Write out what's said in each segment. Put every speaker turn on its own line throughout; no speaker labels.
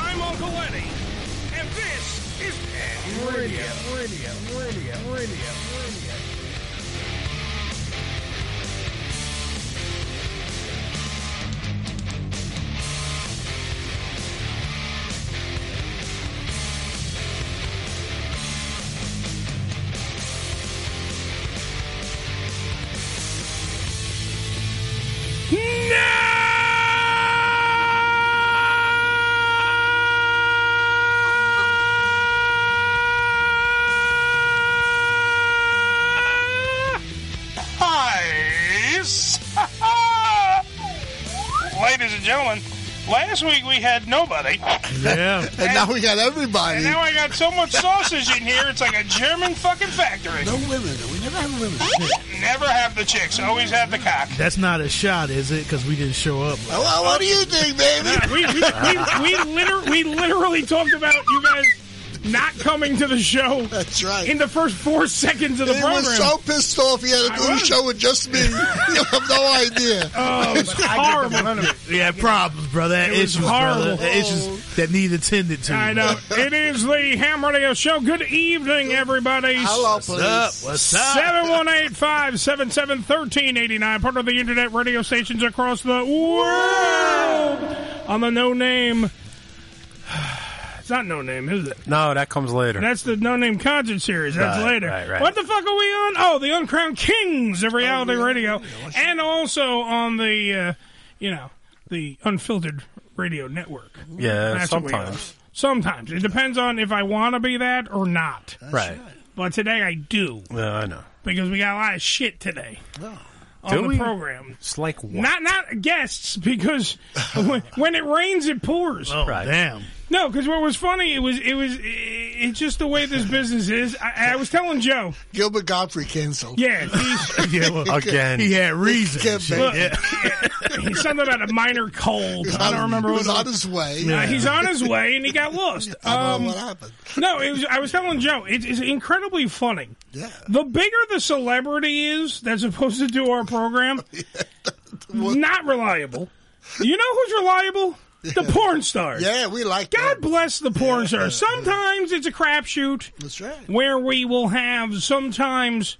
I'm Uncle Eddie, and this is Ed Radio. Radio, Radio, Radio, Radio. Nice! Ladies and gentlemen, last week we had nobody,
Yeah.
And now we got everybody.
and now I got so much sausage in here, it's like a German fucking factory.
no women. We never have women.
Never have the chicks, always have the cock.
That's not a shot, is it? Because we didn't show up.
Well, what do you think, baby?
We, we, we, we, liter- we literally talked about you guys not coming to the show
That's right.
in the first four seconds of the
he
program.
was so pissed off he had
I
to do a
was.
show with just me. you have no idea.
oh, it was horrible.
We had problems, brother. It
was
issues,
horrible.
brother. Had Issues that need attended to.
I know. It is the Ham Radio Show. Good evening, everybody.
Hello,
What's up? What's up?
718 577 1389, part of the internet radio stations across the world. On the no name. It's not no name, is it?
No, that comes later.
That's the no name concert series. That's
Right,
later.
right, Oh, right.
What the fuck are we on? Oh, the Uncrowned Kings of Reality Radio. And also on the, uh, you know, the Unfiltered Radio Network.
yeah,
That's what we
sometimes.
are. Sometimes. It depends on if I want to be that or not.
Right.
But today I do
Yeah, I know.
because we got a lot of shit today on
Oh. Do
the
we?
program.
It's like what?
Not not guests because when, when it rains it pours.
Oh,
Right.
damn.
No, because what was funny it was it was i it's just the way this business is. I, I was telling Joe,
Gilbert Godfrey canceled.
yeah, he's,
Yeah, well,
Again.
He had reasons.
Can't
Shit.
make
Yeah.
he's something about a minor cold. I don't remember
He
what.
was
it was.
on his way.
Uh, he's on his way and he got lost.
I
Um,
don't know what happened.
no, it was, I was telling Joe, it, it's incredibly funny.
Yeah.
The bigger the celebrity is that's supposed to do our program, not reliable. You know who's reliable? The porn stars.
Yeah, we like
God
that.
bless the porn stars. Sometimes it's a crapshoot
That's right.
where we will have sometimes.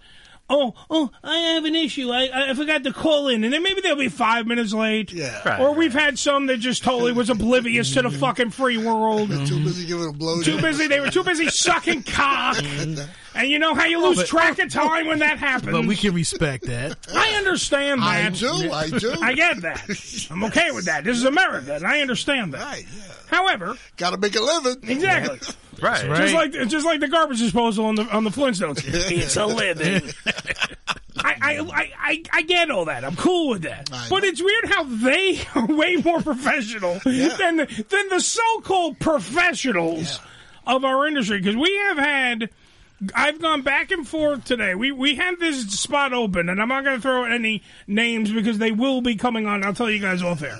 Oh, oh! I have an issue. I I forgot to call in, and then maybe they'll be five minutes late.
Yeah.
Right.
Or we've had some that just totally was oblivious to the fucking free world.
Too busy giving a blowjob.
Too busy. They were too busy sucking cock.
Mm-hmm.
And you know how you lose track of time when that happens.
But we can respect that.
I understand that.
I do. I do.
I get that. I'm okay with that. This is America, and I understand that.
Right. Yeah.
However,
Got to make a living.
exactly,
right.
just like just like the garbage disposal on the on the Flintstones, it's a living. I, I, I, I, I get all that. I'm cool with that.
I
But
know.
it's weird how they are way more professional than the, than the so-called professionals of our industry. Because we have had, I've gone back and forth today. We we had this spot open, and I'm not going to throw out any names because they will be coming on. I'll tell you guys off air.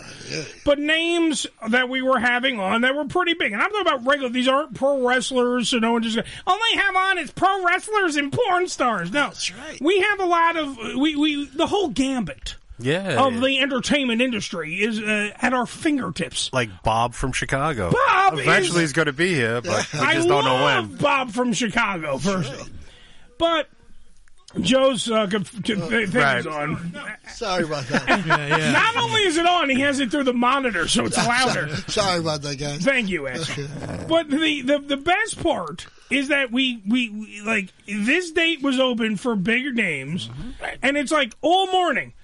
But names that we were having on that were pretty big, and I'm talking about regular. These aren't pro wrestlers, so no one just all they have on is pro wrestlers and porn stars. No,
That's right.
we have a lot of we we the whole gambit
Yeah.
of the entertainment industry is uh, at our fingertips.
like Bob from Chicago.
Bob is-
Eventually he's going to be here, but we
I
just don't know
love
when.
Bob from Chicago first, but Joe's uh, conf- conf- thing
Right.
is on.
Sorry about that.
Yeah, yeah.
Not only is it on, he has it through the monitor, so it's louder.
Sorry about that, guys.
Thank you, Ash. but the, the the best part is that we, we we like this date was open for bigger names, and it's like all morning.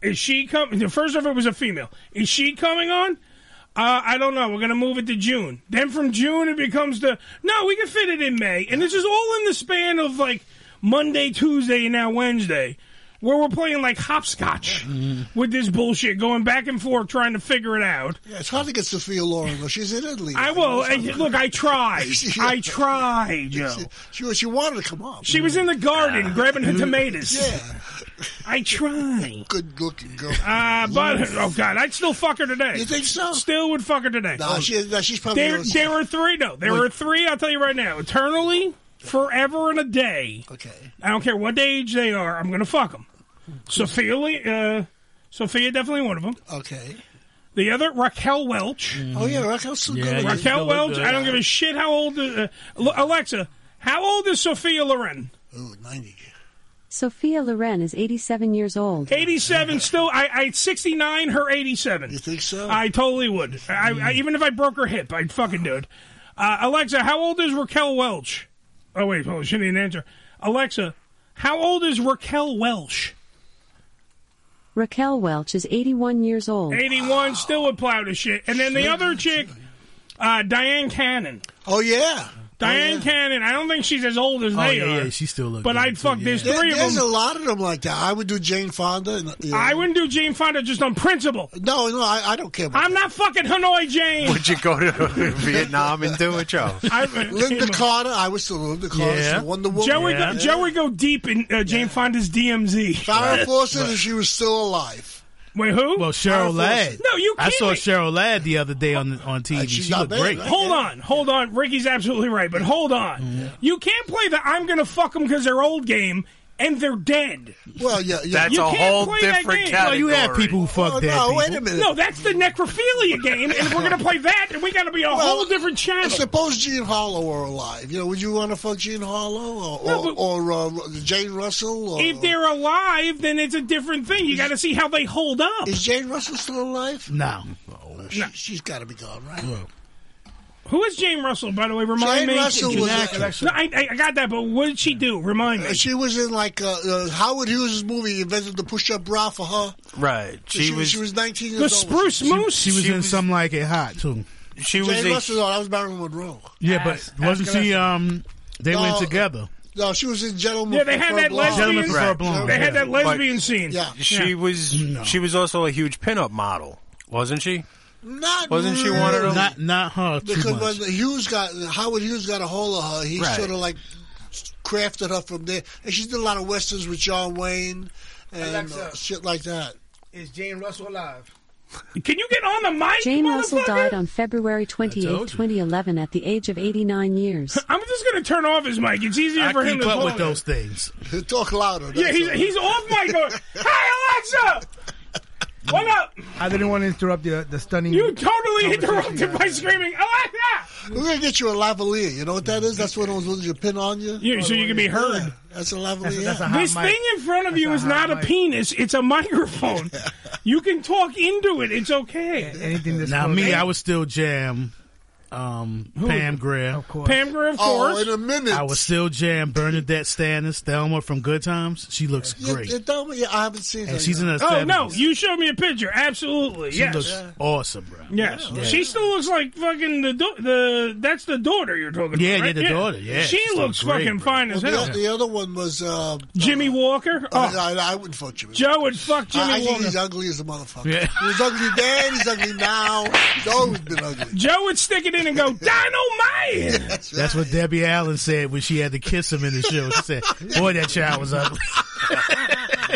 Is she coming? The first of it was a female. Is she coming on? Uh, I don't know. We're gonna move it to June. Then from June it becomes the no. We can fit it in May, and this is all in the span of like Monday, Tuesday, and now Wednesday. where we're playing like hopscotch with this bullshit, going back and forth trying to figure it out.
Yeah, it's hard to get Sophia Loren though. She's in Italy.
I will. I- look, I tried.
Yeah.
I tried, Joe.
She, she, she wanted to come up. Ah.
She was in the garden grabbing her tomatoes.
Yeah.
I tried.
Good looking girl.
Uh, but, oh God, I'd still fuck her today.
you think so?
Still would fuck her today.
Nah, she, nah, she's probably.
There,
gonna-
there are three. No, there are three. I'll tell you right now. Eternally, forever, and a day.
okay.
I don't care what age they are. I'm gonna fuck them. Sophia, Lee- uh, Sophia, definitely one of them.
Okay.
The other, Raquel Welch.
Oh yeah, Raquel's so
Yeah,
good.
yeah.
Raquel.
Raquel
Don't
Welch.
do
I don't give a shit how old. Uh, L- Alexa, how old is Sophia Loren?
Ooh, ninety.
Sophia Loren is 87 years old.
87. Still, I, I 69. Her 87.
You think so? Mm.
I totally would. I, I, even if I broke her hip, I'd fucking do it. Uh, Alexa, how old is Raquel Welch? Oh wait, hold on, she didn't answer. Alexa, how old is Raquel Welch?
Raquel Welch is 81 years old.
Eighty-one, still would plow to shit. And then the other chick, uh, Diane Cannon.
oh yeah.
Diane Cannon. I don't think she's as old as
Oh,
they
yeah,
are.
yeah, she still looks
But
good,
I'd
too,
fuck
yeah.
there's
There-
three of
there's
them.
a lot of them like that. I would do Jane Fonda. And, you know.
I wouldn't do Jane Fonda just on principle.
No, no, I, I don't care. About
I'm not fucking Hanoi Jane.
Would you go to Vietnam and do it, Joe?
I,
Linda Carter. I was still Linda Carter.
Yeah.
Yeah. Wonder Woman.
Joey,
Yeah.
go, Joey, go deep in uh, Jane Fonda's DMZ.
Farrah Fawcett, if she was still alive.
Wait, who?
Well, Cheryl
Powerful.
Ladd.
No, you
I saw
kidding.
Cheryl Ladd the other day on on TV.
she's
She
not
looked
bad,
great.
right?
Hold on, hold on. Ricky's absolutely right, but hold on. You can't play the I'm going to fuck them because they're old game and they're dead.
Well, yeah, yeah.
That's
You
a
can't
whole
play that
different
game.
category.
No,
Well, you have people who fuck
oh,
dead
no,
people.
wait a minute.
No, that's the necrophilia game, and if we're going to play that, then we got to be a whole different channel.
Suppose Gene Harlow were alive. You know, would you want to fuck Gene Harlow or
No, but-
or, or uh, Jane Russell? Or,
if they're alive, then it's a different thing. You got to see how they hold up.
is Jane Russell still alive?
No.
She, she's got to be gone, right?
Who is Jane Russell, by the way? Remind
Jane
me.
Russell was. uh,
No, I, I I got that, but what did she do? Remind me.
She was in like uh, uh, Howard Hughes' movie. He invented the push-up bra for her.
Right. She, was,
she was 19 years
The
old.
Spruce Moose.
She was
She
in
was-
something like it hot too.
she was
Jane
a-
Russell. No, that was Marilyn Monroe.
Yeah, but wasn't she? Um, they went
No.
together.
No, she was in Gentleman.
Yeah, they had
Prefer
that
Blonde.
lesbian-
Gentlemen
She-
prefer
Right.
blonde.
they had that
But-
lesbian scene.
Yeah,
she was she was also a huge pinup model, wasn't she?
not
Wasn't she one of
really.
those?
Not not her too
Because
much.
when Hughes got Howard Hughes got a hold of her, he
Right.
sort of like crafted her from there, and she did a lot of westerns with John Wayne and uh,
Alexa.
shit like that.
Is Jane Russell alive?
Can you get on the mic?
Jane Russell
motherfucker?
died on February 28,
told you.
2011 at the age of 89 years.
I'm just going to turn off his mic. It's easier
I
for him
keep
to
up with
follow.
those things.
Talk louder.
Yeah,
that's
he's,
all.
he's off mic. Going, hey, Alexa, what up?
I didn't want to interrupt the, the stunning.
You totally interrupted by screaming, Alexa!
We're gonna get you a lavalier. You know what that is? That's one of those ones you pin on you.
You, so you can be heard.
Yeah, that's a lavalier.
That's a- that's a hot
This
mic.
thing in front of you
That's
is
a hot
not a
mic.
penis. It's a microphone. you can talk into it. It's okay.
Anything that's
Now
close-
eh?
me, I would still jam. Um, Pam Grier.
of course.
Pam Grier, of
oh,
course.
in a minute.
I would still jam Bernadette Stannis, Thelma from Good Times. She looks
You,
great,
you don't- yeah, I haven't seen her.
and she's
yet.
in her.
Oh,
70s.
no. You showed me a picture. Absolutely.
she
yes.
looks awesome, bro.
Yes, she still looks like fucking the da- the. That's the daughter you're talking about.
Yeah, yeah,
right?
the daughter, yeah.
she
She's
looks
great,
fucking
bro.
fine as
The,
hell.
o- the other one was. Uh,
Jimmy Walker.
I,
Oh,
I, I wouldn't fuck Jimmy.
Joe would fuck
I,
Jimmy
I think
Walker.
he's ugly as a motherfucker.
Yeah.
He was ugly then. He's ugly now. He's always been ugly.
Joe would stick it in and go, Dynamite!
That's what Debbie Allen said when she had to kiss him in the show. She said, "Boy, that child was ugly."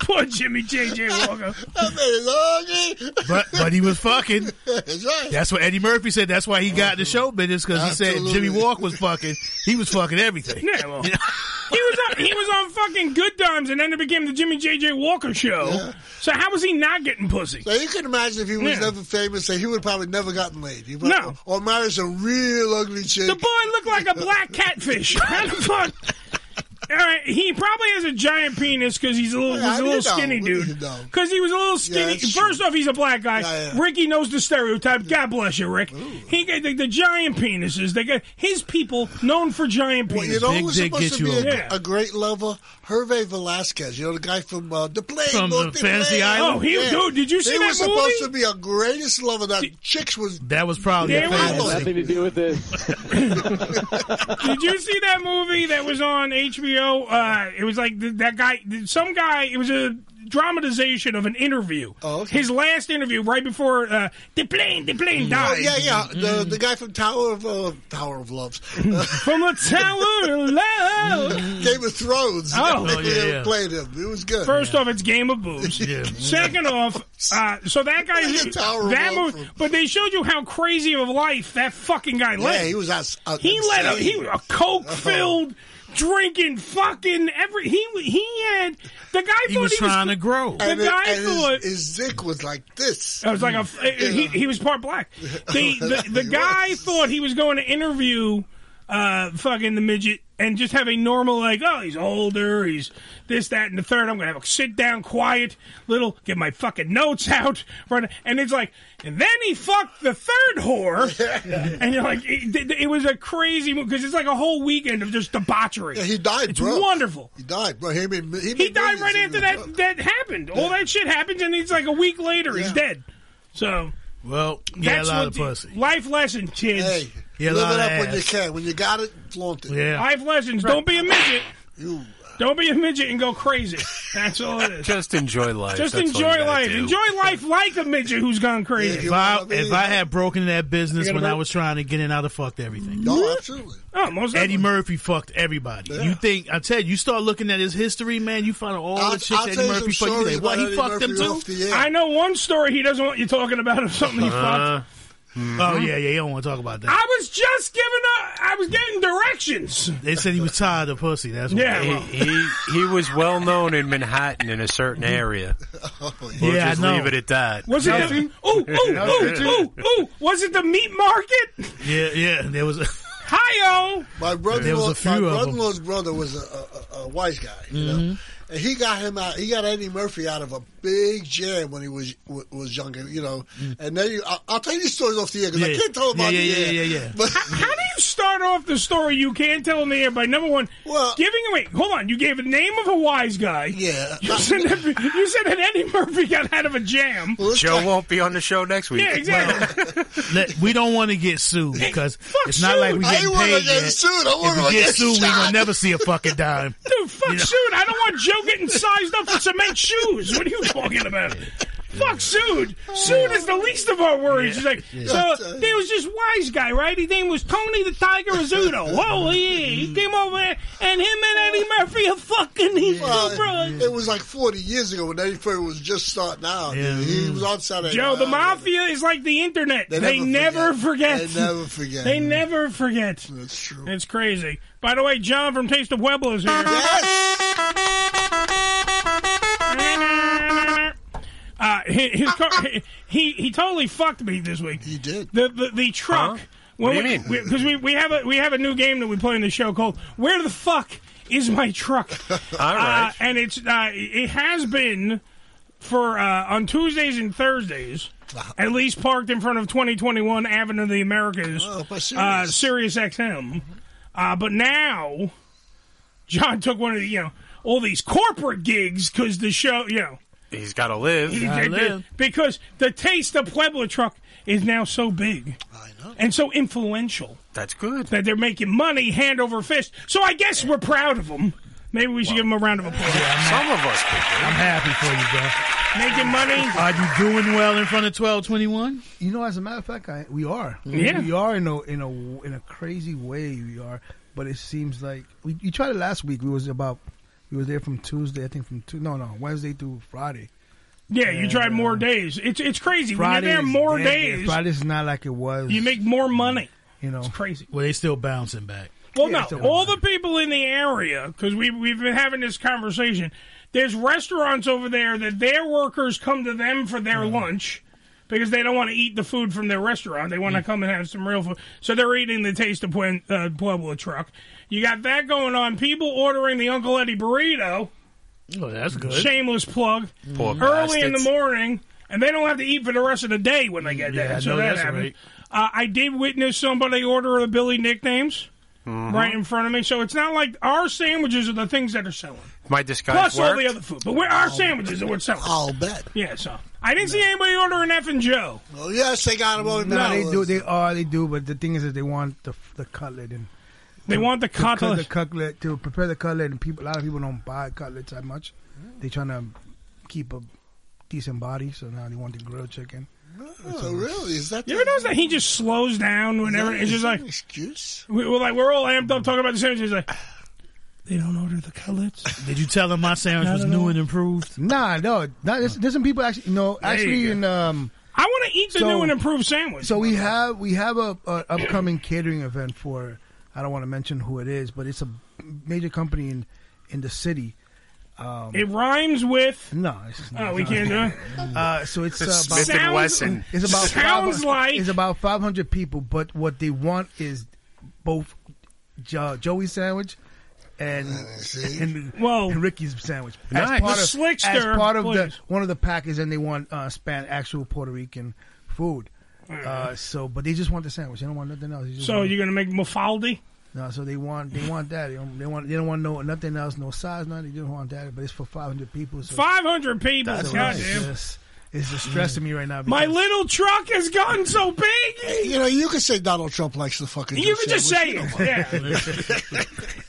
Poor Jimmy J.J. Walker.
That man is ugly.
But but he was fucking.
That's right.
That's what Eddie Murphy said. That's why he got in the show business because he said
Absolutely.
Jimmy Walk was fucking. He was fucking everything.
Yeah, well, he was on, he was on fucking Good Times, and then it became the Jimmy J.J. Walker show. So how was he not getting pussy?
Now you can imagine if he was
Yeah.
never famous, that he would probably never gotten laid. He would,
No.
Or married some real ugly chick.
The boy looked like a black catfish. How the fuck? All right, he probably has a giant penis because he's a little,
Yeah,
was
I
a little skinny
mean, you know, we- you
dude.
know.
Because he was a little skinny.
that's true.
First off, he's a black guy.
Yeah, yeah.
Ricky knows the stereotype. God bless you, Rick. He got the, the giant penises. They got his people known for giant penises.
Well, you know
Big
who's
dick
supposed
gets
to be
you
over.
a, a great lover? Hervé Velasquez. You know the guy from uh, the plane.
From
Look,
the Fantasy
Plane.
Island?
Oh, he- dude, did you see
he
that
was
movie?
supposed to be a greatest lover. That chicks was.
That was probably
Yeah,
a
it was.
fantasy.
nothing to do with this.
Did you see that movie that was on HBO video. Uh, it was like th- that guy, th- some guy. It was a dramatization of an interview. Oh, His last interview, right before uh, the plane, the plane
Oh,
died.
yeah, yeah.
Mm-hmm.
The, the guy from Tower of uh, Tower of Loves.
from the Tower of Love.
Game of Thrones.
Mm. Oh.
yeah,
Oh, yeah, yeah.
Played him. It was good.
First off, it's Game of Boobs. Second off, uh, so that guy,
Tower of
that
Love
movie, but they showed you how crazy of a life that fucking guy
Yeah,
led.
he was outs- out-
he led a,
insane. Uh-huh.
he a coke filled. Drinking, fucking every he he had the guy
He
thought
was
he was
trying to
grow. The
and it-
guy
and
thought
his, his dick was like this.
I was like, a, he, he was part black. The the, the guy thought he was going to interview uh, fucking the midget and just have a normal like, oh, he's older, he's this, that, and the third. I'm gonna have a sit down, quiet, little, get my fucking notes out, right? And it's like, and then he fucked the third whore, and you're like, it, it was a crazy move because it's like a whole weekend of just debauchery.
Yeah, he died,
It's
bro.
wonderful.
He died, bro. He, made, he,
He died right after that that happened. All that shit happens, and he's like a week later, he's dead. So
well, yeah, a
that's
lot
what
of
the-
pussy.
Life lesson, kids.
Hey,
Yeah, a
live
lot
it
of
up when you
ass.
can. When you got it, flaunt it.
Life lessons. Don't be a midget. Don't be a midget and go crazy. That's all it is.
Just enjoy life.
Just
That's all you
enjoy
gotta
life.
do.
Enjoy life like a midget who's gone crazy.
If I, if I had broken into that business
You
when
gotta
I
go-
was trying to get in, I'd have fucked everything.
No, absolutely.
Oh, most
Eddie Murphy fucked everybody. You think I tell you? You start looking at his history, man. You find out all
I'll-
the shit
I'll
that
tell
Eddie
you
Murphy
some
fucked. You
stories
think, what
about
he
Eddie
fucked them
Murphy
too?
off I know one story he doesn't want you talking about of something he fucked.
Oh yeah, yeah. You don't want to Uh-huh. talk about that.
Uh-huh. Mm-hmm. I was just giving up. I was getting directions.
They said he was tired of pussy. That's why.
Yeah, well.
He, he he was well known in Manhattan in a certain
Mm-hmm.
area. We'll
Yeah, I
just
know.
leave it at that.
Oh, Was it
Yeah.
the ooh ooh ooh ooh ooh? Was it the meat market?
yeah, yeah. There was.
Hi-yo!
My
There was
brother-in-law,
a few
my
of 'em.
brother-in-law's brother was a, a, a, a wise guy, you know, and he got him out. He got Eddie Murphy out of a big jam when he was w- was younger, you know. And then you, I, I'll tell you these stories off the air because I
Yeah.
can't tell them
Yeah,
on
yeah,
the
yeah,
air.
yeah, yeah.
But
How do you start off the story you can't tell in the air by number one giving away? Hold on, you gave a name of a wise guy.
Yeah,
you said that, you said that Eddie Murphy got out of a jam.
Joe won't be on the show next week.
Yeah, exactly.
Let, we not want to get sued because it's not like we
sued. I
getting
ain't wanna
paid
get
yet.
sued. I wanna
if we
get
get sued, we
shot.
gonna never see a fucking dime.
Dude, fuck sued. I don't want Joe getting sized up for cement shoes. What are you talking about? Fuck sued. Sued is the least of our worries. He's like,
Yeah.
so there was this wise guy, right? His name was Tony the Tiger Rizzuto. Whoa, yeah. He came over there, and him and Eddie Murphy are fucking these two bros.
It was like 40 years ago when Eddie Murphy was just starting out. He was on Saturday
Joe,
Night
the
Live.
mafia is like the internet. They,
They
never,
never
forget.
They never forget.
They never forget. That's
true.
It's crazy. By the way, John from Taste of Pueblo is here. Uh, his, his car, he he totally fucked me this week. He
did
the the, the truck.
Huh?
When
What do you
we, Because we, we have a we have a new game that we play in the show called "Where the Fuck Is My Truck?"
All right.
Uh, and it's uh, it has been for uh, on Tuesdays and Thursdays. At least parked in front of 2021 Avenue of the Americas, uh, Sirius XM. Uh, but now, John took one of the, you know, all these corporate gigs because the show, you know,
He's got to live.
he- they- they- because the taste of Pueblo truck is now so big. And so influential.
That's good.
That they're making money hand over fist. So I guess we're proud of them. Maybe we should give them a round of applause.
Some of us could.
I'm happy for you, bro.
Making money.
Are you doing well in front of twelve twenty one?
You know, as a matter of fact, I, we are.
Yeah.
we are in a in a in a crazy way. We are, but it seems like we you tried it last week. We was about we was there from Tuesday, I think from two, no, no, Wednesday through Friday.
Yeah, you tried more days. It's it's crazy. when
Friday
you're there more
is- yeah,
days,
Friday's not like it was.
you make more money.
You know, it's
crazy.
Well, they still bouncing back.
Well, no, all the people in the area, because we we've been having this conversation. There's restaurants over there that their workers come to them for their
Uh-huh.
lunch because they don't want to eat the food from their restaurant. They
Mm.
want to come and have some real food, so they're eating the Taste of Puen- uh, Pueblo truck. You got that going on. People ordering the Uncle Eddie burrito.
Oh, that's good. Mm.
Shameless plug.
Poor
early in the
bastards. Mm,
morning, and they don't have to eat for the rest of the day when they get
Yeah,
there.
I
So
know
that
that's
happened.
right.
Uh, I did witness somebody order the Billy nicknames right in front of me. So it's not like our sandwiches are the things that are selling.
My disguise
Plus all
worked.
the other food, but we're, our sandwiches are what's selling.
I'll bet.
Yeah, so I didn't see anybody ordering F and Joe.
Well, yes, they got them.
no, they do. They are. They do. But the thing is that they want the the cutlet and
They want the
to cut
cutlet.
the cutlet to prepare the cutlet, and people a lot of people don't buy cutlets that much. They trying to keep a decent body, so now they want the grilled chicken.
Oh, really? Is that?
You ever notice that he just slows down whenever
is
it's just
that
like
an excuse.
we, we're like we're all amped up talking about the sandwiches. Like they don't order the cutlets.
Did you tell him my sandwich was new and improved?
Nah, no, not, there's, there's some people actually no
you
actually
go.
in um.
I want to eat the
So-
new and improved sandwich.
So we have we have a, a upcoming catering event for I don't want to mention who it is, but it's a major company in in the city. Um,
it rhymes with.
No, it's not.
Oh, we can't do it.
Uh, so it's uh, about
Smith
Sounds-
and Wesson.
It's about
Sounds
500
like-
it's about 500 people, but what they want is both jo- Joey's sandwich and
see?
and,
Whoa.
and Ricky's sandwich
Nice.
The
of
Slickster,
as part of the
please.
one of the package, and they want uh, span actual Puerto Rican food. Uh, so, but they just want the sandwich. They don't want nothing else. They just
Mm-hmm. So
want-
you're gonna make mafaldi?
no, so they want they want that. They don't, they want they don't want no nothing else, no size, nothing. They don't want that. But it's for 500 people. So
Five hundred people.
so
God
it's
damn.
just- It's just stressing me right now.
My
because-
little truck has gotten so big.
You know, you could say Donald Trump likes the fucking.
You
joke
can just say
sandwich.
it. Yeah.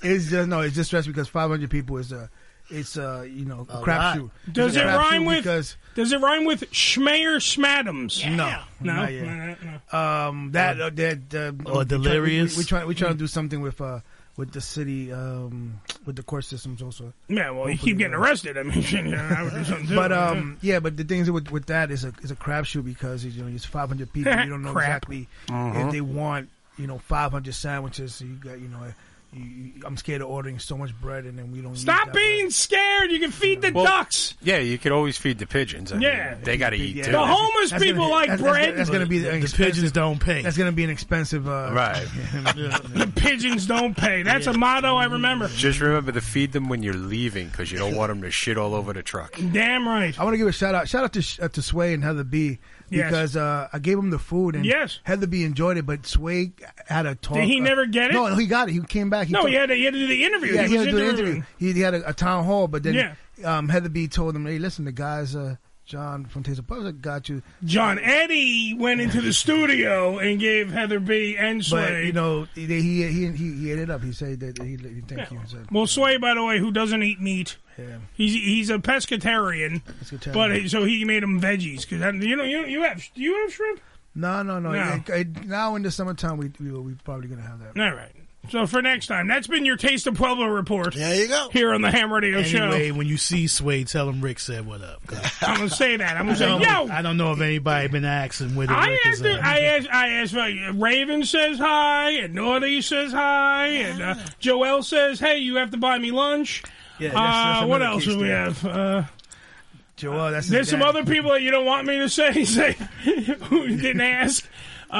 It's just no, it's just stress because 500 people is a, it's a you know a crapshoot.
Does
It's a
it
crapshoot
rhyme with?
because
Does it rhyme with Schmeyer Schmadams?
no,
No.
not yet.
No, no, no.
um that uh, that uh, we try- we-
delirious. Mm.
We, we try we try to do something with uh with the city um with the court systems also.
Yeah. Well, you keep getting arrested. I mean, shit, you know, I would do something too.
But um yeah, but the things with with that is a is a crapshoot because you know it's 500 people. You don't know
Crap.
exactly if they want you know 500 sandwiches. So you got you know. uh, You, you, I'm scared of ordering so much bread, and then we don't.
Stop
eat that
being scared. You can feed the
Well,
ducks.
Yeah, you could always feed the pigeons. I mean,
Yeah.
they got to eat
Yeah.
too.
The homeless
Bread. That's
people
gonna-
like
that's- that's-
bread.
That's, going to be the,
The
expensive-
pigeons don't pay.
That's going to be an expensive. Uh,
Right.
the pigeons don't pay. That's a motto I remember.
Just remember to feed them when you're leaving because you don't want them to shit all over the truck.
Damn right.
I want to give a shout out. Shout out to Sh- uh, to Sway and Heather B
Yes.
because uh, I gave him the food and
Yes.
Heather B enjoyed it, but Sway had a talk.
Did he
uh,
never get it?
No, no, he got it. He came back. He
No,
told-
he had to, he had to do the interview.
yeah,
he,
he
was
had to do an
interviewing.
interview. He, he had a, a town hall, but then
Yeah.
um, Heather B told him, "Hey, listen, the guys, uh, John from Taste of Public got you,
John Eddie went into the studio and gave Heather B. and
but
Sway.
you know he he he he, he ate it up. He said that he, he thank you. He said,
well, Sway, by the way, who doesn't eat meat,
yeah,
he's he's a pescatarian.
Pescatarian.
But he- so he made him veggies because you know you you have do you have shrimp?
no, no, no.
No.
It- it- now in the summertime, we we we probably gonna have that.
All right. So for next time, that's been your taste of Pueblo report
There you go.
here on the Ham Radio
Anyway,
Show.
when you see Sway, tell him Rick said what up. 'Cause
I'm gonna say that. I'm gonna
I
say
don't-
yo.
I don't know if anybody been asking where the
I
Rick
asked,
is. at.
I asked, I asked, uh, Raven says hi, and Naughty says hi, and uh, Joel says, hey, you have to buy me lunch.
Ah. Yeah,
Uh, what
another
else
case
do we
there.
have? Uh,
Joel, that's his
there's some
dad.
other people that you don't want me to say, say who didn't ask,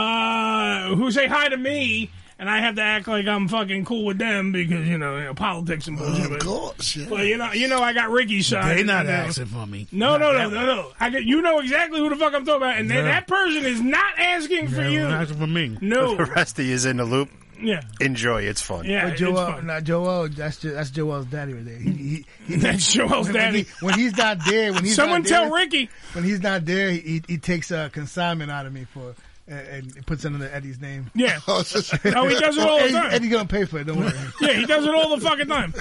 uh, who say hi to me, and I have to act like I'm fucking cool with them because, you know, you know politics and bullshit.
Of
but-
course. Yeah.
Well, you know, you know, I got Ricky's side.
They not
you know.
asking for me.
No, no, no, no, no. I got, you know exactly who the fuck I'm talking about, and then that person is not asking for
They
you.
not asking for me.
No.
The rest of you's in the loop.
Yeah.
Enjoy. It's fun.
Yeah.
But
it's
Joel,
fun.
not Joel. That's jo- that's Joel's daddy right there. He, he, he,
That's Joel's
when, he,
daddy.
when he's not there, when he's
Someone
not there,
tell Ricky.
when he's not there, he he, he takes a uh, consignment out of me for and, and puts it under Eddie's name.
Yeah.
Oh, it's just-
No, he does it all the
Eddie,
time.
Eddie's gonna pay for it. Don't worry.
Yeah, he does it all the fucking time.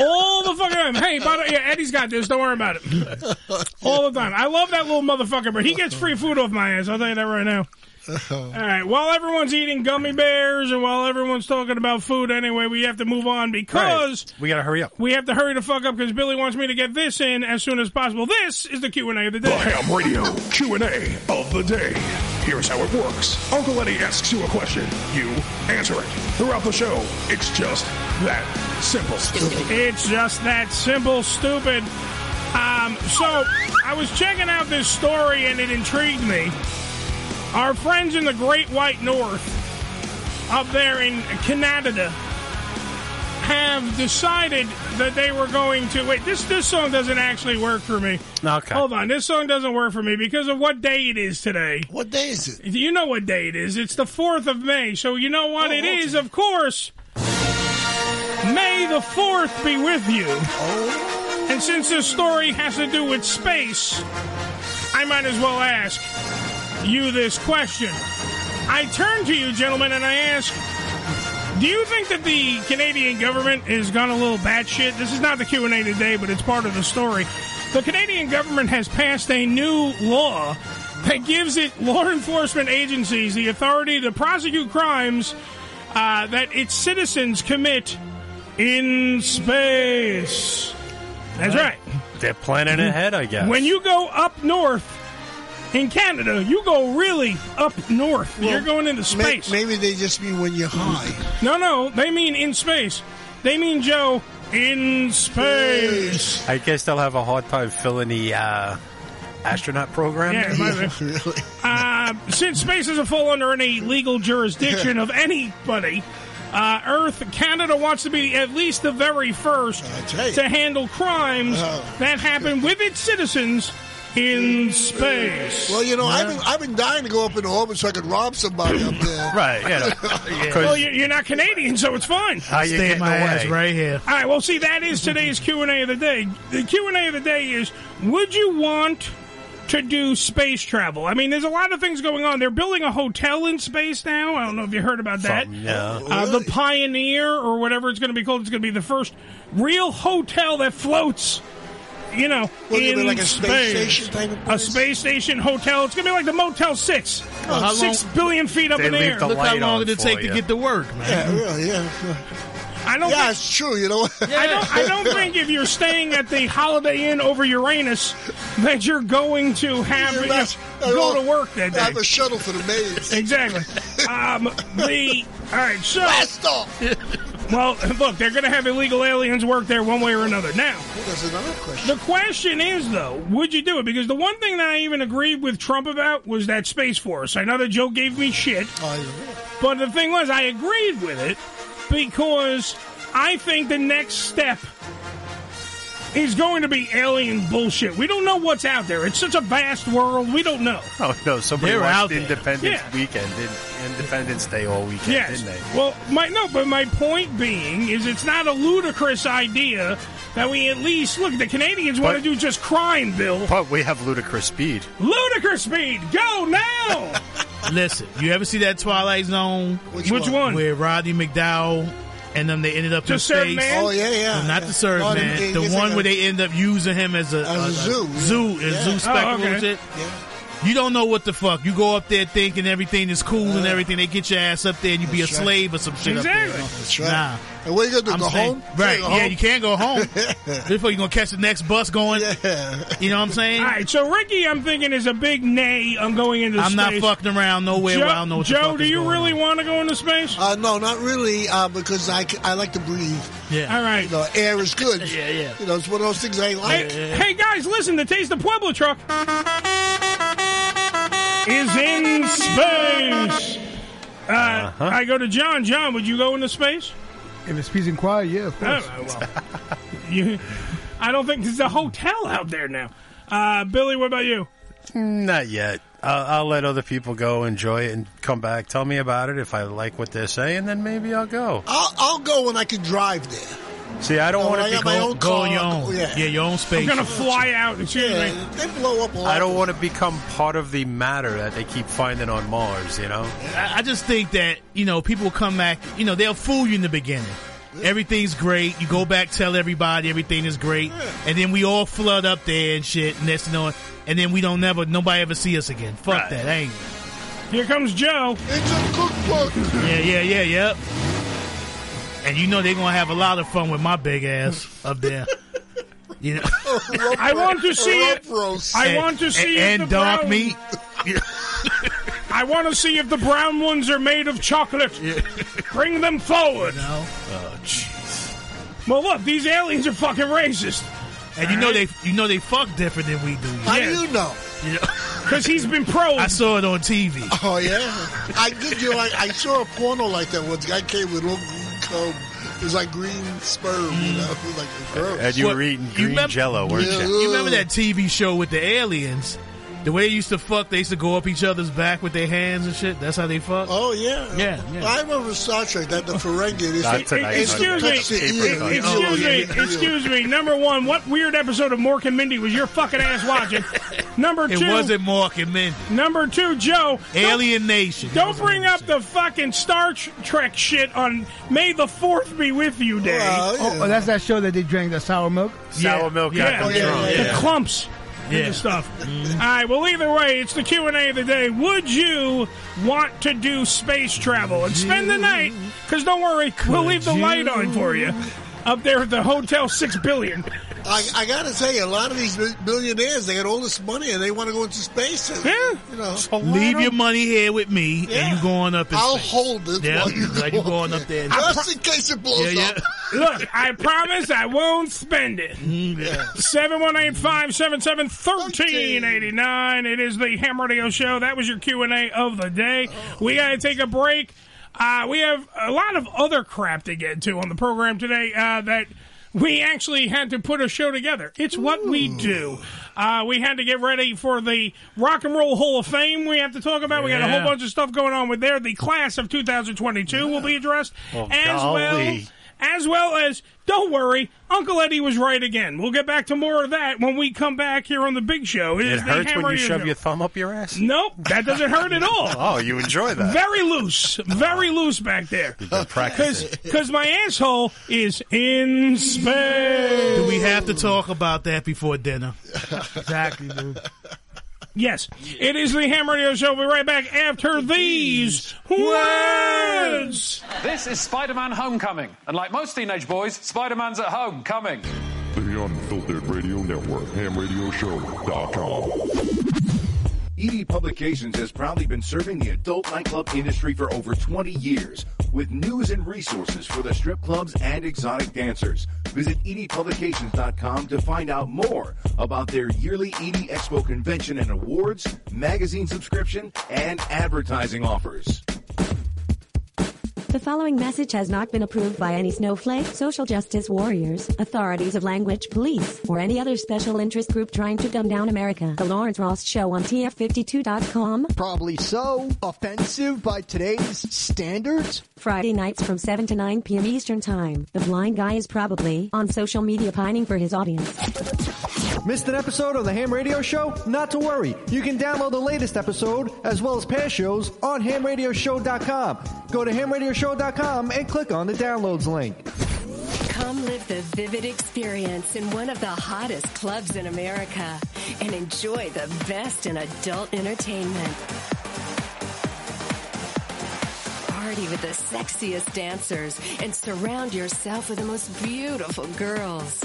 All the fucking time. Hey, by the yeah, Eddie's got this. Don't worry about it. All the time. I love that little motherfucker, but he gets free food off my ass. I'll tell you that right now. All right. While everyone's eating gummy bears and while everyone's talking about food anyway, we have to move on because
We got to hurry up.
we have to hurry the fuck up because Billy wants me to get this in as soon as possible. This is the Q&A of the day.
Ham Radio Q&A of the day. Here's how it works. Uncle Eddie asks you a question. You answer it. Throughout the show, it's just that simple.
It's just that simple, stupid. Um, so I was checking out this story and it intrigued me. Our friends in the Great White North, up there in Canada, have decided that they were going to wait. This this song doesn't actually work for me.
Okay.
Hold on, this song doesn't work for me because of what day it is today.
what day is it?
You know what day it is. It's the 4th of May. So you know what
Oh,
it
okay.
is, of course. May the 4th be with you. And since this story has to do with space, I might as well ask you this question. I turn to you, gentlemen, and I ask Do you think that the Canadian government has gone a little batshit? This is not the Q and A today, but it's part of the story. The Canadian government has passed a new law that gives it law enforcement agencies the authority to prosecute crimes uh, that its citizens commit in space. That's right.
They're planning ahead, I guess.
When you go up north in Canada, you go really up north. You're going into
May-
space.
Maybe they just mean when you're high.
No, no, they mean in space. They mean Joe in space.
I guess they'll have a hard time filling the uh, astronaut program.
Yeah, it might be. Uh, since space doesn't fall under any legal jurisdiction of anybody, uh, Earth Canada wants to be at least the very first
tell you.
to handle crimes
Oh.
that happen with its citizens in space.
Well, you know, I've been I've been dying to go up in orbit so I could rob somebody up there.
Right. You know, 'cause
Well, you're you're not Canadian, so it's fine.
how you
Stay
getting
in my
away?
ass right here.
All right. Well, see, that is today's Q and A of the day. The Q and A of the day is: Would you want to do space travel? I mean, there's a lot of things going on. They're building a hotel in space now. I don't know if you heard about that.
Something, yeah.
Uh, the Pioneer, or whatever it's going to be called, it's going to be the first real hotel that floats. You know,
Wouldn't it
in
be like a space
space,
station type of
a
place?
space station hotel. It's going to be like the Motel Six,
how
six billion feet up
They
in the
leave
air.
the
Look how
Light
long
on
did it
for
take
ya.
to get to work, man.
Yeah, really, yeah.
I don't.
Yeah,
think-
it's true, you know.
I don't, I don't think if you're staying at the Holiday Inn over Uranus that you're going to have
You're
you
not-
know, go to work that
I have a
day.
shuttle for the maids.
Exactly. Um, the all right. So
Blast off!
well, look, they're going to have illegal aliens work there one way or another. Now,
That's another question.
the question is though, would you do it? Because the one thing that I even agreed with Trump about was that space force. I know that Joe gave me shit.
Oh, yeah.
But the thing was, I agreed with it because I think the next step is going to be alien bullshit. We don't know what's out there. It's such a vast world. We don't know.
Oh no! Somebody
They were
watched
out there.
Independence
Yeah.
Weekend, did Independence Day all weekend,
Yes.
didn't they?
Well, my no, but my point being is it's not a ludicrous idea that we at least look. The Canadians want to
But-
do just crime, Bill.
But we have ludicrous speed.
Ludicrous speed. Go now.
Listen, you ever see that Twilight Zone
Which one?
where Roddy McDowell and them they ended up
The
in
Serb
space?
man?
Oh, yeah, yeah.
No, not the Serb
Oh,
man.
they- they
the one
think
where
I-
they end up using him as a,
a zoo.
zoo, a
Yeah. Oh,
zoo spectacle
okay.
and shit. You don't know what the fuck. You go up there thinking everything is cool and everything. They get your ass up there and you be a
That's right.
slave or some shit. Up
exactly.
there.
That's right.
Nah.
And what are you going to do?
I'm
go
saying,
home?
right?
Go
Yeah,
home?
you can't go home. Therefore, you're gonna catch the next bus going.
Yeah.
You know what I'm saying?
All right. So Ricky, I'm thinking is a big nay on going into
I'm
space.
not fucking around nowhere
Joe,
where I don't know what the
Joe,
fuck
do
is
you
going
really
on.
want to go into space?
Uh, no, not really, uh, because I, c- I like to breathe.
Yeah.
All right.
You know, air is good.
Yeah, yeah.
You know, it's one of those things I
Hey,
like.
hey, guys, listen, the Taste of Pueblo truck is in space. Uh,
Uh-huh.
I go to John. John, would you go into space?
If it's peace and quiet, yeah, of course.
Oh, well. you, I don't think there's a hotel out there now. Uh, Billy, what about you?
Not yet. I'll, I'll let other people go, enjoy it, and come back. Tell me about it if I like what they're saying, then maybe I'll
Oh,
go.
I'll, I'll go when I can drive there.
See, I don't
Oh,
want
I
to
got my
become.
own
Go
car.
on your own.
Yeah.
Yeah, your own space.
I'm going to fly out. Excuse me.
Yeah, they blow up a lot.
I don't want to become part of the matter that they keep finding on Mars. You know,
I I just think that you know people come back. You know they'll fool you in the beginning. Everything's great. You go back, tell everybody everything is great, and then we all flood up there and shit. And that's no, and then we don't never nobody ever see us again. Fuck that, ain't.
Here comes Joe.
It's a cookbook.
Yeah, yeah, yeah, yep. And you know they're gonna have a lot of fun with my big ass up there. You know,
I want to see it.
Rump roast.
I
And-
want to see if
and,
the
and dark
brown-
meat.
I want to see if the brown ones are made of chocolate. Bring them forward.
No.
Well, look, these aliens are fucking racist.
And you know they, you know they fuck different than we do.
How
yeah.
do you know?
You know?
Because he's been probed.
I saw it on TV.
Oh yeah, I did. You know, I, I saw a porno like that once. Guy came with a little green comb. It was like green sperm. You know, it was like gross.
and you
What-
were eating
you
green
remem-
Jello, weren't
Yeah.
you?
You remember that TV show with the aliens? The way they used to fuck, they used to go up each other's back with their hands and shit. That's how they fuck.
Oh yeah,
Yeah, yeah.
I remember Star Trek. That the Ferengi. They
Not
said-
tonight.
it's the
Excuse me.
best in
Excuse
years.
me.
Oh,
Excuse
yeah.
me, excuse me. Number one, what weird episode of Mork and Mindy was your fucking ass watching? Number
It
two,
wasn't Mark and Mindy.
number two, Joe.
Alien Nation.
Don't bring up the fucking Star Trek shit on May the Fourth be with you day.
Well, yeah.
Oh, that's that show that they drank the sour milk.
Sour milk
Yeah.
got
Oh,
them
yeah,
drunk.
the clumps and the stuff. All right. Well, either way, it's the Q and A of the day. Would you want to do space travel and spend the night? Because don't worry, we'll leave the light on for you up there at the Hotel Six Billion.
I, I gotta say, a lot of these millionaires, they got all this money and they want to go into space. And,
Yeah.
you know,
Leave your money here with me,
Yeah.
and you going up. And
I'll
say-
hold it.
Yeah,
while you go
like you going up there. and-
Just in case it blows
Yeah, yeah.
up.
Look, I promise I won't spend it. 718 577 1389. It is the Ham Radio Show. That was your Q&A of the day. We got to take a break. Uh, we have a lot of other crap to get to on the program today uh, that we actually had to put a show together. It's what we do. Uh, we had to get ready for the Rock and Roll Hall of Fame we have to talk about. We got a whole
Yeah.
bunch of stuff going on with there. The class of 2022 will be addressed
Oh,
as well
golly.
as well as don't worry, Uncle Eddie was right again. We'll get back to more of that when we come back here on the Big Show.
It
is the
hurts when
Hammer
you shove
Show.
your thumb up your ass.
Nope, that doesn't hurt at all.
Oh, you enjoy that.
Very loose, very loose back there.
Good practice.
Because my asshole is in space.
Do we have to talk about that before dinner? exactly, dude.
Yes, it is the Ham Radio Show. We'll be right back after these words.
This is Spider Man Homecoming. And like most teenage boys, Spider Man's at home, coming.
The Unfiltered Radio Network, hamradioshow.com.
ED E Publications has proudly been serving the adult nightclub industry for over 20 years with news and resources for the strip clubs and exotic dancers. Visit E edpublications.com to find out more about their yearly ED Expo convention and awards, magazine subscription, and advertising offers.
The following message has not been approved by any snowflake, social justice warriors, authorities of language police, or any other special interest group trying to dumb down America. The Lawrence Ross Show on TF52.com,
Probably so. Offensive by today's standards?
Friday nights from 7 to 9 p.m. Eastern Time. The blind guy is probably on social media pining for his audience.
Missed an episode of the Ham Radio Show? Not to worry. You can download the latest episode, as well as past shows, on hamradioshow.com. Go to hamradioshow.com and click on the downloads link.
Come live the vivid experience in one of the hottest clubs in America and enjoy the best in adult entertainment. Party with the sexiest dancers and surround yourself with the most beautiful girls.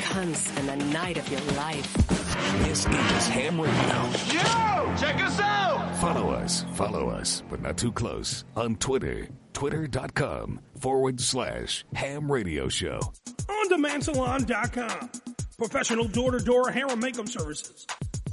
Come spend the night of your life.
This is Ham Radio.
Yo! Check us out!
Follow us, follow us, but not too close on Twitter. Twitter.com forward slash Ham Radio Show.
OnDemandSalon.com. Professional door to door hair and makeup services.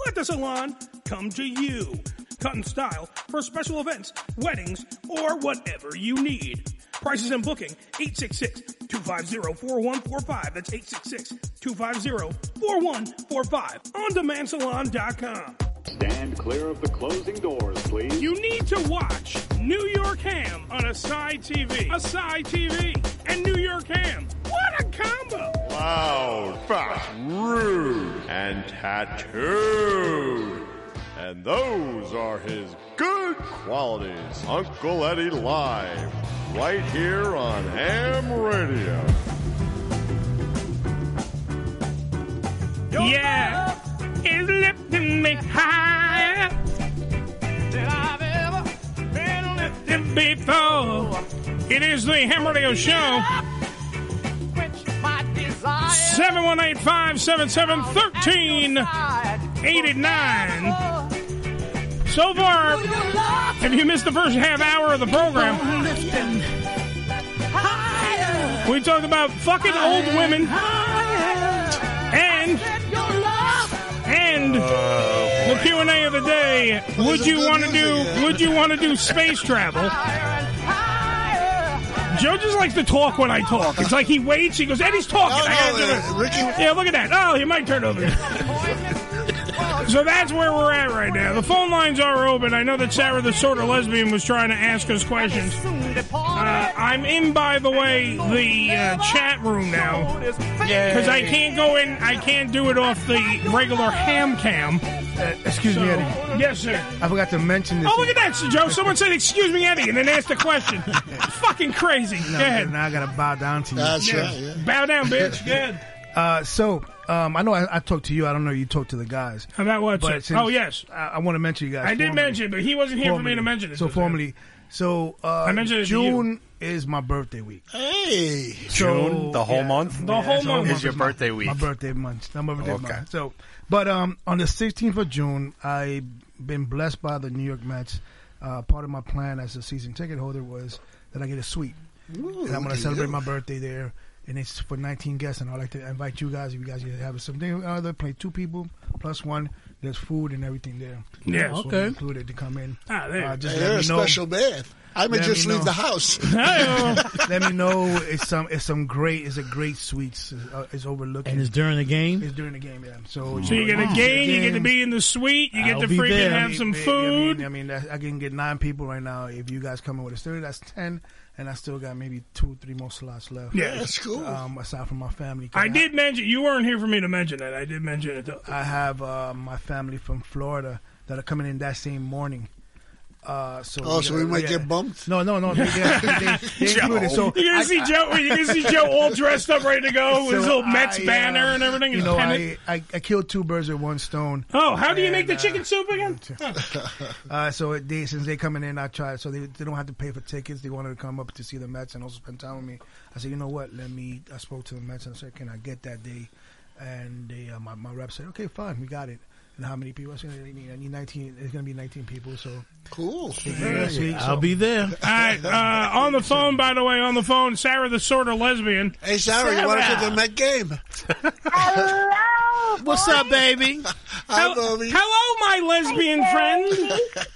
Let the salon come to you. Cut and style for special events, weddings, or whatever you need. Prices and booking 866 250 4145. That's 866 250 4145. OnDemandSalon.com.
Stand clear of the closing doors, please.
You need to watch New York Ham on Asai TV. Asai TV and New York Ham. What a combo!
Loud, fast, rude, and tattooed. And those are his good qualities. Uncle Eddie Live, right here on Ham Radio.
Yeah, it's lifting me higher than before. It is the Ham Radio Show. 718 577 1389. So far, if you missed the first half hour of the program, we talked about fucking old women and and the Q and A of the day. Would
some
you
good
want to
music,
do?
yeah.
Would you want to do space travel? Joe just likes to talk when I talk. It's like he waits. He goes, Eddie's talking. I gotta do it." yeah, look at that. Oh, he might turn over. so that's where we're at right now. The phone lines are open. I know that Sarah, the sort of lesbian, was trying to ask us questions. Uh, I'm in, by the way, the uh, chat room now because I can't go in. I can't do it off the regular ham cam.
Excuse me, Eddie.
Yes, sir.
I forgot to mention this.
Oh, look at that, Sir Joe. Someone said, "Excuse me, Eddie," and then asked a question. Fucking crazy.
Now,
go ahead.
now I gotta bow down to you.
Yeah. Bow down, bitch. Go ahead.
Uh, so um, I know I, I talked to you. I don't know you talked to the guys.
About what?
But
sir?
since-
oh, yes.
I, I want to mention you guys.
I did
formally.
mention it, but he wasn't here for me
Formally.
to mention it.
So
Was there?
formally, so uh,
I mentioned it to
June is my birthday week.
Hey,
June, the whole month? The whole month. Is your birthday
my,
week.
My birthday month. My birthday
Okay.
month. So, but um, on the 16th of June, I been blessed by the New York Mets. Uh, part of my plan as a season ticket holder was that I get a suite,
Ooh,
and I'm
look
going
at
to celebrate
you.
my birthday there. And it's for 19 guests, and I'd like to invite you guys if you guys can have something or other. Play two people plus one. There's food and everything there.
Yeah.
So
Okay.
Included to come in.
Ah,
there.
Uh, just
Hey,
let
you're
me
a
know.
special man. I may
Let
just
me
leave
know.
the house. uh,
Let me know. It's some. It's some great. It's a great suites. Uh, it's overlooking.
And it's during the game?
It's during the game. Yeah. So,
So you get a game, you get to be in the suite, you get
I'll
to
be
freaking
there. I
have
mean,
some
I mean,
food.
I mean, that's- I can get nine people right now. If you guys come in with a thirty, that's ten, and I still got maybe two, three more slots left.
Yeah, that's cool.
Um, aside from my family,
I did mention you weren't here for me to mention it. I did mention it though.
I have uh, my family from Florida that are coming in that same morning. Uh, so
Oh, so we might get
bumped. No, no, no. They, they, they, they included. So
you're gonna
I-
see
I-
Joe. You're gonna see Joe all dressed up, ready to go, with his
So
little Mets
I, uh,
banner and everything.
You
his
know,
pennant.
I, I, I killed two birds with one stone.
Oh, how do you make the
And, uh,
chicken soup again?
Uh, so it- they, since they coming in, I tried. So they, they don't have to pay for tickets. They wanted to come up to see the Mets and also spend time with me. I said, you know what? Let me. I spoke to the Mets and I said, can I get that day? And they, uh, my my rep said, okay, fine, we got it. And how many people? I said, I need, I need 19. It's gonna be 19 people. So
cool.
I'll be there.
All right, uh, on the phone, by the way, on the phone, Sarah, the sort of lesbian.
Hey, Sarah, you want to go to the Met game?
Hello.
What's up, baby?
Hi, Bobby. Hello, my lesbian friend.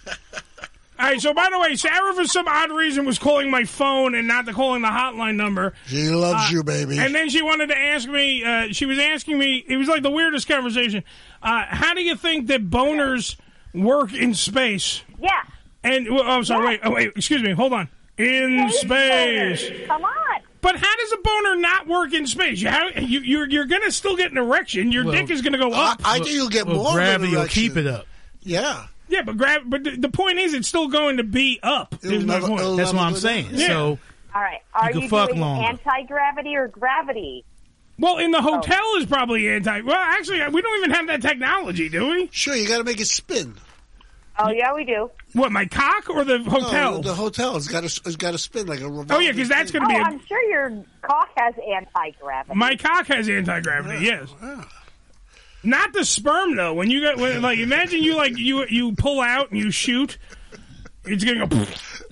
All right, so by the way, Sarah, for some odd reason, was calling my phone and not the, calling the hotline number.
She loves
Uh,
you, baby.
And then she wanted to ask me. Uh, she was asking me. It was like the weirdest conversation. Uh, how do you think that boners work in space? Yeah. And well, I'm sorry. Wait. Oh, wait. Excuse me. Hold on. In space.
Come on.
But how does a boner not work in space? You, how, you, you're you're gonna still get an erection. Your
Well,
dick is gonna go up.
I- I think you'll get well, more of an gravity will erection. keep it up.
Yeah.
Yeah, but grav- But the, the point is, it's still going to be up. There's my point.
That's what I'm saying.
Yeah.
So
All right. Are
You
you,
can fuck
doing
longer.
anti-gravity or gravity?
Well, in the hotel is probably anti. Well, actually, we don't even have that technology, do we?
Sure, you got to make it spin.
Oh yeah, we do.
What my cock or the hotel?
No, the hotel's got to it's got to spin like a revolving.
Oh, yeah, 'cause that's gonna
oh,
be a-
I'm sure your cock has anti-gravity.
my cock has anti gravity. Yes. Not the sperm though. When you got when, like, imagine you like you you pull out and you shoot. It's gonna go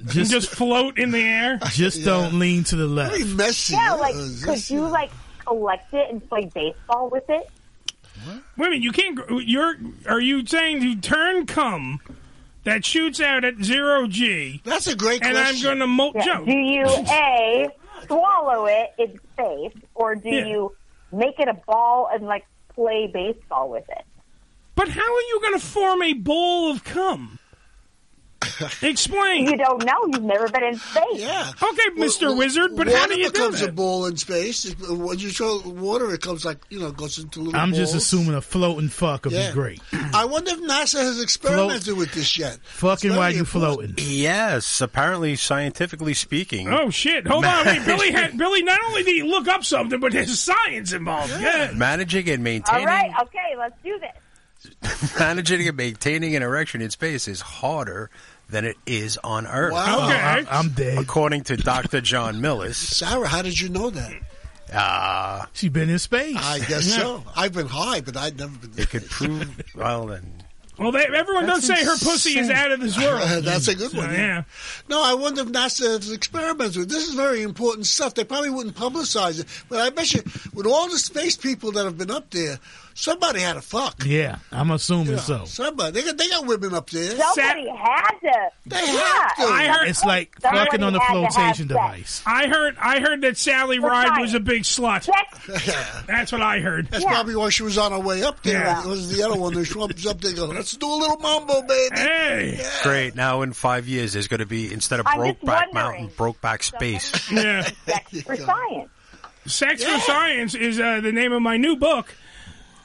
just, and just float in the air.
just don't lean to the left.
messy.
Yeah, like could you like collect it and play baseball with it?
Wait a minute, you can't. gr- You're. Are you saying to turn cum that shoots out at zero g?
That's a great.
And I'm
question.
going to molt
Yeah,
Joe.
Do you a swallow it in space, or do
Yeah.
you make it a ball and like play baseball with it?
But how are you going to form a ball of cum? Explain.
You don't know. You've never been in space.
Yeah.
Okay, Mister Wizard. But
water
how do you do
becomes
that?
a ball in space. It- When you throw water, it comes like you know goes into little.
I'm just
balls.
assuming a floating fuck would
Yeah.
be great.
I wonder if NASA has experimented with this yet.
Fucking
It's
while
very
you floating.
Yes, apparently, scientifically speaking.
Oh shit! Hold on, wait. Billy had Billy. Not only did he look up something, but there's science involved. Yeah.
Managing and
All
maintaining,
right. Okay. Let's do this.
managing and maintaining an erection in space is harder than it is on Earth.
Wow. Okay.
I'm, dead. According to Dr. John Millis,
Sarah, how did you know that?
uh,
she been in space.
I guess so. I've been high, but I'd never been.
It could prove. Well, then
Well, they, everyone
That's
does say her pussy is
insane.
out of this world.
That's a good one.
So, yeah.
No, I wonder if NASA has experimented with this. Is very important stuff. They probably wouldn't publicize it, but I bet you, with all the space people that have been up there, somebody had a fuck.
Yeah, I'm assuming
Yeah,
so.
Somebody. They got, they got women up there.
Somebody had to.
They
yeah.
have to. I heard-
Oh,
It's like
Somebody
fucking on a
had to have
flotation
sex.
device.
I heard. I heard that Sally Ride was a big slut. That's what I heard.
That's probably why she was on her way up there.
Yeah.
It was the other one. The Schwab's up there going, let's do a little mambo, baby.
Hey.
Great. Now in five years, there's going to be instead of
I'm just
Brokeback Mountain, Brokeback Space.
Yeah.
Sex for science.
Sex for Science is uh, the name of my new book.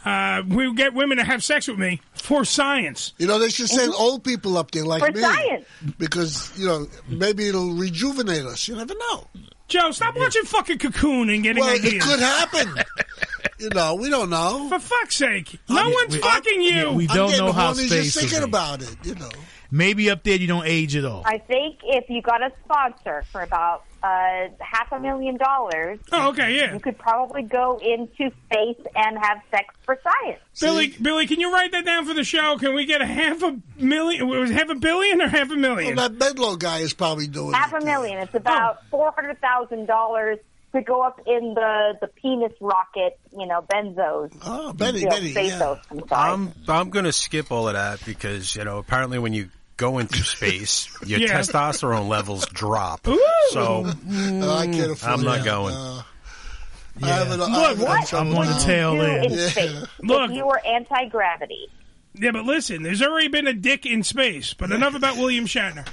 Uh, we get women to have sex with me for science.
You know, they should send old people up there like
Mm-hmm. For
me.
science.
Because, you know, maybe it'll rejuvenate us. You never know.
Joe, stop watching fucking Cocoon and getting
well,
ideas.
it could happen. you know, we don't know.
For fuck's sake. No one's fucking you.
we don't
I'm getting
know how
horny
space
just thinking
would be.
about it, you know.
Maybe up there you don't age at all.
I think if you got a sponsor for about uh, half a million dollars,
oh, okay, yeah.
you could probably go into space and have sex for science.
Billy, Billy, can you write that down for the show? Can we get a half a million? Was it half a billion or half a million?
Well, that Bedlow guy is probably doing
half a million. It's about four hundred thousand dollars to go up in the the penis rocket. You know, benzos.
Oh,
Benny, Benny,
Bezos. I'm sorry.
I'm I'm going to skip all of that because you know apparently when you go into space, your
Yeah.
testosterone levels drop.
Ooh.
So
No, I
mm,
can't afford
I'm not
that.
going.
I haven't, I
Look,
haven't
what?
trouble
I'm on the
now.
tail
You
end.
in space.
Look.
if you were anti gravity.
Yeah, but listen, there's already been a dick in space. But enough about William Shatner.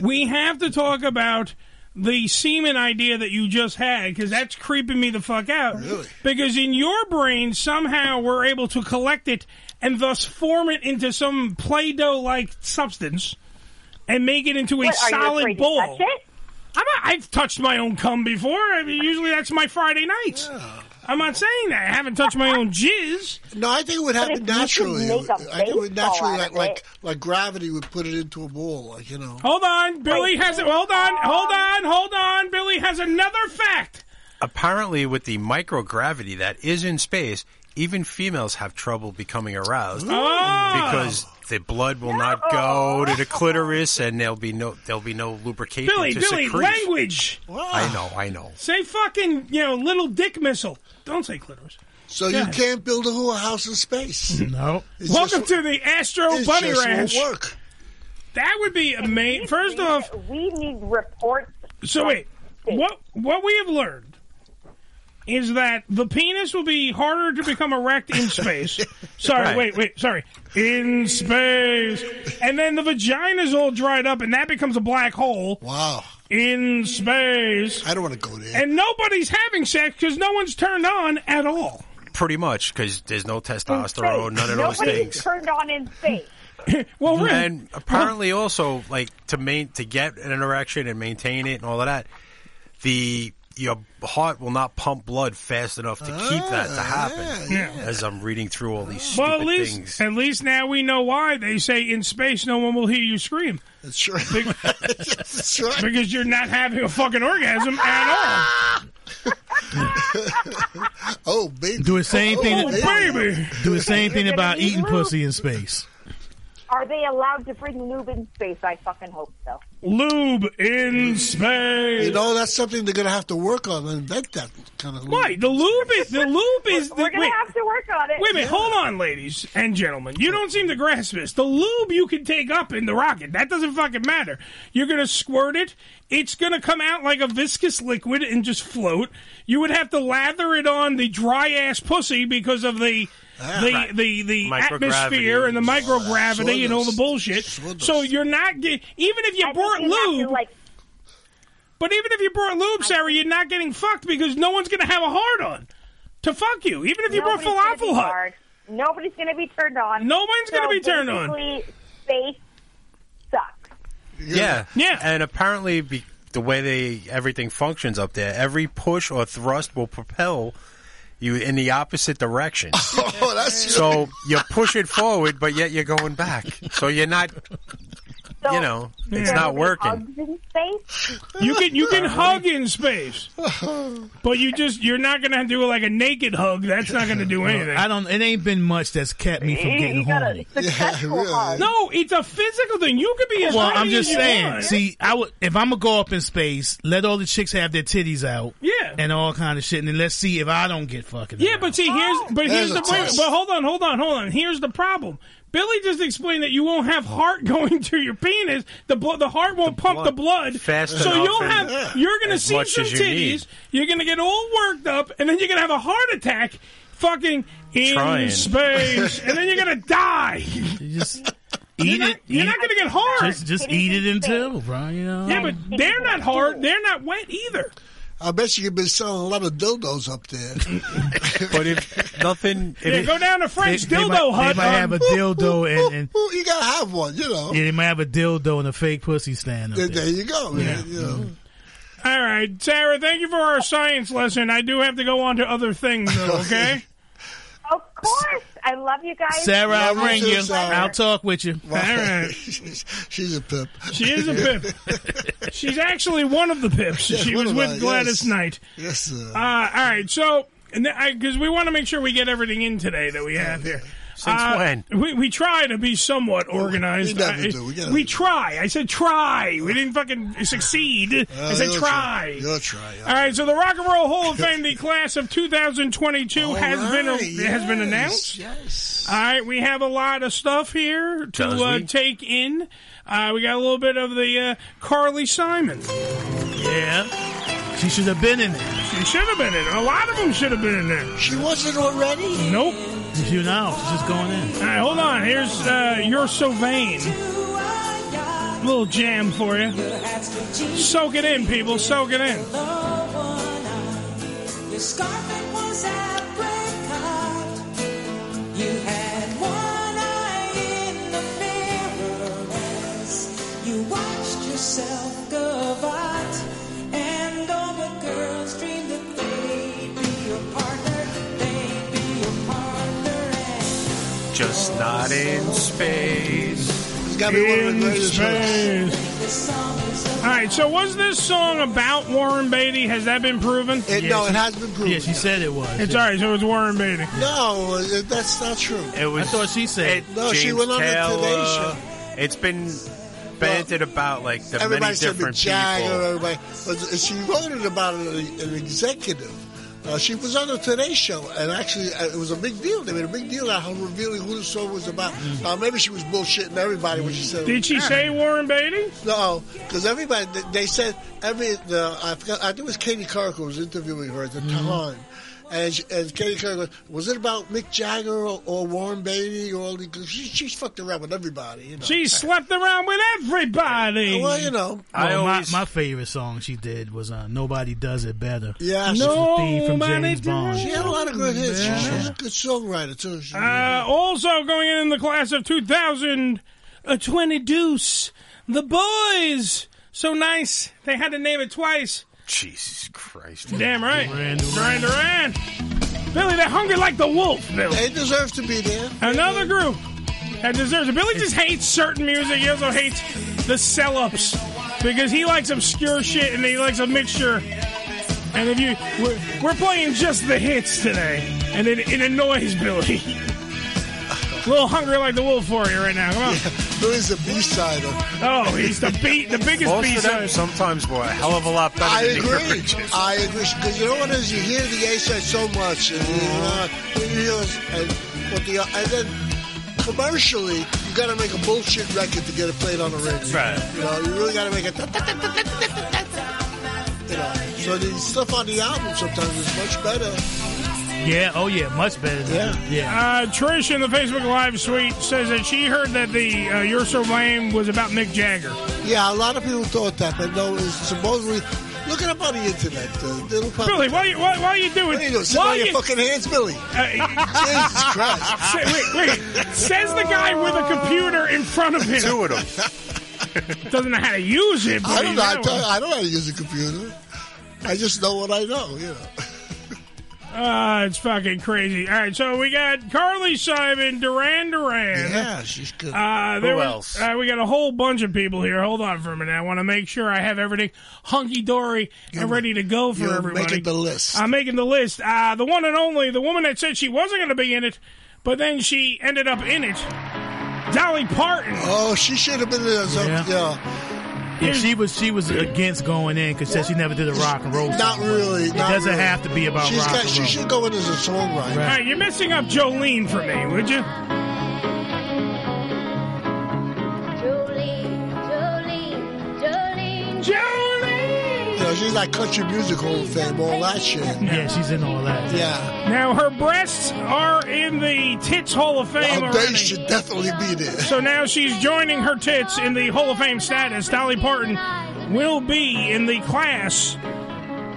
We have to talk about the semen idea that you just had because that's creeping me the fuck out. Really? Because in your brain, somehow we're able to collect it and thus form it into some Play Doh like substance and make it into a
What, are you
solid
afraid to
ball.
touch it?
I'm not, I've touched my own cum before. I mean, usually that's my Friday nights. I'm not saying that. I haven't touched my own jizz.
No, I think it would
But
happen
if you could
naturally.
make a
I think it would
baseball
naturally,
out
like,
of
like
it.
like gravity would put it into a ball, like you know.
Hold on, Billy has it. Hold on, hold on, hold on. Billy has another fact.
Apparently, with the microgravity that is in space, even females have trouble becoming aroused
Oh.
because the blood will not go to the clitoris, and there'll be no there'll be no lubrication.
Billy,
to
Billy,
secrete.
language.
I know, I know.
Say fucking, you know, little dick missile. Don't say clitoris.
So
Go
you
ahead.
can't build a whole house in space.
No.
Welcome to the Astro
it
Bunny
just won't
Ranch.
work.
That would be amazing. First off,
we need reports.
So wait, what what we have learned is that the penis will be harder to become erect in space. sorry,
Right.
wait, wait, sorry, in space, and then the vagina's all dried up, and that becomes a black hole.
Wow.
In space,
I don't want to go there.
And nobody's having sex because no one's turned on at all.
Pretty much because there's no testosterone, none of those
Nobody's
things.
turned on in space.
well,
and apparently also like to main to get an erection and maintain it and all of that, the your heart will not pump blood fast enough to keep that to happen. As I'm reading through all these stupid
Well, at least
things,
at least now we know why they say in space no one will hear you scream.
That's right. That's
right. Because you're not having a fucking orgasm at all.
Oh, baby.
Do the same thing.
Oh, baby.
Do the same thing
You're gonna
about
need
eating
lube.
pussy in space.
Are they allowed to bring lube in space? I fucking hope so.
Lube in space.
Mm. You know, that's something they're going to have to work on and invent that kind of.
Why the lube is the lube is the
We're gonna
wait,
have to work on it.
wait a minute, hold on, ladies and gentlemen. You don't seem to grasp this. The lube you can take up in the rocket. That doesn't fucking matter. You're gonna squirt it. It's gonna come out like a viscous liquid and just float. You would have to lather it on the dry ass pussy because of the the,
Ah, right.
the the
Microgravity
atmosphere and the
and all that.
microgravity and all the bullshit. So you're not get, even if you brought lube. But even if you brought lube, Sarah, you're not getting fucked because no one's going to have a hard on to fuck you. Even if you
Nobody's gonna
brought
be
falafel hut.
hard. Nobody's going to be turned on.
No one's
So
gonna be turned on.
basically, Space sucks.
yeah,
yeah.
And apparently, be, the way they everything functions up there, every push or thrust will propel you in the opposite direction.
Oh, that's
so you push it forward, but yet you're going back. So you're not you know, it's not working.
You can you can hug in space, but you just you're not gonna do like a naked hug. That's not gonna do anything.
I don't. It ain't been much that's kept me from
You-
getting
you gotta-
horny.
No, it's a physical thing. You could be as
Well,
horny
I'm just
as you
saying.
want.
See, I would if I'm gonna go up in space, let all the chicks have their titties out,
Yeah.
and all kind of shit, and then let's see if I don't get fucking.
Yeah, but see, here's but
Oh,
here's
There's a
the wait,
test.
but hold on, hold on, hold on. Here's the problem. Billy just explained that you won't have heart going to your penis. The blood, the heart won't pump the blood
Fast
so
enough
you'll
and
have you're gonna
as
see
much
some
as you
titties.
need.
You're gonna get all worked up, and then you're gonna have a heart attack, fucking in
Trying.
space, and then you're gonna die.
You just
eat it. You're not gonna get hard.
Just, just eat it until, bro. You know.
Yeah, but they're not hard. They're not wet either.
I bet you've been selling a lot of dildos up there.
But if nothing, if
Yeah,
it-
go down to
They- they might- They might
um,
have a dildo and, and
Ooh, you gotta have one, you know.
yeah, they might have a dildo and a fake pussy stand. Up
There,
there.
there you go. man, you know.
All right, Sarah. Thank you for our science lesson. I do have to go on to other things, though. Okay.
Of course. I love you guys.
Sarah, I'll
Love
ring
you,
you.
Sarah.
I'll talk with you.
All right.
She's a pimp.
She is a pimp. She's actually one of the pips.
Yes,
she
one
was
of
with
us,
Gladys
yes.
Knight.
Yes, sir.
Uh, all right, so because we want to make sure we get everything in today that we have here. Uh,
Since when?
We, we try to be somewhat
Oh,
organized.
we never
I-
do. We gotta
we
do.
try. I said try. We didn't fucking succeed. I said
you'll
try.
You'll Uh, try.
All right, so the Rock and Roll Hall of Fame, the class of 2022, has been
right,
has been
yes,
announced. Yes. All right, we have a lot of stuff here to
Does
uh,
we?
take in. Uh, we got a little bit of the uh, Carly Simon.
Yeah, she should have been in it.
She should have been in. it. A lot of them should have been in there.
She wasn't already.
Nope.
You know, she's just going in.
All right, hold on. Here's uh, "You're So Vain." Little jam for you. Soak it in, people. Soak it in.
Your scarf it was apricot. You had one eye in the mirror as you watched yourself gavotte. And all the girls dreamed that they'd be your partner. They'd be your partner. And
just not in space.
It's gotta be one of the greatest hits.
the song is
All right, so was this song about Warren Beatty? Has that been proven?
It- no, it has been proven.
Yeah, she said it was.
It's all right. So it was Warren Beatty.
No, uh, that's not true.
It was.
I thought she said.
it-
No, she
James uh,
went on the
Taylor,
Today Show.
It's been banted about like the many
everybody said
different
Jagger,
people.
everybody. But she wrote it about an, an executive. Uh, she was on the Today Show, and actually, uh, it was a big deal. They made a big deal out of her revealing who the show was about.
Mm-hmm.
Uh, maybe she was bullshitting everybody when she said.
Did she say Warren Beatty?
No, because everybody they, they said every the I forgot I think it was Katie Couric who was interviewing her at the
Mm-hmm.
time, and, she, and Katie Couric goes, was it about Mick Jagger or, or Warren Beatty or all the? 'cause She, she's fucked around with everybody, you know.
She slept around with everybody.
well, you know,
Well, Oh, my, my favorite song she did was uh, "Nobody Does It Better."
Yeah,
This is the theme from
Nobody
James Bond.
She had a lot of good hits.
Yeah.
She was a good songwriter too. She-
Uh, also going in in the class of 2020 Deuce, the boys. So nice. They had to name it twice.
Jesus Christ!
Damn right. Duran Duran. Billy, they're hungry like the wolf, Billy.
They deserve to be there.
Another group that deserves it. Billy just hates certain music. He also hates the sell ups because he likes obscure shit and he likes a mixture. And if you, we're, we're playing just the hits today, and it, it annoys Billy. a little hungry like the wolf for you right now. Come on.
Billy's a B-sider.
Oh, he's the beat, the biggest
Most of them
B-side.
sometimes were a hell of a lot better
I
than the
agree.
original.
I agree because you know what it is you hear the A side so much, and you, uh, you hear us- and but the uh, and then commercially you got to make a bullshit record to get it played on the radio.
Right.
You know, you really got to make it. You know, so the stuff on the album sometimes is much better.
Yeah, oh yeah, much better. Than yeah, yeah.
Uh, Trish in the Facebook Live suite says that she heard that the uh, "You're So Lame" was about Mick Jagger.
Yeah, a lot of people thought that, but no, it's supposedly. Look it up on the internet. Uh, it'll pop
Billy,
up.
why you why, why you doing?
What are you doing? Sit
why
on your
you-
fucking hands, Billy.
Uh,
Jesus Christ.
Say- wait, wait. Says the guy with a computer in front of him.
Two of them.
Doesn't know how to use it. But
I don't
he's
know. I,
got
tell,
one.
I don't know how to use a computer. I just know what I know. You know.
Uh, it's fucking crazy. All right, so we got Carly Simon, Duran Duran.
Yeah, she's good.
Uh, there
Who
was-
else?
Uh, we got a whole bunch of people here. Hold on for a minute. I want to make sure I have everything hunky dory and ready to go for
you're
everybody.
making the list.
I'm making the list. Uh, the one and only, the woman that said she wasn't going to be in it, but then she ended up in it. Dolly Parton.
Oh, she should have been there. So, yeah.
Yeah, she was she was against going in because said she never did a rock and roll.
Not
song.
really.
It
not
doesn't
really.
have to be about
She's
rock
got-
and
She
roll.
should go in as a songwriter.
All right, you're messing up Jolene for me, would you?
You know, she's like country music hall of fame, all that shit.
Yeah, she's in all that.
Yeah.
Now her breasts are in the Tits Hall of Fame.
Well, they
already.
should definitely be there.
So now she's joining her tits in the Hall of Fame status. Dolly Parton will be in the class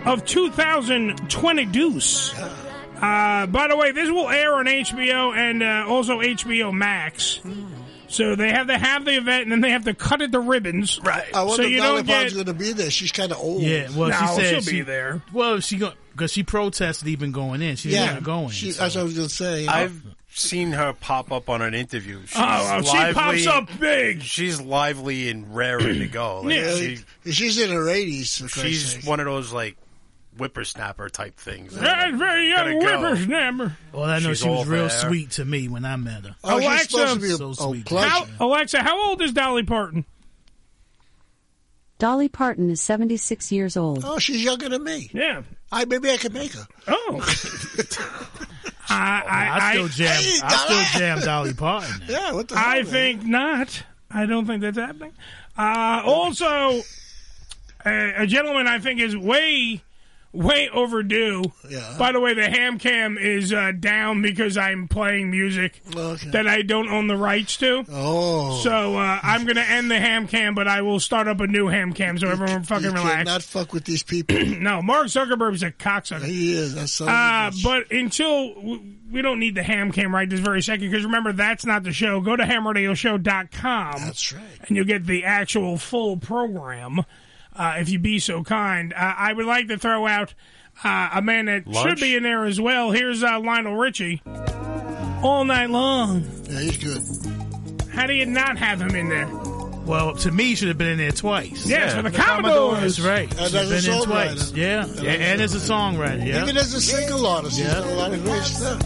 of 2020 Deuce. Uh, by the way, this will air on HBO and uh, also HBO Max. So they have to have the event and then they have to cut it to ribbons. Right.
I wonder
so you
if
don't
Dolly
get
Parton's going to be there. She's kind of old.
Yeah, well,
No,
she
she'll
said
be there.
Well, she go because she protested even going in. She
Yeah,
didn't go in.
she- that's what I was going to say. you know.
I've seen her pop up on an interview. She's
oh, she
lively-
pops up
big.
She's lively and raring to go. Like,
Yeah.
she,
she's in her eighties.
she's one of those like whippersnapper type things.
Yeah, very
Gotta
young
go.
whippersnapper.
Well, I know
She's
she
all
was real
there.
sweet to me when I met her.
Oh,
Alexa,
so sweet.
how, Alexa, how old is Dolly Parton?
Dolly Parton is 76 years old.
Oh, she's younger than me.
Yeah.
I maybe I could make her.
Oh.
Oh,
I, I,
I still jam. I still jam Dolly Parton.
Yeah, what the
I think not. I don't think that's happening. Uh, also, a, a gentleman I think is way, way overdue.
Yeah.
By the way, the ham cam is uh, down because I'm playing music that I don't own the rights to.
Oh.
So uh, I'm going to end the ham cam, but I will start up a new ham cam so everyone fucking
you
relax.
cannot fuck with these people.
no, Mark Zuckerberg's a cocksucker.
He is. That's so.
Uh, but until w- we don't need the ham cam right this very second, because remember, that's not the show. Go to hamradioshow.com. That's
right.
And you'll get the actual full program uh, if you be so kind. Uh, I would like to throw out uh, a man that
Lunch?
should be in there as well. Here's uh, Lionel Richie. All night long.
Yeah, he's good.
How do you not have him in there?
Well, to me, should have been in there twice.
Yes, Yeah. for the Commodores.
That's right.
And as
Should have
a
been in
songwriter.
twice. Yeah, Yeah, and as a songwriter. Yeah.
Even as a single artist, he's
Yeah.
done a lot of great stuff.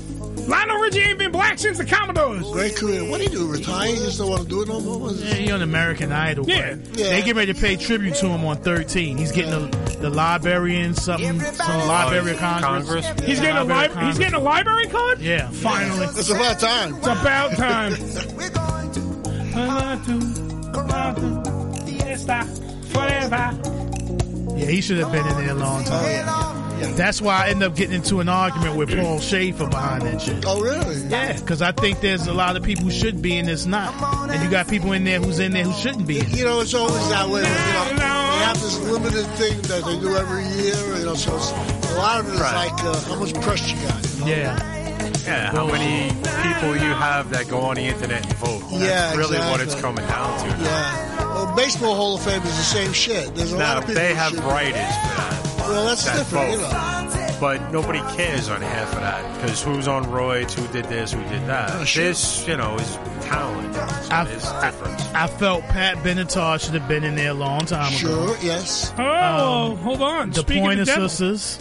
Lionel Richie ain't been black since the Commodores.
Great career. What do you do? Retire? You just don't want to do it no more? What is
Yeah,
it?
he on American Idol.
Yeah.
but
Yeah.
They get ready to pay tribute to him on 13. He's getting the, the librarian something, some library of Congress.
He's getting a
Library of
library. He's
Congress.
getting a library card.
Yeah.
finally.
It's about time.
It's about time.
Yeah, he should have been in there a long time. That's why I ended up getting into an argument with Paul Schaefer behind that shit.
Oh, really?
Yeah, because I think there's a lot of people who should be in this not. And you got people in there who's in there who shouldn't be in it.
You know, it's always that way. You know, they have this limited thing that they do every year. You know, so it's, a lot of it is like uh, how much press you got.
Yeah.
Yeah, how many people you have that go on the internet and vote? That's
Yeah,
really what
exactly.
it's coming down to.
Yeah. Well, baseball Hall of Fame is the same shit. There's a lot
Now,
of
if
people.
they
who
have
should-
writers for that.
Well, that's
that
different, you
vote.
know.
But nobody cares on half of that because who's on roids, who did this, who did that.
Oh,
This, you know, is talent. So
I've-
it's different.
I felt Pat Benatar should have been in there a long time ago. Um,
Sure, yes.
Oh, hold on.
The
Speaking
Pointer
of devil-
Sisters.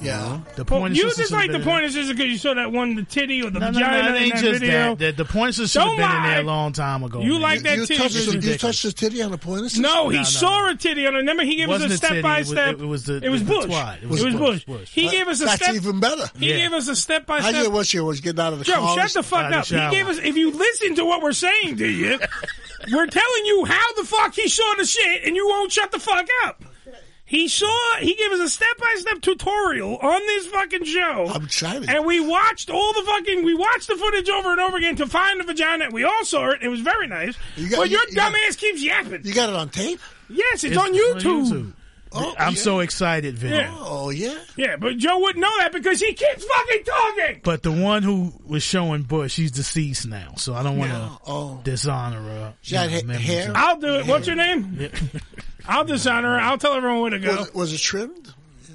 Yeah.
The
Well,
Pointer
you
Sisters.
just
should have
like
been
the
in there.
point is because you saw that one, the titty or the
No, no,
vagina
no, it
in
ain't
that
just
video.
that. The, the Pointer Sisters should have
Don't
been in there a
lie.
long time ago.
You
man.
like that
You
titty?
touched, the, you touched the titty on the point? of
No, he
No, no,
saw a titty on it. Remember, he gave us
Wasn't
a
a titty,
step
it
by
was-
step.
it was the-
It was
it was
Bush.
twat.
It was Bush.
Bush.
He gave us a
That's
step.
even better.
He
Yeah.
gave us a step by
I
step.
did what she was getting out of the
Joe,
car.
shut the fuck
Out of
up.
the
He
shower.
gave us. If you listen to what we're saying to you, we're telling you how the fuck he saw the shit, and you won't shut the fuck up. He saw. He gave us a step by step tutorial on this fucking show. I'm
excited.
And we watched all the fucking. We watched the footage over and over again to find the vagina. We all saw it. It was very nice.
got-
but
you-
your
you got-
dumbass keeps yapping.
You got it on tape?
Yes, it's, on YouTube.
Oh,
I'm
yeah.
so excited, Vin.
Yeah.
Oh, yeah.
Yeah, but Joe wouldn't know that because he keeps fucking talking.
But the one who was showing Bush, she's deceased now, so I don't want to dishonor her.
Oh. She had ha- hair?
I'll do it. What's your name? I'll dishonor her. I'll tell everyone where to go.
Was, was it trimmed?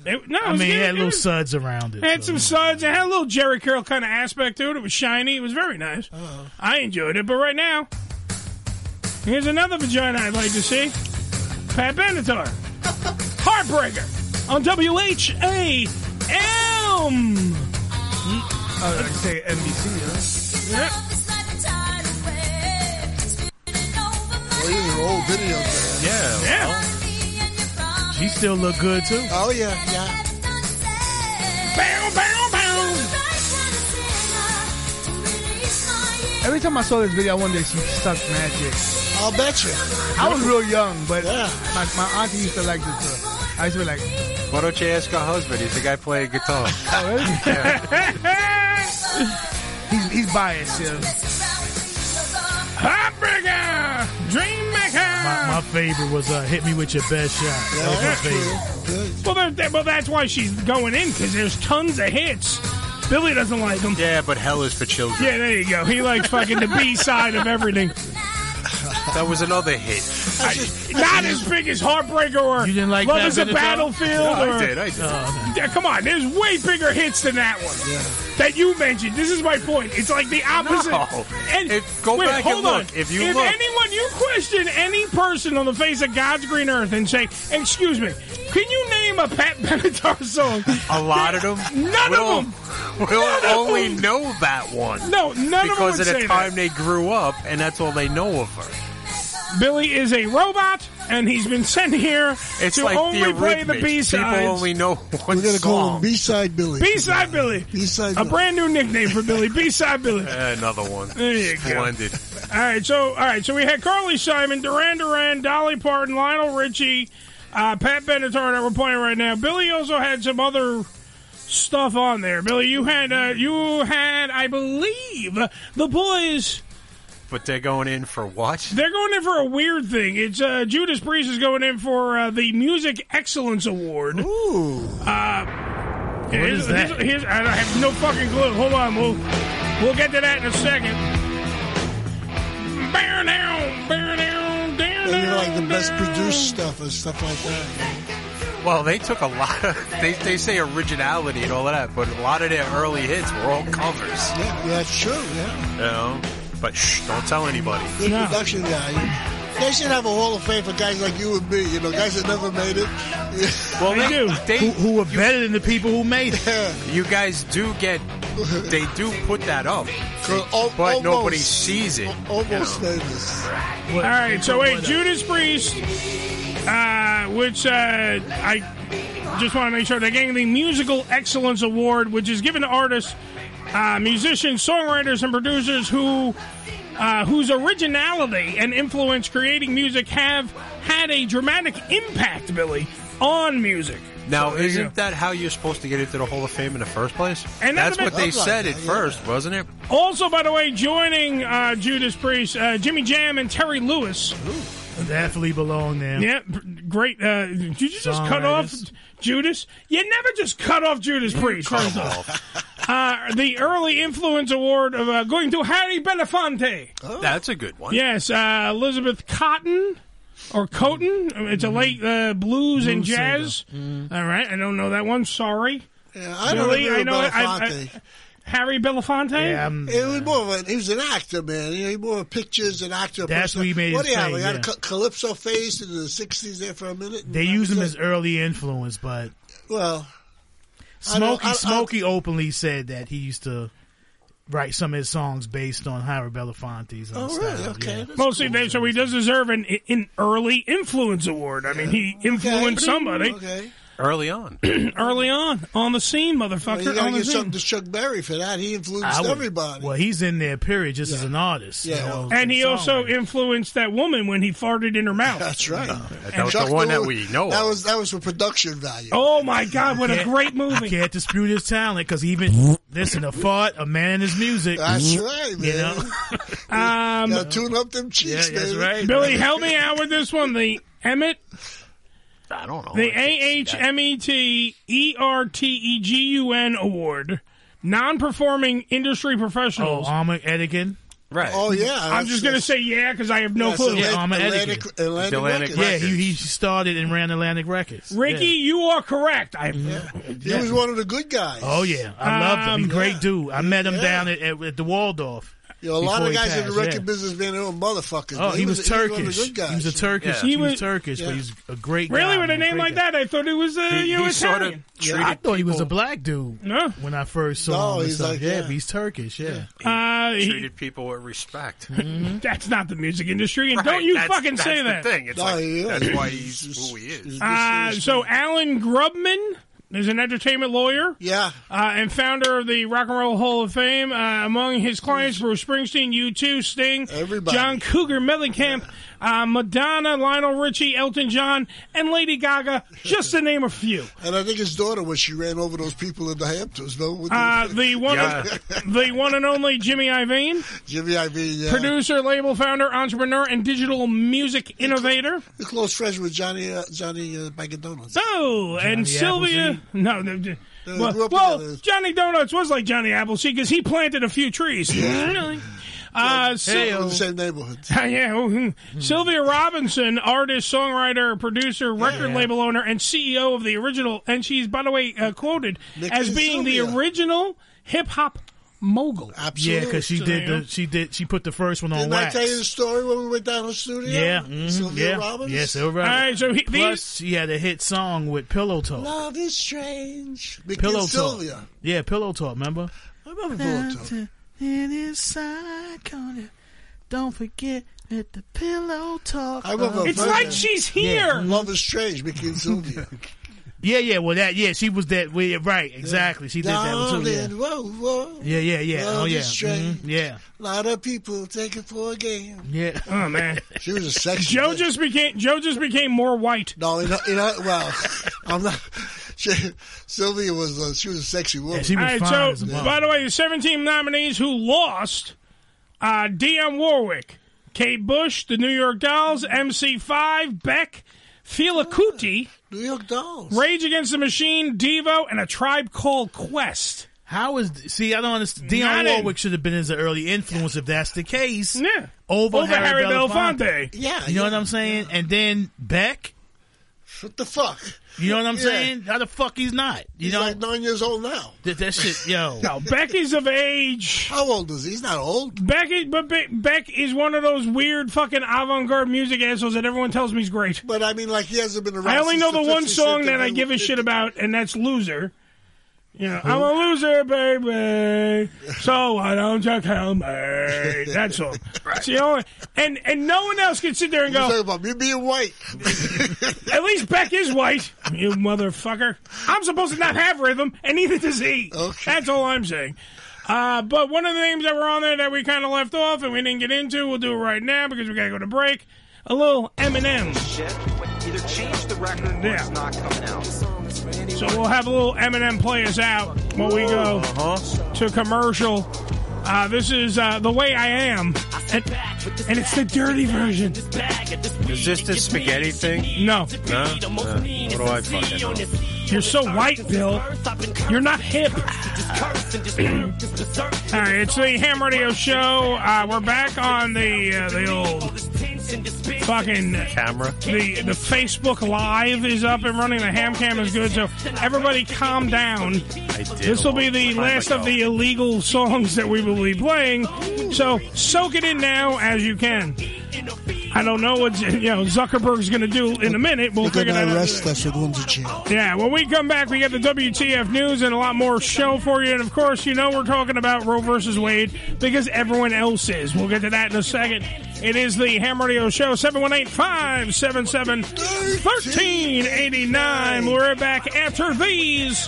It, It, no, it
I
was
mean, it
good.
had
It
little
was-
suds around it.
It had some suds. It had a little Jerry Curl kind of aspect to it. It was shiny. It was very nice.
Uh-huh.
I enjoyed it. But right now, here's another vagina I'd like to see. Pat Benatar. Heartbreaker on WHAM.
Mm.
Oh,
I would say NBC.
Yeah.
Well, these are old videos.
Yeah.
She still look good too.
Oh yeah, yeah.
Bow, bow, bow.
Every time I saw this video, I wondered if she sucked magic.
I'll bet you.
I was real young, but my, my auntie used to like this. Girl. I used to be like,
Why don't you ask her husband? He's the guy playing guitar.
oh, he's, he's biased, yeah.
Heartbreaker. Dream Maker.
My favorite was uh, "Hit Me with Your Best Shot." That was my favorite.
Well, there- there- well, that's why she's going in because there's tons of hits. Billy doesn't like them.
Yeah, but hell is for children.
Yeah, there you go. He likes fucking the B side of everything.
That was another hit.
Not as big as Heartbreaker or Love
Bad
is a
Benadryl?
Battlefield.
No, I
or-
did, I did. Oh,
Yeah, come on, there's way bigger hits than that one that you mentioned. This is my point. It's like the opposite.
No.
And
If- go
wait,
back and
hold on.
look. If you look-
anyone you question any person on the face of God's green earth and say, "Excuse me, can you name a Pat Benatar song?"
A lot of them.
None
will,
of them.
We'll
None of
only
them.
know that one.
No, none of them
because
would
at
say
the time they grew up, and that's all they know of her.
Billy is a robot, and he's been sent here
It's
to
like
only
the
play the
Eurythmics.
B
People
sides.
only know one
We're gonna call him
song.
B-side Billy.
B side Billy.
B-side.
A brand new nickname for Billy. B side Billy.
Eh, Another one.
There you go.
Splendid.
All right, so all right, so we had Carly Simon, Duran Duran, Dolly Parton, Lionel Richie, uh, Pat Benatar that we're playing right now. Billy also had some other stuff on there. Billy, you had uh, you had, I believe, the boys.
But they're going in for what?
They're going in for a weird thing. It's uh, Judas Priest is going in for uh, the Music Excellence Award. Ooh. Uh, what
is that?
I don't- I have no fucking clue. Hold on, we'll we'll get to that in a second. Bear down, bear down, down.
They were like the best produced stuff and stuff like that.
Well, they took a lot of. They, they say originality and all of that, but a lot of their early hits were all covers.
Yeah, that's true. Yeah,
You know? But shh, don't tell anybody.
good production guy. They should have a hall of fame for guys like you and me. You know, guys that never made it.
Well, they, do. They,
Who were better than the people who made
it?
you guys do get. They do put that up,
al-
but nobody
almost-
sees it.
Almost famous.
All right, so wait, Judas Priest, uh, which uh, I just want to make sure they're getting the Musical Excellence Award, which is given to artists, uh, musicians, songwriters, and producers who uh, whose originality and influence creating music have had a dramatic impact, Billy, on music.
Now,
So there you
isn't
go.
that how you're supposed to get into the Hall of Fame in the first place?
And
that's
that'd
what
be-
they said at first, wasn't it?
Also, by the way, joining uh, Judas Priest, uh, Jimmy Jam and Terry Lewis.
Definitely belong there.
Yeah, b- great. Uh, did you just cut off
Songwriters.
Judas? You never just cut off Judas Priest. First off, uh, the early influence award of uh, going to Harry Belafonte.
That's a good one.
Yes, uh, Elizabeth Cotton or Cotton. It's a late uh, blues, and
Blues
jazz. All right, I don't know that one. Sorry,
Yeah, I don't
Really?
remember
I know it. I- I-
Belafonte.
Harry Belafonte.
um,
It was more of an, he was an actor, man. You know, he more of pictures and actor.
That's what he made
What do
his
you have?
thing,
I got
yeah.
a ca- calypso phase in the sixties there for a minute.
They use him as early influence, but
well. I don't-
Smokey
I- I-
Smokey openly said that he used to write some of his songs based on Hiram Belafonte's. uh,
Oh,
style.
really?
Yeah.
Mostly, they, so he does deserve an, an early influence award. I mean, he influenced somebody
Okay.
Early on.
early on on the scene,
Well,
motherfucker.
you
on
gotta
the
give
scene.
something to Chuck Berry for that. He influenced
I would-
everybody.
Well, he's in there, period, just as an artist. you
Yeah.
know,
And he
songwriter.
also influenced that woman when he farted in her mouth.
That's right.
that was the one that we know
That
of.
was that was for production value.
Oh my God! What a
Can't-
great movie.
Can't dispute his talent because even listen, a fart, a man and his music.
That's right, man.
You know,
Um,
Gotta tune up them cheeks,
Yeah, that's
baby.
right.
Billy, help me out with this one. The Emmett,
Oh, I don't know.
the A H M E T E R T E G U N Award, non-performing industry
oh,
professionals.
Armand Edigan.
Right.
Oh, yeah,
I'm
that's-
just gonna say yeah because I have no clue.
Yeah, I'm an
Atlantic-
etiquette.
Atlantic Atlantic Records.
Yeah, he, he started and ran Atlantic Records.
Ricky,
Yeah.
you are correct. I
He was one of the good guys.
Oh yeah, I
Uh,
love him. He's a great dude. I met him
Yeah.
down at, at, at the Waldorf.
You know, a lot
before
of
he
guys in the
passed,
record
yeah.
business being their own motherfuckers.
Oh,
but
he, was,
He
Turkish.
was one of the good guys.
He was a Turkish.
Yeah.
He was Turkish, but he's a great guy.
Really, with a
man,
name
great
like
guy.
that, I thought it was uh, you know, Italian.
I thought he was a black dude when I first saw
No,
him. and
he's
stuff.
like,
yeah,
yeah.
but he's Turkish. Yeah.
Uh, he- Mm-hmm.
Treated people with respect.
that's not the music industry, and don't you
That's-
fucking
that's
say
the
that.
Thing. It's like, That's why he's who he is.
Uh, so Alan Grubman is an entertainment lawyer.
Yeah.
Uh, and founder of the Rock and Roll Hall of Fame. Uh, among his clients, Bruce Springsteen, U2, Sting, John Cougar Mellencamp, uh, Madonna, Lionel Richie, Elton John, and Lady Gaga, just to name a few.
And I think his daughter was she ran over those people in the Hamptons. No, With
Ah,
Uh, the one, the one and only Jimmy Iovine,
Jimmy Iovine, yeah.
producer, label founder, entrepreneur, and digital music innovator.
the close friends with Johnny uh, Johnny uh, Bag of Donuts.
Oh,
Johnny
and Sylvia. No, no, j-
they grew
well,
up
well,
together.
Johnny Donuts was like Johnny Appleseed because he planted a few trees. Really? uh, Syl-
in the same neighborhood.
yeah, oh, hmm. Sylvia Robinson, artist, songwriter, producer, record label owner, and CEO of the original. And she's, by the way, uh, quoted as being the original hip hop mogul.
Yeah, because she did the she did she put the first one on
Didn't
wax.
I tell you the story when we went down to the studio?
yeah, mhm,
Sylvia
yeah,
Robbins.
yeah, Sylvia Robbins. plus he had a hit song with Pillow Talk.
Love is strange. Mickey
Pillow
and
Talk.
Sylvia.
Yeah, Pillow Talk. Remember?
I remember Pillow Talk.
In his side corner, don't forget let the pillow talk.
I remember.
Uh, It's
Brenda.
like she's here.
Yeah. Love is strange. Mickey and Sylvia.
Yeah, yeah. Well, that yeah, she was that. we- Right, exactly. She did that one too. Yeah,
Darling, Whoa, whoa.
yeah, yeah. yeah.
Love
Oh yeah,
is strange.
Mhm, yeah.
lot of people take it for a game.
Yeah.
Oh man,
she was a sexy.
Joe just became Joe just became more white.
No, you know, you know well, I'm not. She, Sylvia was uh, she was a sexy woman.
All right, so, by the way, the 17 nominees who lost: uh, Dionne Warwick, Kate Bush, the New York Dolls, MC5, Beck, Fela Kuti,
Ah, New York Dolls,
Rage Against the Machine, Devo, and a Tribe Called Quest.
How is see? I don't understand. Dionne
Not in.
Warwick should have been as an early influence if that's the case. Yeah, over,
Over
Harry,
Harry
Belafonte.
Belafonte. Yeah,
you know what I'm saying. And then Beck.
What the fuck?
You know what I'm
Yeah.
saying? How the fuck he's not? You
He's
know
like nine years old now.
that, that shit, yo.
No, Beck is of age.
How old is he? He's not old.
Beck, is, but Be- Beck is one of those weird fucking avant-garde music assholes that everyone tells me is great.
But I mean, like he hasn't been around.
I only
since
know the one
50s
song
shit
that I
they-
give a shit about, and that's "Loser." You know, I'm a loser, baby. So why don't you count me? That song. It's the only, and and no one else can sit there and go.
talking about me being white.
At least Beck is white. You motherfucker. I'm supposed to not have rhythm, and neither does he. That's all I'm saying. Uh, but one of the names that were on there that we kind of left off and we didn't get into, we'll do it right now because we gotta go to break. A little Eminem.
Either change the record or
Yeah.
it's not coming out.
So we'll have a little Eminem play us out when we go to commercial. Uh, this is uh, the way I am, and, and it's the dirty version.
Is this the spaghetti thing?
No.
No? Uh, what do I fucking know?
You're so white, Bill. You're not hip. All right, it's the Ham Radio Show. Uh, we're back on the uh, the old fucking
camera.
The the Facebook Live is up and running. The ham cam is good, so everybody calm down. This will be the last of the illegal songs that we will be playing. So soak it in now as you can. I don't know what you know Zuckerberg's going to do in a minute. We'll
They're
figure that
gonna
out.
arrest us. We're going to jail.
Yeah, when we come back, we got the WTF news and a lot more show for you. And of course, you know we're talking about Roe versus Wade because everyone else is. We'll get to that in a second. It is the Ham Radio Show, 718 577 1389. We're right back after these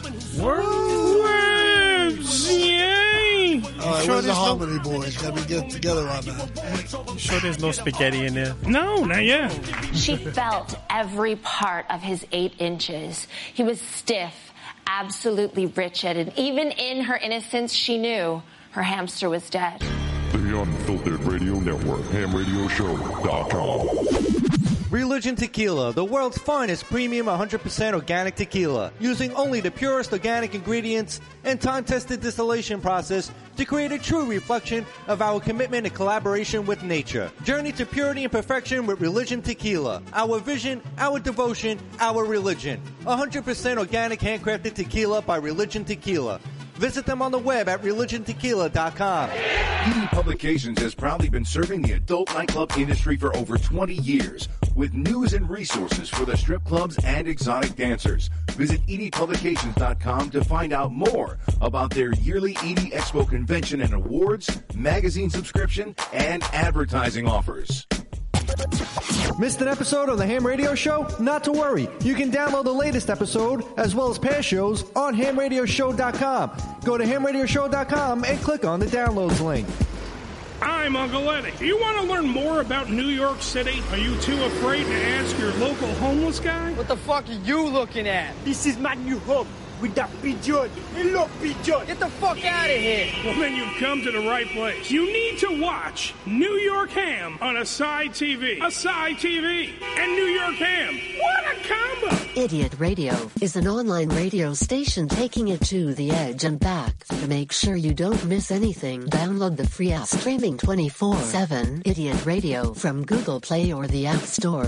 words. Yay!
All
Sure
right, where's the
there's no-
harmony boys? Got to get together on that.
Sure, there's no spaghetti in there.
No, not yet.
She felt every part of his eight inches. He was stiff, absolutely rigid, and even in her innocence, she knew her hamster was dead.
The Unfiltered Radio Network, hamradioshow.com.
Religion Tequila, the world's finest premium 100% organic tequila, using only the purest organic ingredients and time tested distillation process to create a true reflection of our commitment and collaboration with nature. Journey to purity and perfection with Religion Tequila. Our vision, our devotion, our religion. 100% organic handcrafted tequila by Religion Tequila. Visit them on the web at religiontequila.com.
ED Publications has proudly been serving the adult nightclub industry for over 20 years with news and resources for the strip clubs and exotic dancers. Visit E edpublications.com to find out more about their yearly ED Expo convention and awards, magazine subscription, and advertising offers.
Missed an episode of the Ham Radio Show? Not to worry. You can download the latest episode as well as past shows on hamradioshow.com. Go to hamradioshow.com and click on the downloads link.
I'm Uncle Eddie. Do you want to learn more about New York City? Are you too afraid to ask your local homeless guy? What the fuck are you looking at? This is my new home with that pigeon. Hey, look, pigeon. Get the fuck out of here. Well, then you've come to the right place. You need to watch New York Ham on Asai TV. Asai TV and New York Ham. What a combo!
Idiot Radio is an online radio station taking it to the edge and back. To make sure you don't miss anything, download the free app streaming 24-7 Idiot Radio from Google Play or the App Store.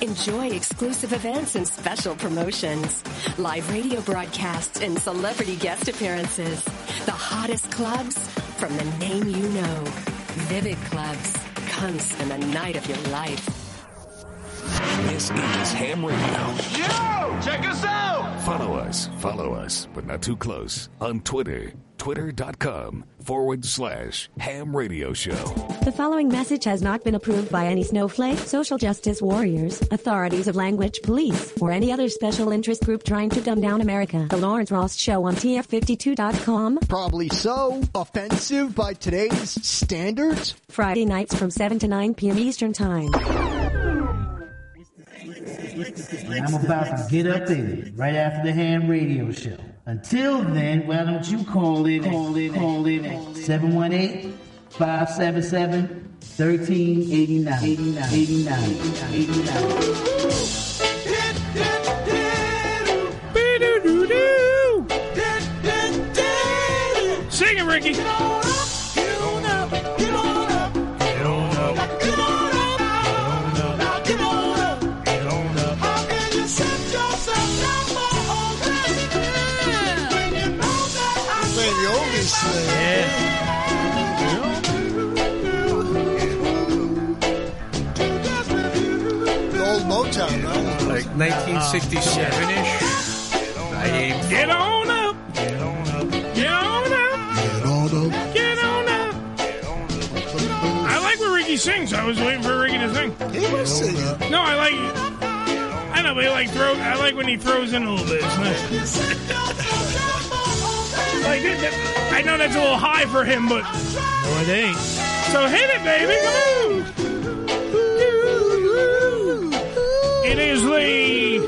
Enjoy exclusive events and special promotions, live radio broadcasts, and celebrity guest appearances. The hottest clubs from the name you know. Vivid Clubs. Come spend the night of your life.
This is Ham Radio.
Yo! Check us out!
Follow us, follow us, but not too close on Twitter. Twitter.com forward slash ham radio show.
The following message has not been approved by any snowflake, social justice warriors, authorities of language police, or any other special interest group trying to dumb down America. The Lawrence Ross Show on TF52.com.
Probably so. Offensive by today's standards.
Friday nights from 7 to 9 p.m. Eastern Time.
And I'm about to get updated right after the ham radio show. Until then, why don't you call in, call in, call in at 718-577-1389. 89, 89, 89.
Sing it, Ricky. Get on up,
Get on up, now get on up. How can you set yourself up for all when you know that I'm
Playing the oldies today. The old Motown, right?
Like 1967 ish. I aim.
Get on up. Get on up. Get on up. Get on up. I like when Ricky sings. I was waiting for Ricky to sing. He was singing. No, I like. I know, but he like throw. I like when he throws in a little bit. It's nice. like that- that- I know that's a little high for him, but no, Oh, it ain't. So hit it, baby. Come on. It is the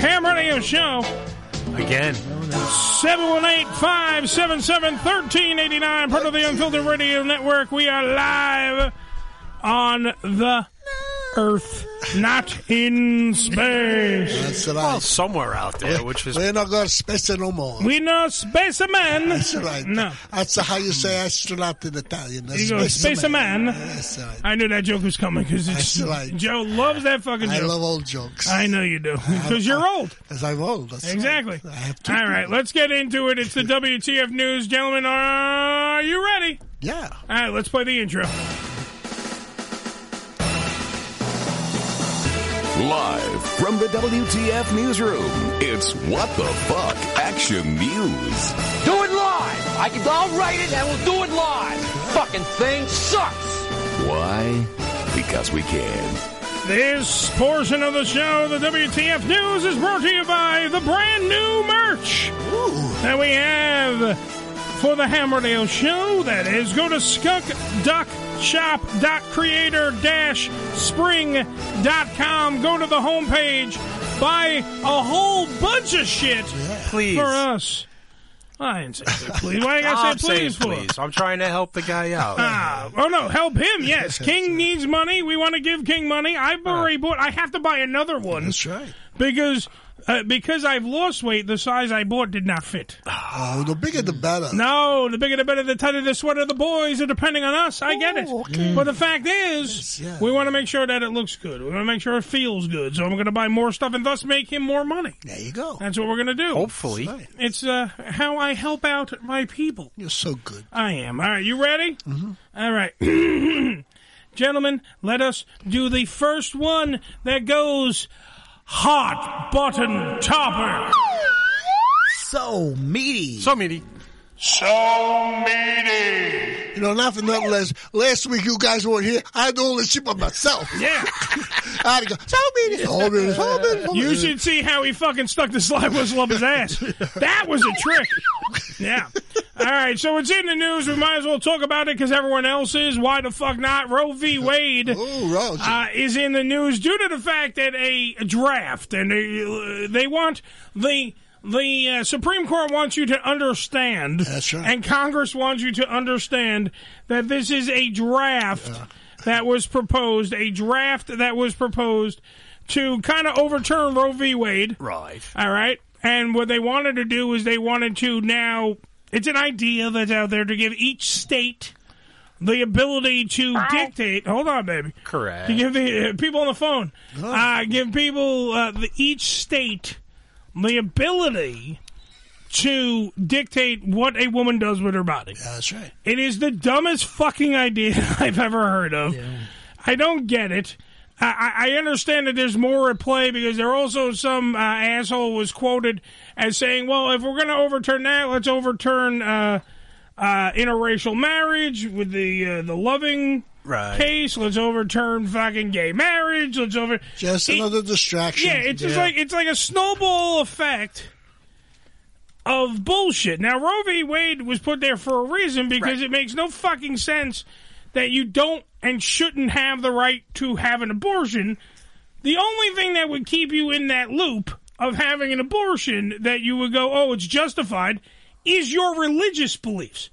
Ham Radio Show.
Uh, Again.
718-577-1389, part of the Unfiltered Radio Network. We are live on the Earth, not in space.
That's what I-
Well, somewhere out there, which is
We're not going to space no more.
We know spaceman.
That's right.
No.
That's how you say astronaut in Italian. That's
You go, spaceman.
That's right.
I knew that joke was coming because it's
That's right.
Joe loves that fucking
I
joke.
love old jokes.
I know you do because you're old.
Because I'm old. That's
Exactly. All right, let's get into it. It's the WTF news, gentlemen. Are you ready?
Yeah.
All right, let's play the intro.
Live from the WTF newsroom, it's What the Fuck Action News.
Do it live! I can, I'll write it and we'll do it live! Fucking thing sucks!
Why? Because we can.
This portion of the show, the WTF News, is brought to you by the brand new merch that we have for the Ham Radio Show. That is, go to skunkduckshop.creator-spring.com. Go to the homepage. Buy a whole bunch of shit
Please.
for us. I didn't say please. Why you gotta
I'm
say
saying
please for?
please. I'm trying to help the guy out.
Ah, oh no, help him! Yes, King needs money. We want to give King money. I've already bought. I have to buy another one. That's right. Because uh, because I've lost weight, the size I bought did not fit.
Oh, the bigger the better.
No, the bigger the better, the tighter the sweater the boys are depending on us. I get it. But the fact is, we want to make sure that it looks good. We want to make sure it feels good. So I'm going to buy more stuff and thus make him more money. There you go. That's what we're going to do.
Hopefully.
It's uh, how I help out my people. You're so good. I am. All right, you ready? Mm-hmm. right. Gentlemen, let us do the first one that goes hot button topper.
So meaty. So meaty. So meaty. You know, not for nothing less. Last week you guys weren't here. I had to do all this shit by myself.
Yeah.
I had to go, so meaty, so meaty, so meaty. so
You
meaty."
should see how he fucking stuck the slide whistle up his ass. That was a trick. Yeah. All right, so it's in the news. We might as well talk about it because everyone else is. Why the fuck not? Roe v. Wade uh, is in the news due to the fact that a draft and they, uh, they want the the uh, Supreme Court wants you to understand. That's right. And Congress wants you to understand that this is a draft that was proposed, a draft that was proposed to kind of overturn Roe v. Wade. Right. All right. And what they wanted to do is they wanted to now, it's an idea that's out there to give each state the ability to dictate. Hold on, baby. Correct. To give the uh, people on the phone, uh, give people uh, the, each state the ability to dictate what a woman does with her body. that's right. It is the dumbest fucking idea I've ever heard of. I don't get it. I, I I understand that there's more at play because there also some uh, asshole was quoted as saying, "Well, if we're going to overturn that, let's overturn uh, uh, interracial marriage with the uh, the loving
Right.
case. Let's overturn fucking gay marriage. Let's over
Just another distraction.
yeah, it's just like it's like a snowball effect of bullshit. Now Roe v. Wade was put there for a reason because it makes no fucking sense that you don't and shouldn't have the right to have an abortion. The only thing that would keep you in that loop of having an abortion that you would go, oh, it's justified, is your religious beliefs.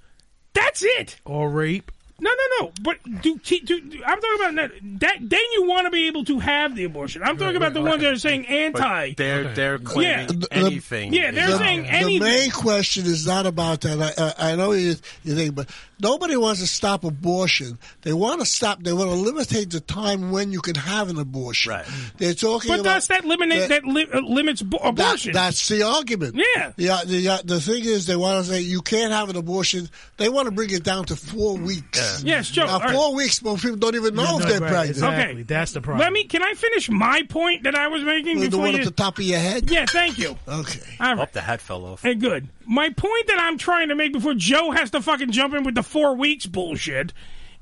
That's it.
Or rape.
No, no, no. But do, do, do I'm talking about that, that. Then you want to be able to have the abortion. I'm talking about the ones that are saying anti.
But they're they're claiming
The- the-
anything.
yeah, they're
is-
saying
The main question is not about that. I, I, I know you, you think, but nobody wants to stop abortion. They want to stop. They want to limitate the time when you can have an abortion. Right. They're talking
But
about
does that eliminate that, li- uh, limits bo- abortion?
that's the argument.
Yeah.
The, uh, the, uh, the thing is, they want to say you can't have an abortion. They want to bring it down to four weeks.
Yes, Joe, all
Now,
right.
four weeks, most people don't even know
No,
if
no,
they're
right,
pregnant.
exactly.
That's the
Let me. Can I finish my point that I was making
The
before
one
you?
at the top of your head.
Yeah. Thank you.
Okay.
All right.
Up the hat fell off.
Hey, good. My point that I'm trying to make before Joe has to fucking jump in with the four weeks bullshit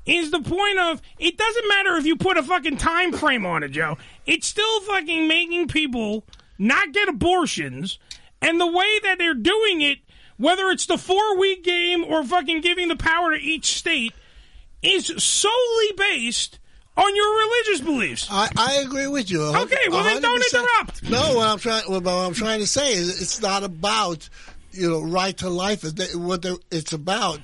is the point of it doesn't matter if you put a fucking time frame on it, Joe. It's still fucking making people not get abortions, and the way that they're doing it, whether it's the four week game or fucking giving the power to each state, is solely based on your religious beliefs.
I, I agree with you. a hun-
Okay, well
a
then don't
100%.
interrupt.
No, what I'm trying, what I'm trying to say is, it's not about you know right to life. Is that what the, it's about?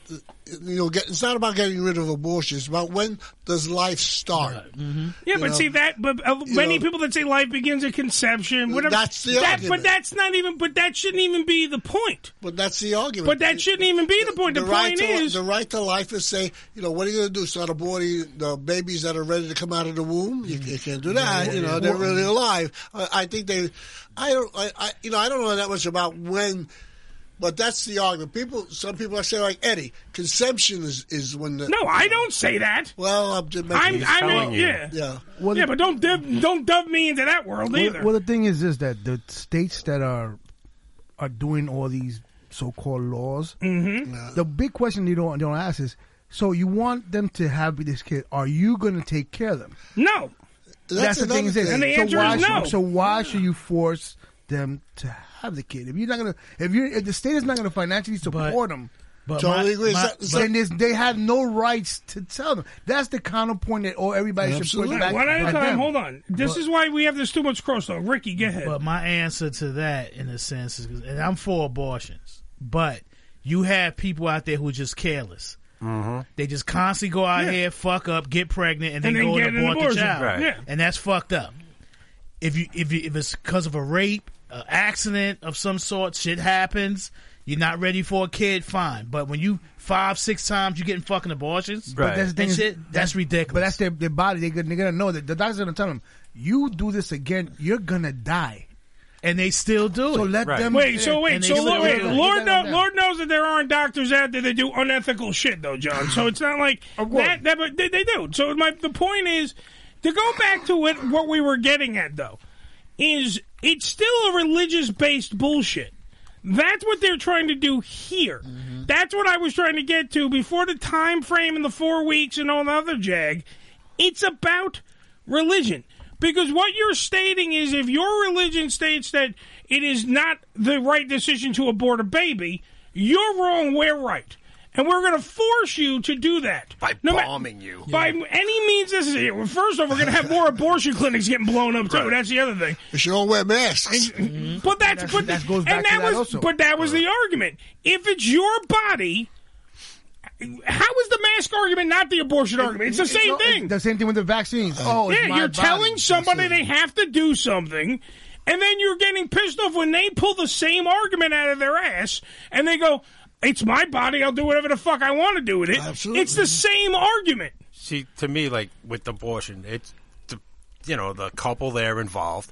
You know, get, it's not about getting rid of abortion. It's about when does life start.
Yeah,
You
but
know?
see that. But uh,
you
many
know-
people that say life begins at conception, whatever.
That's the
that, But
argument.
that's not even. But that shouldn't even be the point.
But that's the argument.
But that shouldn't even be the point. The, point
right to,
is,
the right to life is say, you know, what are you going to do? Start aborting the babies that are ready to come out of the womb? You, you can't do that.
Mm-hmm.
Yeah,
you know,
yeah.
they're
Well-
really alive. I, I think they, I don't, I, I, you know, I don't know that much about when. But that's the argument. People, some people are saying, like Eddie, conception is, is when the.
no, I don't say that.
Well, I'm just
I'm.
making.
I'm a- yeah.
yeah.
yeah, but don't dub, don't dub me into that world
Well,
either.
well, the thing is, is that the states that are are doing all these so-called laws,
Mm-hmm.
the big question you don't don't ask is, so you want them to have this kid? Are you going to take care of them?
No.
That's, the thing. Is,
And the
so
answer
why
is no.
Should, so why should you force them to have the kid if you're not going to if you if the state is not going to financially support them?
But
Totally agree. So- so-
and this, they had no rights to tell them. That's the counterpoint that all everybody should
Absolutely.
put back.
One at a
on
time.
them.
Hold on. This is why we have this too much crosstalk. Ricky, get ahead.
But my answer to that, in a sense, is and I'm for abortions, but you have people out there who are just careless.
Mm-hmm.
They just constantly go out
Yeah.
here, fuck up, get pregnant, and,
And
then
then
go
get
and
an
abort the
abortion.
child.
Right. Yeah.
And that's fucked up. If you if you, if it's because of a rape, an accident of some sort, shit happens. You're not ready for a kid, fine. But when you five six times you getting fucking abortions,
But that's the thing.
and
is-
shit, that's ridiculous.
But that's their, their body. They, gonna- they're going to know that the doctor's going to tell them, you do this again, you're going to die.
And they still do
So let them.
Wait, so wait,
and they
so
still
Lord, wait,
do it.
Lord, know, Lord knows that there aren't doctors out there that do unethical shit, though, John. So it's not like that, that but they, they do. So my the point is to go back to what what we were getting at, though, is it's still a religious based bullshit. That's what they're trying to do here.
Mm-hmm.
That's what I was trying to get to before the time frame and the four weeks and all the other jag. It's about religion. Because what you're stating is if your religion states that it is not the right decision to abort a baby, you're wrong, we're right. And we're going to force you to do that. By
bombing you.
By any means necessary. Well, First off, we're going to have more abortion clinics getting blown up, too. That's the other thing.
They should all wear masks.
But that's, but that goes
back
and
to
that
that
was
also.
but that was the argument. If it's your body, how is the mask argument not the abortion argument? It's the same
It's-
thing.
The same thing with the vaccines. oh, it's
yeah,
my
you're
body.
telling somebody they have to do something, and then you're getting pissed off when they pull the same argument out of their ass, and they go, "It's my body. I'll do whatever the fuck I want to do with it." Absolutely. It's the same argument.
See, to me, like with abortion, it's the, you know the couple there involved.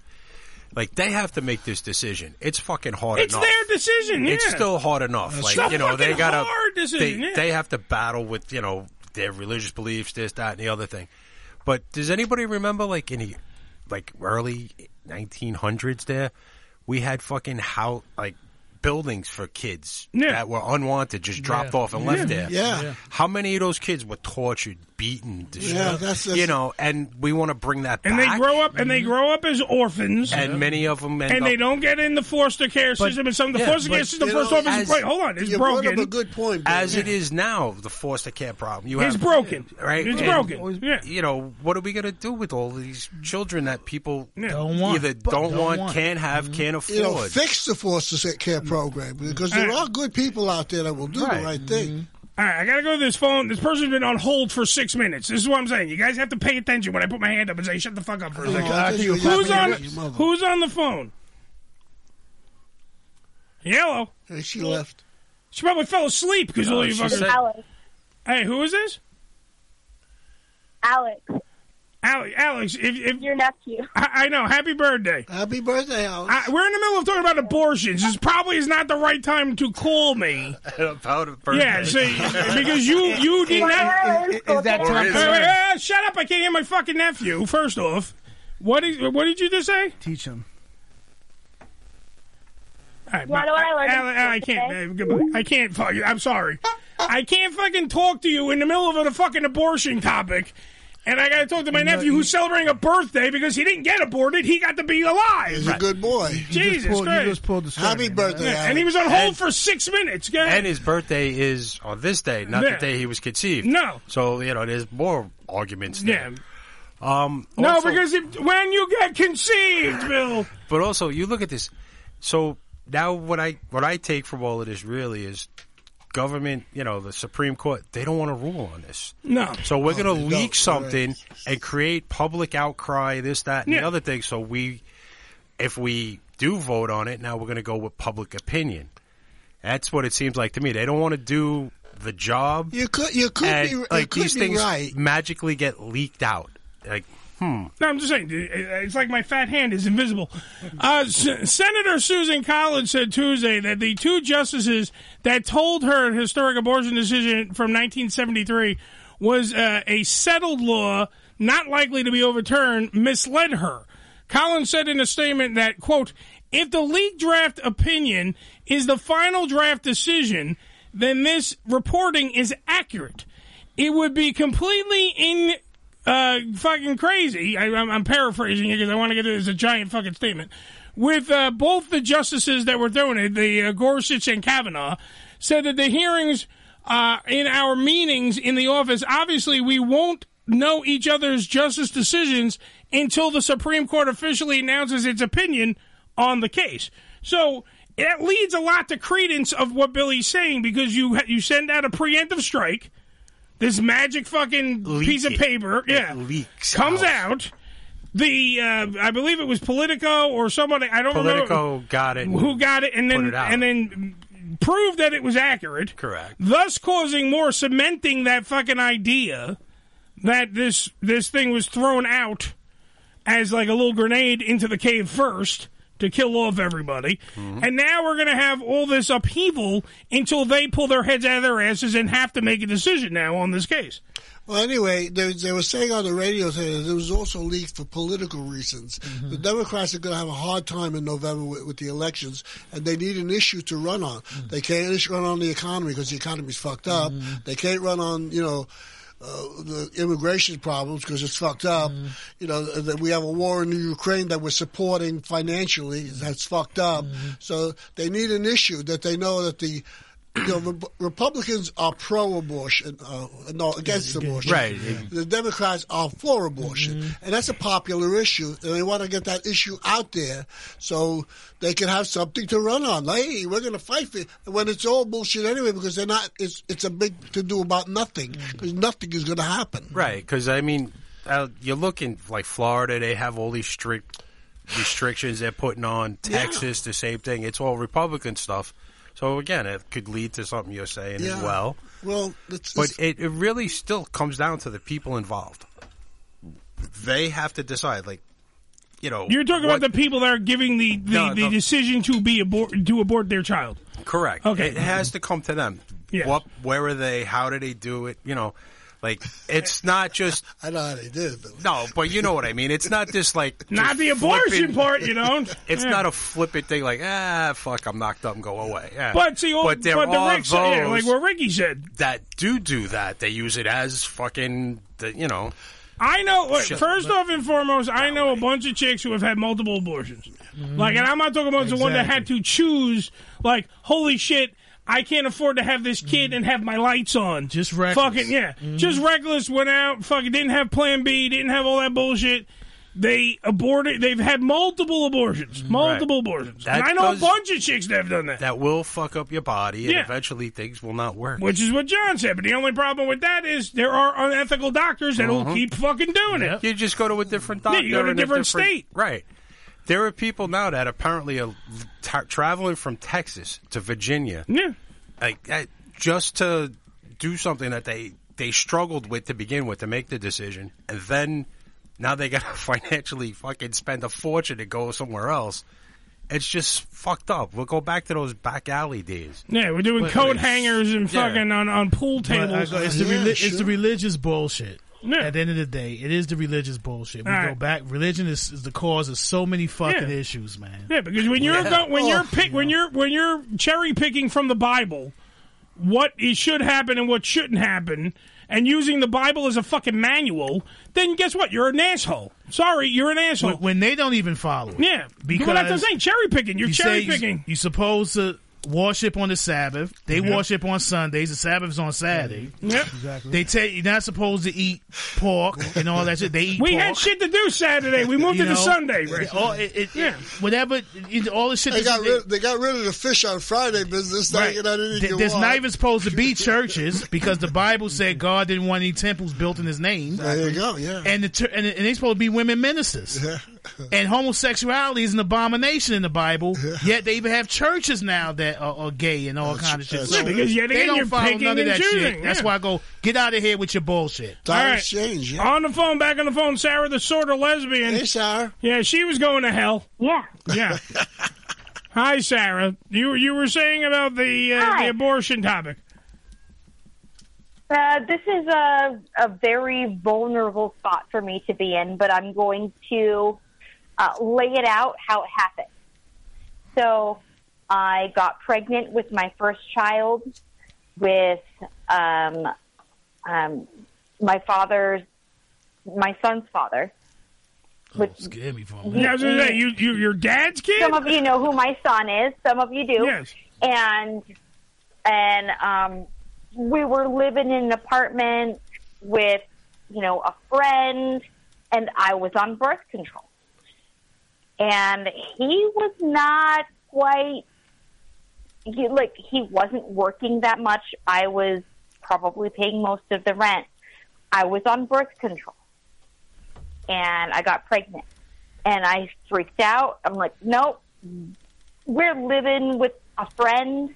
Like they have to make this decision. It's fucking hard
It's
enough.
their decision,
It's
yeah.
still hard enough.
It's
like
so
you know they
fucking
gotta
hard decision,
they,
yeah.
they have to battle with you know their religious beliefs, this, that, and the other thing. But does anybody remember like in the like early 1900s? There, we had fucking how like buildings for kids that were unwanted, just dropped
Yeah.
off and left
Yeah.
there.
Yeah. Yeah.
How many of those kids were tortured, beaten, destroyed?
Yeah, that's- that's- Mm-hmm.
you know, and we want to bring that
And
back.
they grow up, and they grow up as orphans,
And many of them end
and
up,
they don't get in the foster care system. And some of the foster care system, first off, is wait, hold on, it's broken.
point.
As it is now, the foster care problem. You
It's
have,
broken.
right?
It's
And,
broken. Yeah.
You know what are we going to do with all these children that people
Don't want.
either
But
don't,
don't
want,
want. Mm-hmm.
can't have, can't afford?
You know, fix the foster care program because there are good people out there that will do the right thing.
All right, I gotta go to this phone. This person's been on hold for six minutes. This is what I'm saying. You guys have to pay attention when I put my hand up and say, "Shut the fuck up for a
Oh,
second.
I thought you were
who's on?
clapping at your mother.
Who's on the phone? Hello.
she left.
She probably fell asleep because all you
she
fucking.
said- Alex.
Hey, who is this?
Alex,
Alex. Alex. If, if your nephew. I, I know. Happy birthday.
Happy birthday, Alex.
I, we're in the middle of talking about abortions. This probably is not the right time to call me.
about a
Yeah, see, because you you did not.
Is- is- is
Wait,
that time to
wait,
learn?
wait, wait, shut up! I can't hear my fucking nephew. First off, what did what did you just say?
Teach him.
All right,
You wanna know what I learned
Alan-
in
Alan, I
school
can't. uh, goodbye. I can't fuck you. I'm sorry. I can't fucking talk to you in the middle of a fucking abortion topic. And I got to talk to my nephew who's celebrating a birthday because he didn't get aborted. He got to be alive.
He's a good boy.
Jesus Christ.
Happy birthday,
Yeah,
Alex.
and he was on hold for six minutes. Go ahead.
and his birthday is on this day, not
Yeah.
the day he was conceived.
No.
So you know, there's more arguments.
Yeah.
Um.
No,
also-
because it, when you get conceived, Bill.
But also, you look at this. So now, what I what I take from all of this really is government. You know, the Supreme Court. They don't want to rule on this.
No.
So we're
Oh,
going
they
to
don't.
leak something and create public outcry. This, that, and the other thing. So we, if we do vote on it, now we're going to go with public opinion. That's what it seems like to me. They don't want to do the job.
You could, you could
and,
be, you
like
could
these
be
things
right.
magically get leaked out. Like, hmm.
No, I'm just saying. dude, it- It's like my fat hand is invisible. Uh, S- Senator Susan Collins said Tuesday that the two justices that told her historic abortion decision from 1973 was uh, a settled law not likely to be overturned misled her. Collins said in a statement that, quote, if the leaked draft opinion is the final draft decision, then this reporting is accurate it would be completely in uh, fucking crazy. I, I'm, I'm paraphrasing it because I want to get it as a giant fucking statement. With uh, both the justices that were doing it, the uh, Gorsuch and Kavanaugh, said that the hearings uh, in our meetings in the office. Obviously, we won't know each other's justice decisions until the Supreme Court officially announces its opinion on the case. So that leads a lot to credence of what Billy's saying because you you send out a preemptive strike, this magic fucking piece of
it.
paper,
It
yeah,
leaks
comes out.
out.
The uh, I believe it was Politico or somebody I don't
Politico
remember
got it.
who got it and then
put it out.
and then proved that it was accurate. Correct. Thus causing more cementing that fucking idea that this this thing was thrown out as like a little grenade into the cave first to kill off everybody.
Mm-hmm.
And now we're going to have all this upheaval until they pull their heads out of their asses and have to make a decision now on this case.
Well, anyway, they, they were saying on the radio today that it was also leaked for political reasons. The Democrats are going to have a hard time in November with, with the elections, and they need an issue to run on. They can't ish- run on the economy because the economy's fucked up. They can't run on, you know, uh, the immigration problems because it's fucked up. You know, th- that we have a war in Ukraine that we're supporting financially that's fucked up. So they need an issue that they know that the you know, Re- Republicans are pro-abortion, uh, no, against abortion.
Right.
The Democrats are for abortion, and that's a popular issue, and they want to get that issue out there so they can have something to run on. Like, hey, we're going to fight for it. When it's all bullshit anyway, because they're not. It's it's a big to do about nothing, because nothing is going to happen.
Right, because I mean, uh, you look in like Florida; they have all these strict restrictions they're putting on. Texas, the same thing. It's all Republican stuff. So again, it could lead to something you're saying
Yeah.
as well.
Well, it's,
But it, it really still comes down to the people involved. They have to decide, like, you know,
You're talking about the people that are giving the, the,
No,
the
no.
decision to be abort to abort their child.
Correct.
Okay.
It has to come to them.
Yes.
What? Where are they? How do they do it? You know, like it's not just.
I know how they did it. But...
No, but you know what I mean. It's not just like just
Not the abortion
flippant-
part, you know?
It's
Yeah.
not a flippant thing like ah fuck I'm knocked up and go away. Yeah.
But see, all,
but there
but the
are
Rick
those
said- yeah, like what Ricky said,
that do do that. They use it as fucking the, you know.
I know. Wait,
Shit.
first off and foremost, I know a bunch of chicks who have had multiple abortions. Like, and I'm not talking about the one that had to choose. Like, holy shit, I can't afford to have this kid and have my lights on. Just reckless. Fucking yeah, just reckless. Went out. Fucking didn't have Plan B. Didn't have all that bullshit. They aborted. They've had multiple abortions. Multiple abortions.
That
And I know a
does-
bunch of chicks that have done that.
That will fuck up your body, and
Yeah.
eventually things will not work.
Which is what John said. But the only problem with that is there are unethical doctors that will
Mhm.
keep fucking doing it.
You just go to a different
Yeah,
doctor.
you go to a
in
different, state.
right? There are people now that apparently are t- traveling from Texas to Virginia,
yeah,
like that, just to do something that they they struggled with to begin with to make the decision, and then now they got to financially fucking spend a fortune to go somewhere else. It's just fucked up. We'll go back to those back alley days.
Yeah, we're doing
But-
coat hangers and
Yeah.
fucking on, on pool
But I go-
tables.
it's, the reli- it's the religious bullshit. At the end of the day, it is the religious bullshit. We
All
go
right.
back. Religion is, is the cause of so many fucking
Yeah.
issues, man.
Yeah, because when you're
Yeah.
go- when
Oh,
you're pick when you're when you're cherry picking from the Bible, what is, should happen and what shouldn't happen, and using the Bible as a fucking manual, then guess what? You're an asshole. Sorry, you're an asshole.
When, when they don't even follow it.
Yeah,
because
well, that's what I'm saying. Cherry picking. You're
you say
cherry
you-
picking.
You're supposed to worship on the Sabbath. They
Mhm.
worship on Sundays. The Sabbath's on Saturday.
Yep.
Exactly.
They tell you're not supposed to eat pork and all that shit. They eat
We
pork.
had shit to do Saturday. We moved
You
it to
know,
Sunday. Right?
all- it- it- Whatever, it- all the shit
They
that
got
they-
rid. They got rid of the fish on Friday business. Now
Right.
you know, they didn't
Th-
get
There's
one.
not even supposed to be churches because the Bible said God didn't want any temples built in His name.
There you go. Yeah.
And the tur- and, and they supposed to be women ministers. and homosexuality is an abomination in the Bible. Yet they even have churches now that are, are gay and all kind of shit.
Yeah, because yet
they
again,
don't
you're
follow
picking
none of
and
that
choosing,
shit. That's
yeah.
why I go get out of here with your bullshit.
On the phone, back on the phone, Sarah, the sort of lesbian. Hey,
Sarah.
Yeah, she was going to hell.
Yeah.
Yeah. Hi, Sarah. You you were saying about the uh,
Hi.
the abortion topic.
Uh, this is a, a very vulnerable spot for me to be in, but I'm going to uh, lay it out how it happened. So I got pregnant with my first child with um, um, my father's, my son's father. With,
Scare me for a
Yeah, I was gonna say, you, you, your dad's kid?
Some of you know who my son is. Some of you do.
Yes.
And and um, we were living in an apartment with, you know, a friend, and I was on birth control. And he was not quite, he, like, he wasn't working that much. I was probably paying most of the rent. I was on birth control. And I got pregnant. And I freaked out. I'm like, nope, we're living with a friend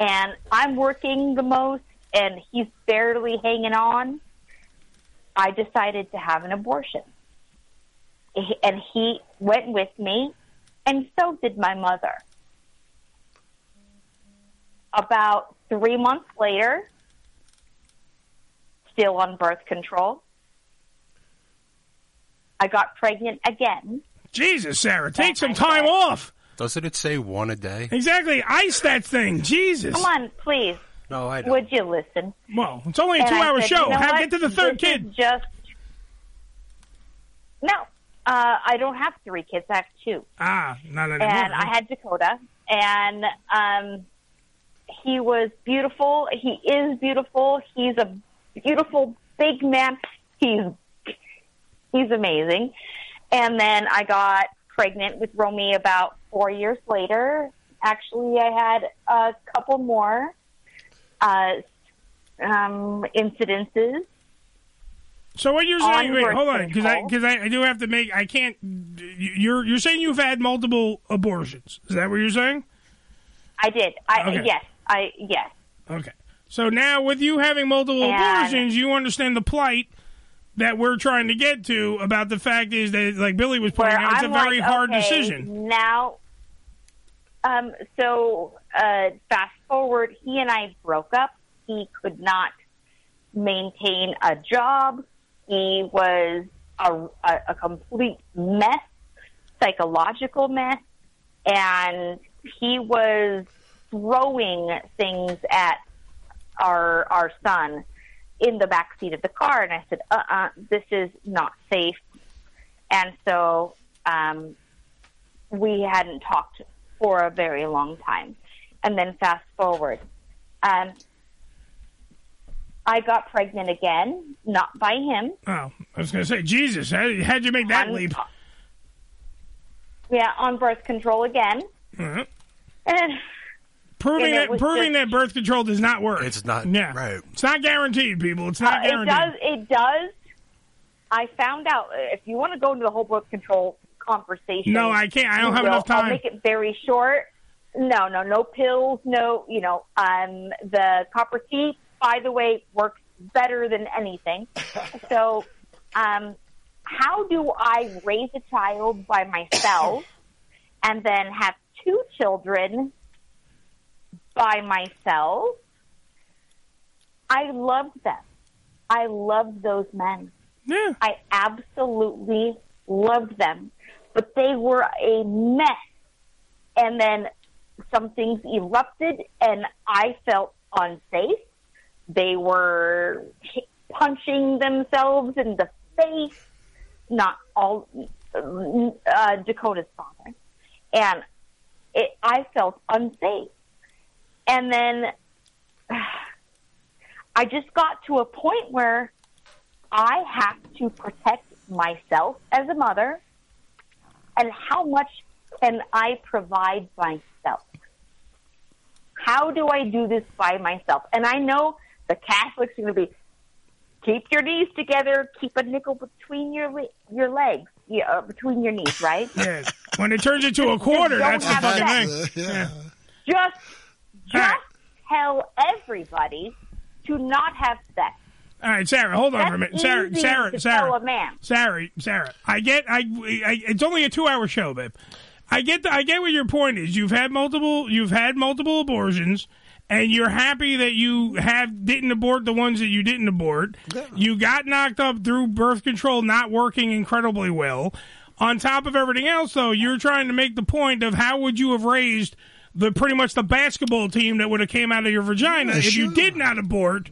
and I'm working the most and he's barely hanging on, I decided to have an abortion. He- And he went with me, and so did my mother. About three months later, still on birth control, I got pregnant again.
Jesus, Sarah, take some time off.
Doesn't it say eh? one a day?
Exactly. Ice that thing. Jesus.
Come on, please.
No, I
Would you listen?
Well, it's only a
And I
two-hour
said,
show.
"You know
Have-
what?
get to the third
This is Just no, uh, I don't have three kids. I have two,
Ah, not anymore.
and I had Dakota, and um, he was beautiful. He is beautiful. He's a beautiful big man. He's he's amazing. And then I got pregnant with Romy about four years later. Actually, I had a couple more uh, um, incidences.
So what you're
on
saying? Wait,
birth
hold on, because I
control.
because I, I do have to make. I can't. You're you're saying you've had multiple abortions. Is that what you're saying?
I did. I
Okay.
yes. I yes.
Okay. So now, with you having multiple
And-
abortions, you understand the plight that we're trying to get to about the fact is that, like Billy was pointing out, it's
I'm
a very
like,
hard
okay,
decision.
Now, um, so uh, fast forward, he and I broke up. He could not maintain a job. He was a, a, a complete mess, psychological mess, and he was throwing things at our our son in the back seat of the car. And I said, "Uh, uh this is not safe." And so um, we hadn't talked for a very long time. And then fast forward, um, I got pregnant again, not by him.
Oh, I was going to say, Jesus, how, how'd you make that leap?
Yeah, on birth control again.
Uh-huh.
And
Proving
And it
that
was
proving that
just-
birth control does not work. It's
not
yeah. right. It's not guaranteed, people. It's not
Uh, it
guaranteed.
does. It does. I found out. If you want to go into the whole birth control conversation,
No, I can't. I don't
you
have
will.
enough time.
I'll make it very short. No, no, no pills. No, you know, um, the copper tea. By the way, works better than anything. so, um, how do I raise a child by myself and then have two children by myself? I loved them. I loved those men.
Yeah.
I absolutely loved them. But they were a mess. And then some things erupted and I felt unsafe. They were hi- punching themselves in the face. Not all uh, Dakota's father. And it, I felt unsafe. And then I just got to a point where I have to protect myself as a mother, and how much can I provide myself? How do I do this by myself? And I know the Catholics are going to be keep your knees together, keep a nickel between your le- your legs, yeah, uh, between your knees, right?
Yeah. When it turns into a quarter,
Don't
that's the
have
fucking thing.
sex. Just just tell everybody to not have sex.
All right, Sarah, hold on
That's
for a minute. Sarah,
easy
Sarah,
to
Sarah,
tell a man.
Sarah, Sarah. I get. I, I. It's only a two-hour show, babe. I get. The, I get what your point is. You've had multiple. You've had multiple abortions, and you're happy that you have didn't abort the ones that you didn't abort. You got knocked up through birth control not working incredibly well. On top of everything else, though, you're trying to make the point of how would you have raised the pretty much the basketball team that would have came out of your vagina if you did not abort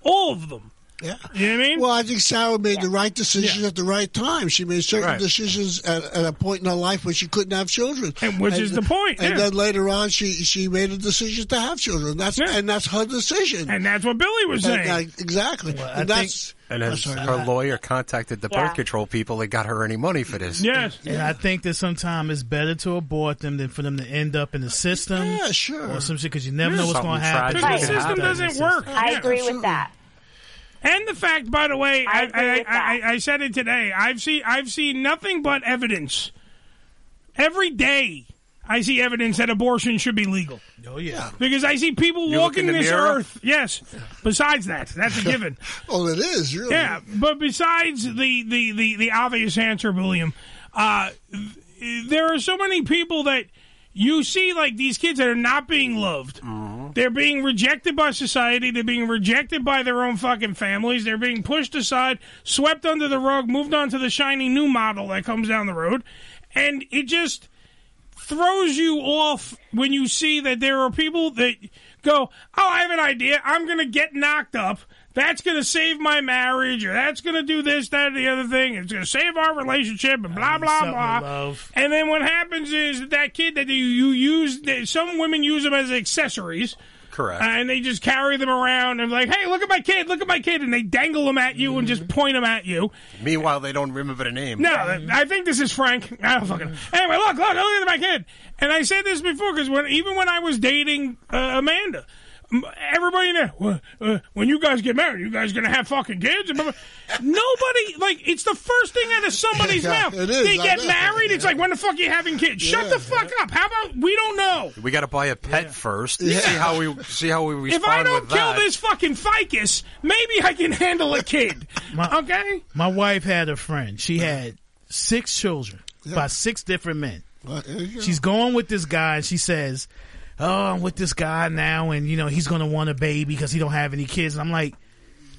all of them.
Yeah.
You know what I mean?
Well, I think Sarah made the right decision at the right time. She made certain
Right.
decisions at, at a point in her life where she couldn't have children,
And which is the point,
And
yeah.
then later on, she she made a decision to have children. That's and that's her decision.
And that's what Billy was saying.
that- exactly.
I
and that's
And
I'm
has
sorry,
her lawyer contacted the
Yeah.
birth control people that got her any money for this?
Yes.
And I think that sometimes it's better to abort them than for them to end up in the system. Yeah,
sure.
Or some shit because you never know what's
Something
going to happen.
Because the system doesn't work.
I agree with that.
And the fact, by the way, I I, I, I, I said it today. I've seen I've seen nothing but evidence. Every day, I see evidence that abortion should be legal.
Oh yeah.
Because I see people
You look
walking
in the
this
mirror?
earth. Yes. Besides that, that's a given.
well, it is really.
Yeah, but besides the the the, the obvious answer, William, uh, th- there are so many people that you see like these kids that are not being loved.
Uh-huh.
They're being rejected by society. They're being rejected by their own fucking families. They're being pushed aside, swept under the rug, moved on to the shiny new model that comes down the road. And it just throws you off when you see that there are people that go, Oh, I have an idea. I'm going to get knocked up. That's going to save my marriage, or that's going to do this, that, or the other thing. It's going to save our relationship, and blah, blah,
something
blah.
to love.
And then what happens is that, that kid that you, you use, that some women use them as accessories. Uh,
Correct.
And they just carry them around and like, hey, look at my kid, look at my kid, and they dangle them at you and
Mm-hmm.
just point them at you.
Meanwhile, they don't remember the name.
No, I think this is Frank. I don't fucking. Anyway, look, look, look at my kid. And I said this before because when even when I was dating uh, Amanda, m- everybody there, "Well, uh, when you guys get married, you guys gonna have fucking kids. And blah, blah." Nobody like it's the first thing out of somebody's
Yeah,
mouth.
it is,
They
I
get
know.
married. It's like when the fuck are you having kids? Shut the fuck up. How about we don't know.
We got to buy a pet first.
Yeah.
See how we see how we respond
If I
with
don't kill
that.
this fucking ficus, maybe I can handle a kid. okay.
My wife had a friend. She had six children by six different men. She's going with this guy, and she says, "Oh, I'm with this guy now, and you know he's gonna want a baby because he don't have any kids." And I'm like,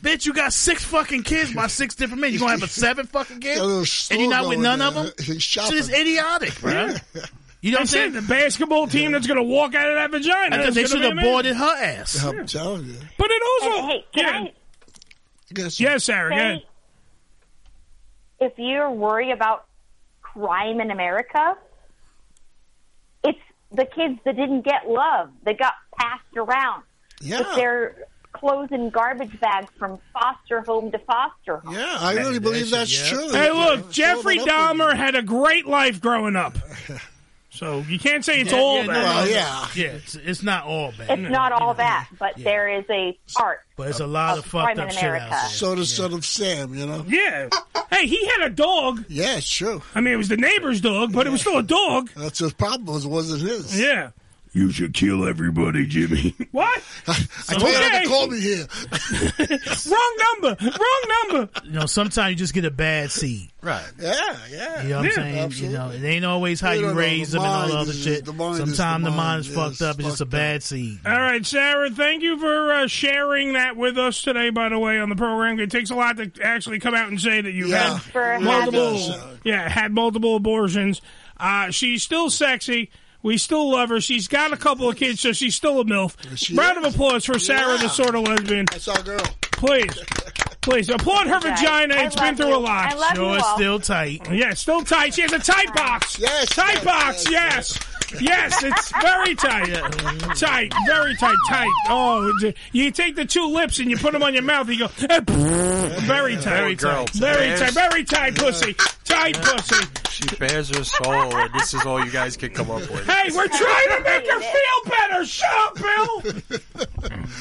"Bitch, you got six fucking kids by six different men. You gonna have a seven fucking kid, and you're not with none of
uh,
them? Shit is idiotic, bro." You know what I'm saying?
The basketball team that's going to walk out of that vagina.
I thought they should have
boarded
boarded her ass.
I'm telling you.
But it also.
Hey, can
yeah.
I
Yes, Sarah.
say,
yeah.
if you're worried about crime in America, it's the kids that didn't get love that got passed around.
Yeah.
With their clothes in garbage bags from foster home to foster home.
Yeah, I really believe that's true.
Hey, look, Jeffrey
Hold it up
Dahmer had a great life growing up. So you can't say it's all
no,
bad.
no, no. yeah. It's, it's not all bad.
It's
No.
not all that, but there is a part.
But it's a lot of fucked
crime in
up shit out
America.
there.
So does Son of Sam, you know.
Yeah. Hey, he had a dog.
Yeah, it's true.
I mean, it was the neighbor's dog, but it was still a dog.
That's his problem. Was it wasn't his?
Yeah.
You should kill everybody, Jimmy.
What?
I told you not
Okay.
to call me here.
Wrong number. Wrong number.
You know, sometimes you just get a bad seed.
Right.
Yeah, yeah.
You know what I'm
Yeah,
saying?
absolutely.
You know, it ain't always how
You
you,
don't know,
raise
the
them and all
mind
the other
is-
shit.
the mind is-
Sometimes
the
the
mind
mind is fucked up. It's just a bad seed.
All right, Sarah, thank you for uh, sharing that with us today, by the way, on the program. It takes a lot to actually come out and say that you've
Yeah.
had
For having-
multiple, yeah, had multiple abortions. Uh, she's still sexy. We still love her. She's got a couple of kids, so she's still a MILF. Round of applause for Sarah, the sort of lesbian. That's
our girl.
Please. Please applaud her
Guys,
vagina.
I
It's been
love
through
you.
a lot.
I love Sure, you it's all. still tight.
Yeah, it's still tight. She has a tight box. Yes. Tight box. Yes. Yes, it's very tight. Tight. Very tight. Tight. Oh, d- you take the two lips and you put them on your mouth. You go, eh, very tight.
Very tight.
Very
Yes.
tight. Very tight pussy. Tight pussy.
She bears her soul, and this is all you guys can come up with.
Hey, we're trying to make her feel better. Shut up, Bill.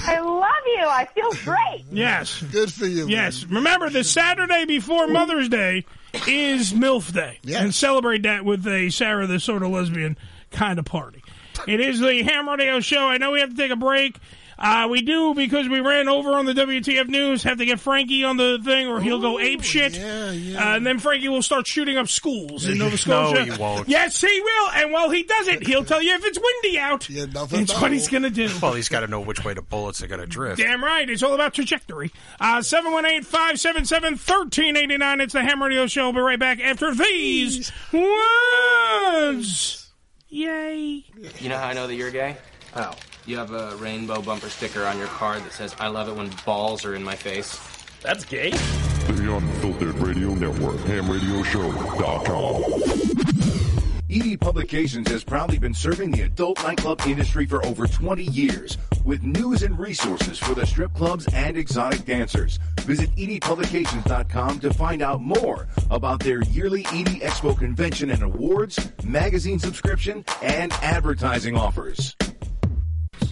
I love you. I feel great.
Yes.
Good for you.
Yes. Remember, the Saturday before Mother's Day is MILF Day. And celebrate that with a Sarah the Sort of Lesbian kind of party. It is the Ham Radio Show. I know we have to take a break. Uh, we do because we ran over on the WTF news. Have to get Frankie on the thing, or he'll go ape shit. Yeah, yeah. Uh, and then Frankie will start shooting up schools in Nova
No,
Scotia.
he won't.
Yes, he will. And while he does it, he'll tell you if it's windy out. Yeah, nothing. It's what he's gonna do.
Well, he's got to know which way the bullets are going to drift.
Damn right. It's all about trajectory. Uh, 718 577 1389. It's the Ham Radio Show. We'll be right back after these words. Yay.
You know how I know that you're gay? How? You have a rainbow bumper sticker on your car that says, I love it when balls are in my face.
That's gay.
The Unfiltered Radio Network, hamradioshow.com.
ED E Publications has proudly been serving the adult nightclub industry for over 20 years with news and resources for the strip clubs and exotic dancers. Visit E edpublications.com to find out more about their yearly ED Expo convention and awards, magazine subscription, and advertising offers.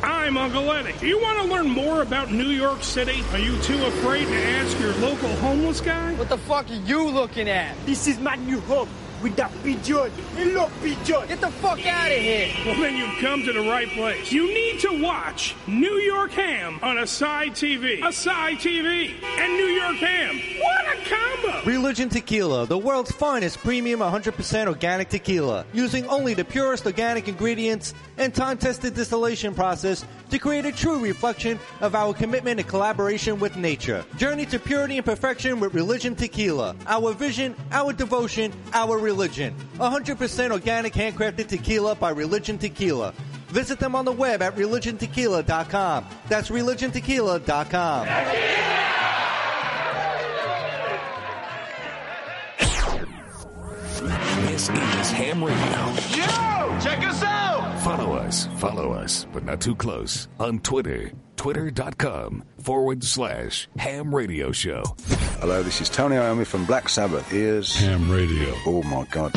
I'm Uncle Eddie. Do you want to learn more about New York City? Are you too afraid to ask your local homeless guy? What the fuck are you looking at? This is my new home with that pigeon. Hello, pigeon. Get the fuck out of here. Well, then you've come to the right place. You need to watch New York Ham on Asai TV. Asai TV and New York Ham. What a combo!
Religion Tequila, the world's finest premium 100% organic tequila, using only the purest organic ingredients and time-tested distillation process to create a true reflection of our commitment and collaboration with nature. Journey to purity and perfection with Religion Tequila. Our vision, our devotion, our religion. 100% organic handcrafted tequila by Religion Tequila. Visit them on the web at religiontequila.com. That's religiontequila.com.
This is Ham Radio.
Yo! Check us out!
Follow us, follow us, but not too close on Twitter. Twitter.com forward slash Ham Radio Show.
Hello, this is Tony Iommi from Black Sabbath. Here's Ham Radio. Oh my God.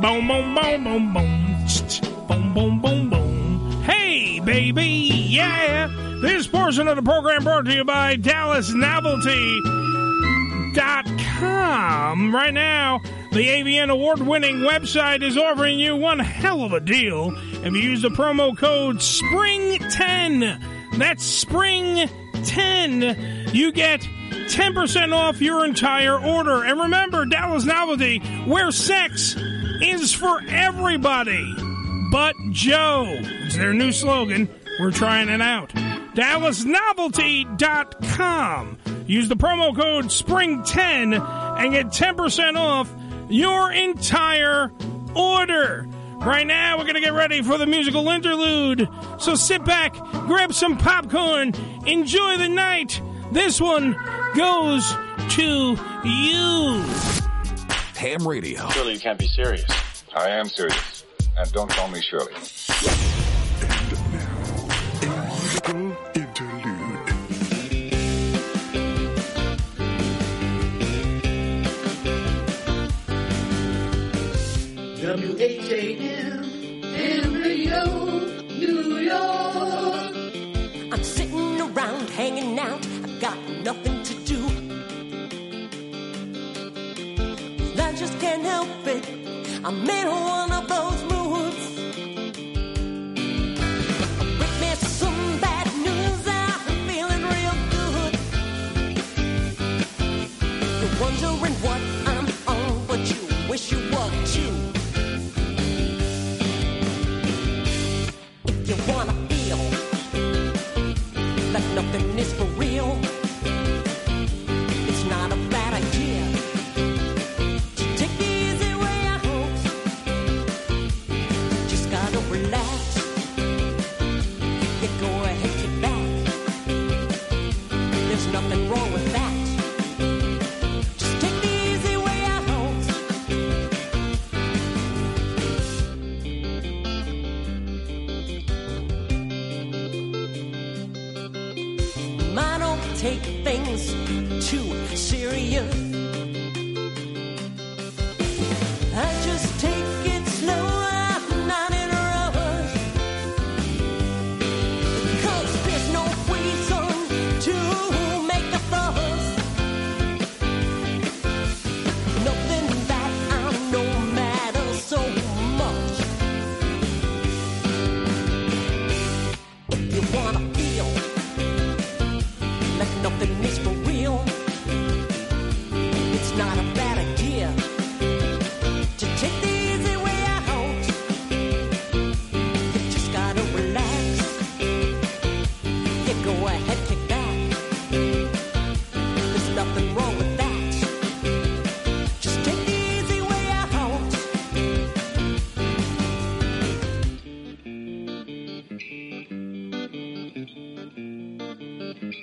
Boom, boom, boom, boom, boom. Ch-ch. Boom, boom, boom, boom. Hey, baby, yeah. This portion of the program brought to you by DallasNovelty.com. Right now, the AVN award winning website is offering you one hell of a deal if you use the promo code SPRING10. That's SPRING10. You get 10% off your entire order. And remember, Dallas Novelty, where sex is for everybody but Joe. It's their new slogan. We're trying it out. DallasNovelty.com. Use the promo code SPRING10 and get 10% off your entire order. Right now, we're going to get ready for the musical interlude. So sit back, grab some popcorn, enjoy the night. This one goes to you.
Ham Radio.
Surely you can't be serious.
I am serious. And don't call me Shirley.
W-H-A-M, Ham Radio, New York.
I'm sitting around hanging out. I've got nothing to do. And I just can't help it. I'm in one of those moods. Bring me some bad news. I've been feeling real good. You're wondering what I'm on, but you wish you were too. If you wanna feel that nothing is for real. It's not a bad idea to take the easy way out. Just gotta relax. You go ahead, kick back. There's nothing wrong with that. Just take the easy way out. I don't take things too serious. I just take it slow. I'm not in a rush. 'Cause there's no reason to make a fuss. Nothing that I know matters so much. If you wanna feel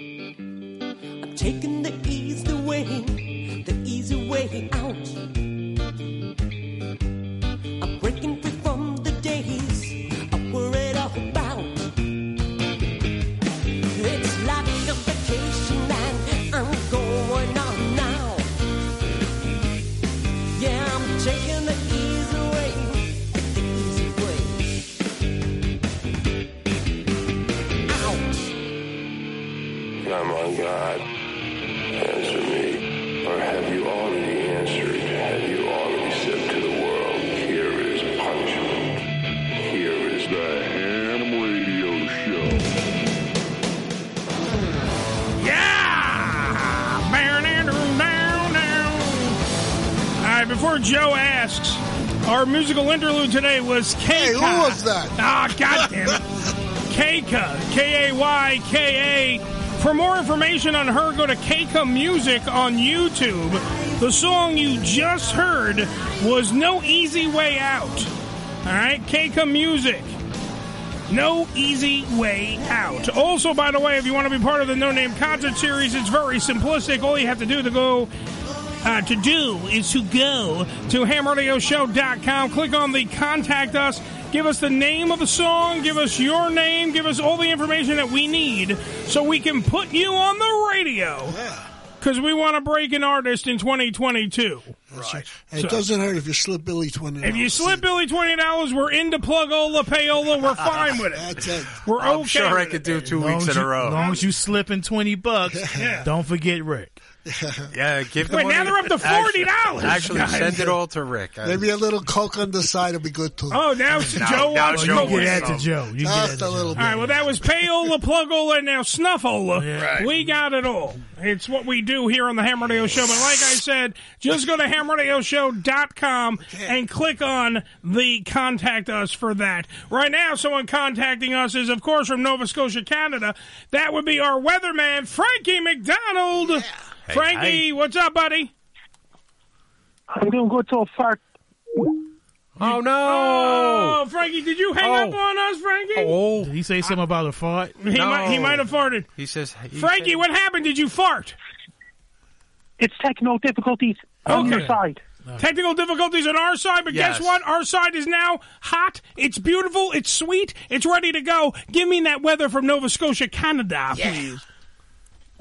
I've taken the easy way, the easy way out. I'm breaking free from the days I worried about. It's like a vacation and I'm going on now. Yeah, I'm taking the easy way, the easy way out.
Oh my God, answer me. Or have you already answered? Have you already said to the world, here is punishment? Here is the Ham Radio Show.
Yeah! Baron Andrew, down, down. All right, before Joe asks, our musical interlude today was Keika. Hey, who was that? Ah, goddamn it. Keika, K-A-Y-K-A. For more information on her, go to Keika Music on YouTube. The song you just heard was No Easy Way Out. All right, Keika Music. No easy way out. Also, by the way, if you want to be part of the No Name concert series, it's very simplistic. All you have to do to go uh, to do is to go to hamradioshow.com, click on the contact us, give us the name of the song, give us your name, give us all the information that we need so we can put you on the radio. Because we want to break an artist in 2022.
Right. And
So-
it doesn't hurt if you slip Billy 20
If you slip Billy twenty dollars, we're into plugola payola. We're fine with it. That's it. We're okay. with it.
Long as you- long as you slip in 20 bucks,
Yeah.
don't forget Rick.
Yeah, give the
Wait,
money
now they're up to
Actually-
$40,
Actually,
guys.
send it all to Rick. I-
Maybe a little coke on the side will be good too.
Oh, now it's Joe wants to go with some.
Just a little
All
bit.
right, well, that was payola, plugola, and now snuffola.
Yeah. Right.
We got it all. It's what we do here on the Ham Radio Show. But like I said, just go to hamradioshow.com and click on the contact us for that. Right now, someone contacting us is, of course, from Nova Scotia, Canada. That would be our weatherman, Frankie McDonald.
Hey,
Frankie,
hey.
what's up, buddy?
I'm gonna go to a fart.
Oh no!
Oh, Frankie, did you hang
Oh.
up on us, Frankie?
Oh,
did he say something about a fart?
He might- he might have farted.
He says, he
Frankie,
said-
what happened? Did you fart?
It's techno difficulties on your
Okay.
side.
Technical difficulties on our side, but
Yes.
guess what? Our side is now hot. It's beautiful. It's sweet. It's ready to go. Give me that weather from Nova Scotia, Canada, please.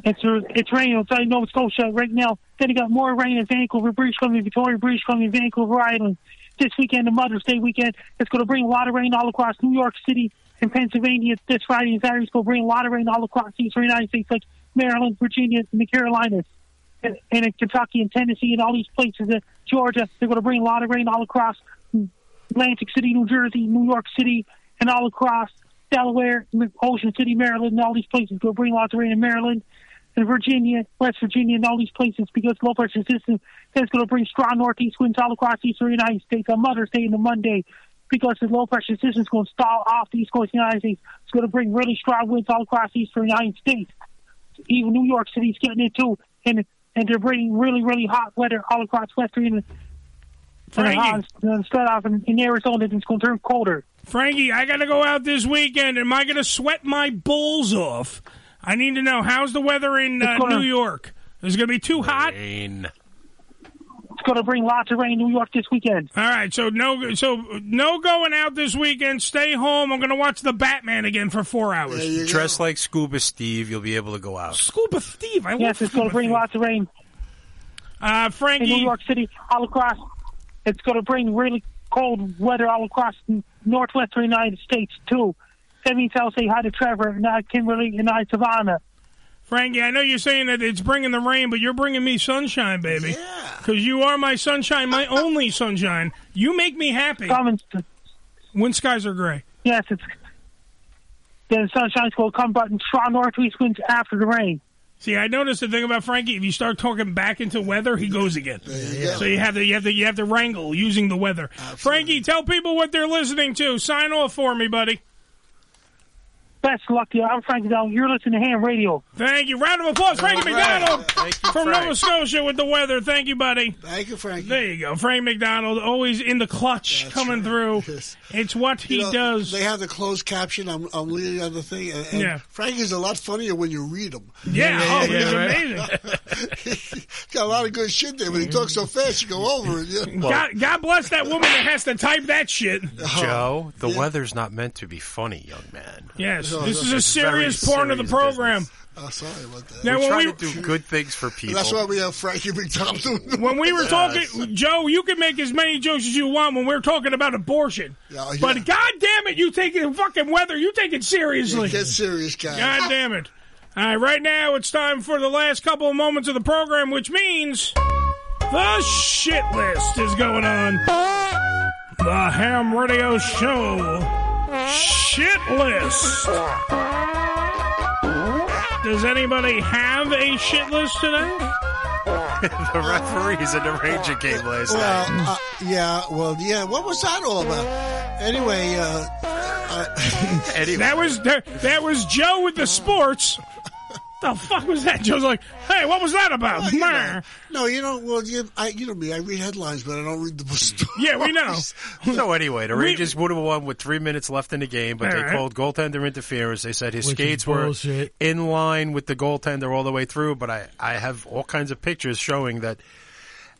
It's it's raining outside Nova Scotia right now. Then it got more rain in Vancouver, British Columbia, Victoria, British Columbia, Vancouver Island. This weekend, the Mother's Day weekend, it's going to bring a lot of rain all across New York City and Pennsylvania. This Friday and Saturday, it's going to bring a lot of rain all across the eastern United States, like Maryland, Virginia, and the Carolinas, and, and in Kentucky and Tennessee and all these places. In Georgia, they're going to bring a lot of rain all across Atlantic City, New Jersey, New York City, and all across Delaware, Ocean City, Maryland, and all these places. Go bring lots of rain in Maryland and Virginia, West Virginia, and all these places because low pressure system that's going to bring strong northeast winds all across the eastern United States on Mother's Day and the Monday because the low pressure system is going to stall off the east coast of the United States. It's going to bring really strong winds all across the eastern United States even New York City's getting it too, and and they're bringing really really hot weather all across western and
Frankie.
and start off in, in Arizona. It's going to turn colder.
Frankie, I got to go out this weekend. Am I going to sweat my balls off? I need to know how's the weather in uh,
It's gonna-
New York? Is it going to be too hot?
It's going to bring lots of rain in New York this weekend.
All right, so no, so no going out this weekend. Stay home. I'm going to watch the Batman again for four hours.
Dress like Scuba Steve, you'll be able to go out.
Scuba Steve, I
yes, it's going to bring lots of rain.
Uh, Frankie,
in New York City, all across. It's going to bring really cold weather all across n- northwestern United States too. That means I'll say hi to Trevor and I Kimberly and I Savannah.
Frankie, I know you're saying that it's bringing the rain, but you're bringing me sunshine, baby. Yeah. Because you are my sunshine, my only sunshine. You make me happy. When skies are gray.
Yes, it's then sunshine's going to come, but strong northeast winds after the rain.
See, I noticed the thing about Frankie. If you start talking back into weather, he goes again. So you have to, you have to, you have to wrangle using the weather. Frankie, tell people what they're listening to. Sign off for me, buddy.
Best luck to you. I'm Frank McDonald. You're listening to Ham Radio.
Thank you. Round of applause, Frankie
All right.
McDonald
Thank you,
from
Frank.
Nova Scotia with the weather. Thank you, buddy.
Thank you, Frank.
There you go. Frank McDonald, always in the clutch, coming through. It's what he
You know,
does.
They have the closed caption. I'm, I'm leading on the thing. And, and
Yeah.
Frank is a lot funnier when you read them.
Yeah, oh, it's
amazing. Got a lot of good shit there, but he talks so fast you go over it. Yeah.
God, God bless that woman that has to type that shit.
Uh-huh.
Uh-huh.
Joe, the weather's not meant to be funny, young man.
Yes,
No,
this
no.
is a
It's very
serious part of the
serious
program.
Oh, sorry about that.
Now,
we
when
try
we-
to do good things for people.
That's why we have Frankie McDonald.
When we were
Yes.
talking, Joe, you can make as many jokes as you want when we're talking about abortion.
Yeah, yeah.
But God damn it, you take it fucking weather. You take it seriously.
Yeah, get serious, guys.
God damn it. All right, right now it's time for the last couple of moments of the program, which means the shit list is going on. The Ham Radio Show shit list. Does anybody have a shit list today?
the referees in the Ranger game last
Well,
night.
uh, yeah, well, yeah. What was that all about? Anyway, uh,
That was that, that was Joe with the sports. The fuck was that? Joe's like, hey, what was that about?
you know.
Meh.
no, you know, well, you, I, you know me. I read headlines, but I don't read the stories.
Yeah, we know.
So anyway, the
We-
Rangers would have won with three minutes left in the game, but they
All right.
called goaltender interference. They said his
Which is
skates were
bullshit.
in line with the goaltender all the way through. But I, I have all kinds of pictures showing that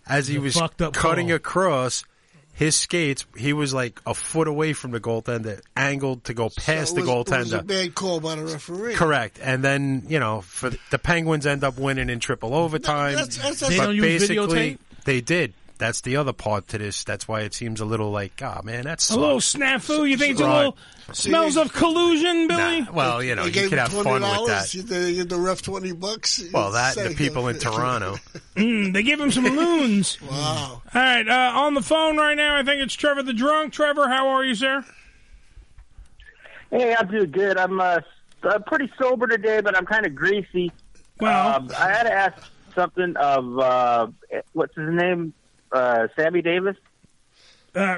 as he
The
was
fucked up
cutting
call.
across his skates, he was like a foot away from the goaltender, angled to go past
It
the
was- It was a
goaltender.
bad call by the referee.
Correct, and then you know, for the Penguins end up winning in triple overtime.
that's- that's- They
but
don't use
basically,
videotape?
they did. That's the other part to this. That's why it seems a little like, ah, man, that's
A little snafu. You think it's a
Right.
little smells of collusion, Billy?
well, you know,
They
you
gave him
could have fun with that.
$20. They give the ref twenty bucks.
Well, that and the
Say-
people in Toronto.
Mm, they give him some loons. All
wow.
right, uh, on the phone right now, I think it's Trevor the Drunk. Trevor, how are you, sir?
Hey, I'm doing good. I'm uh, uh, pretty sober today, but I'm kind of greasy. Um,
Well,
I had to ask something of uh, what's his name, uh, Sammy Davis.
Uh,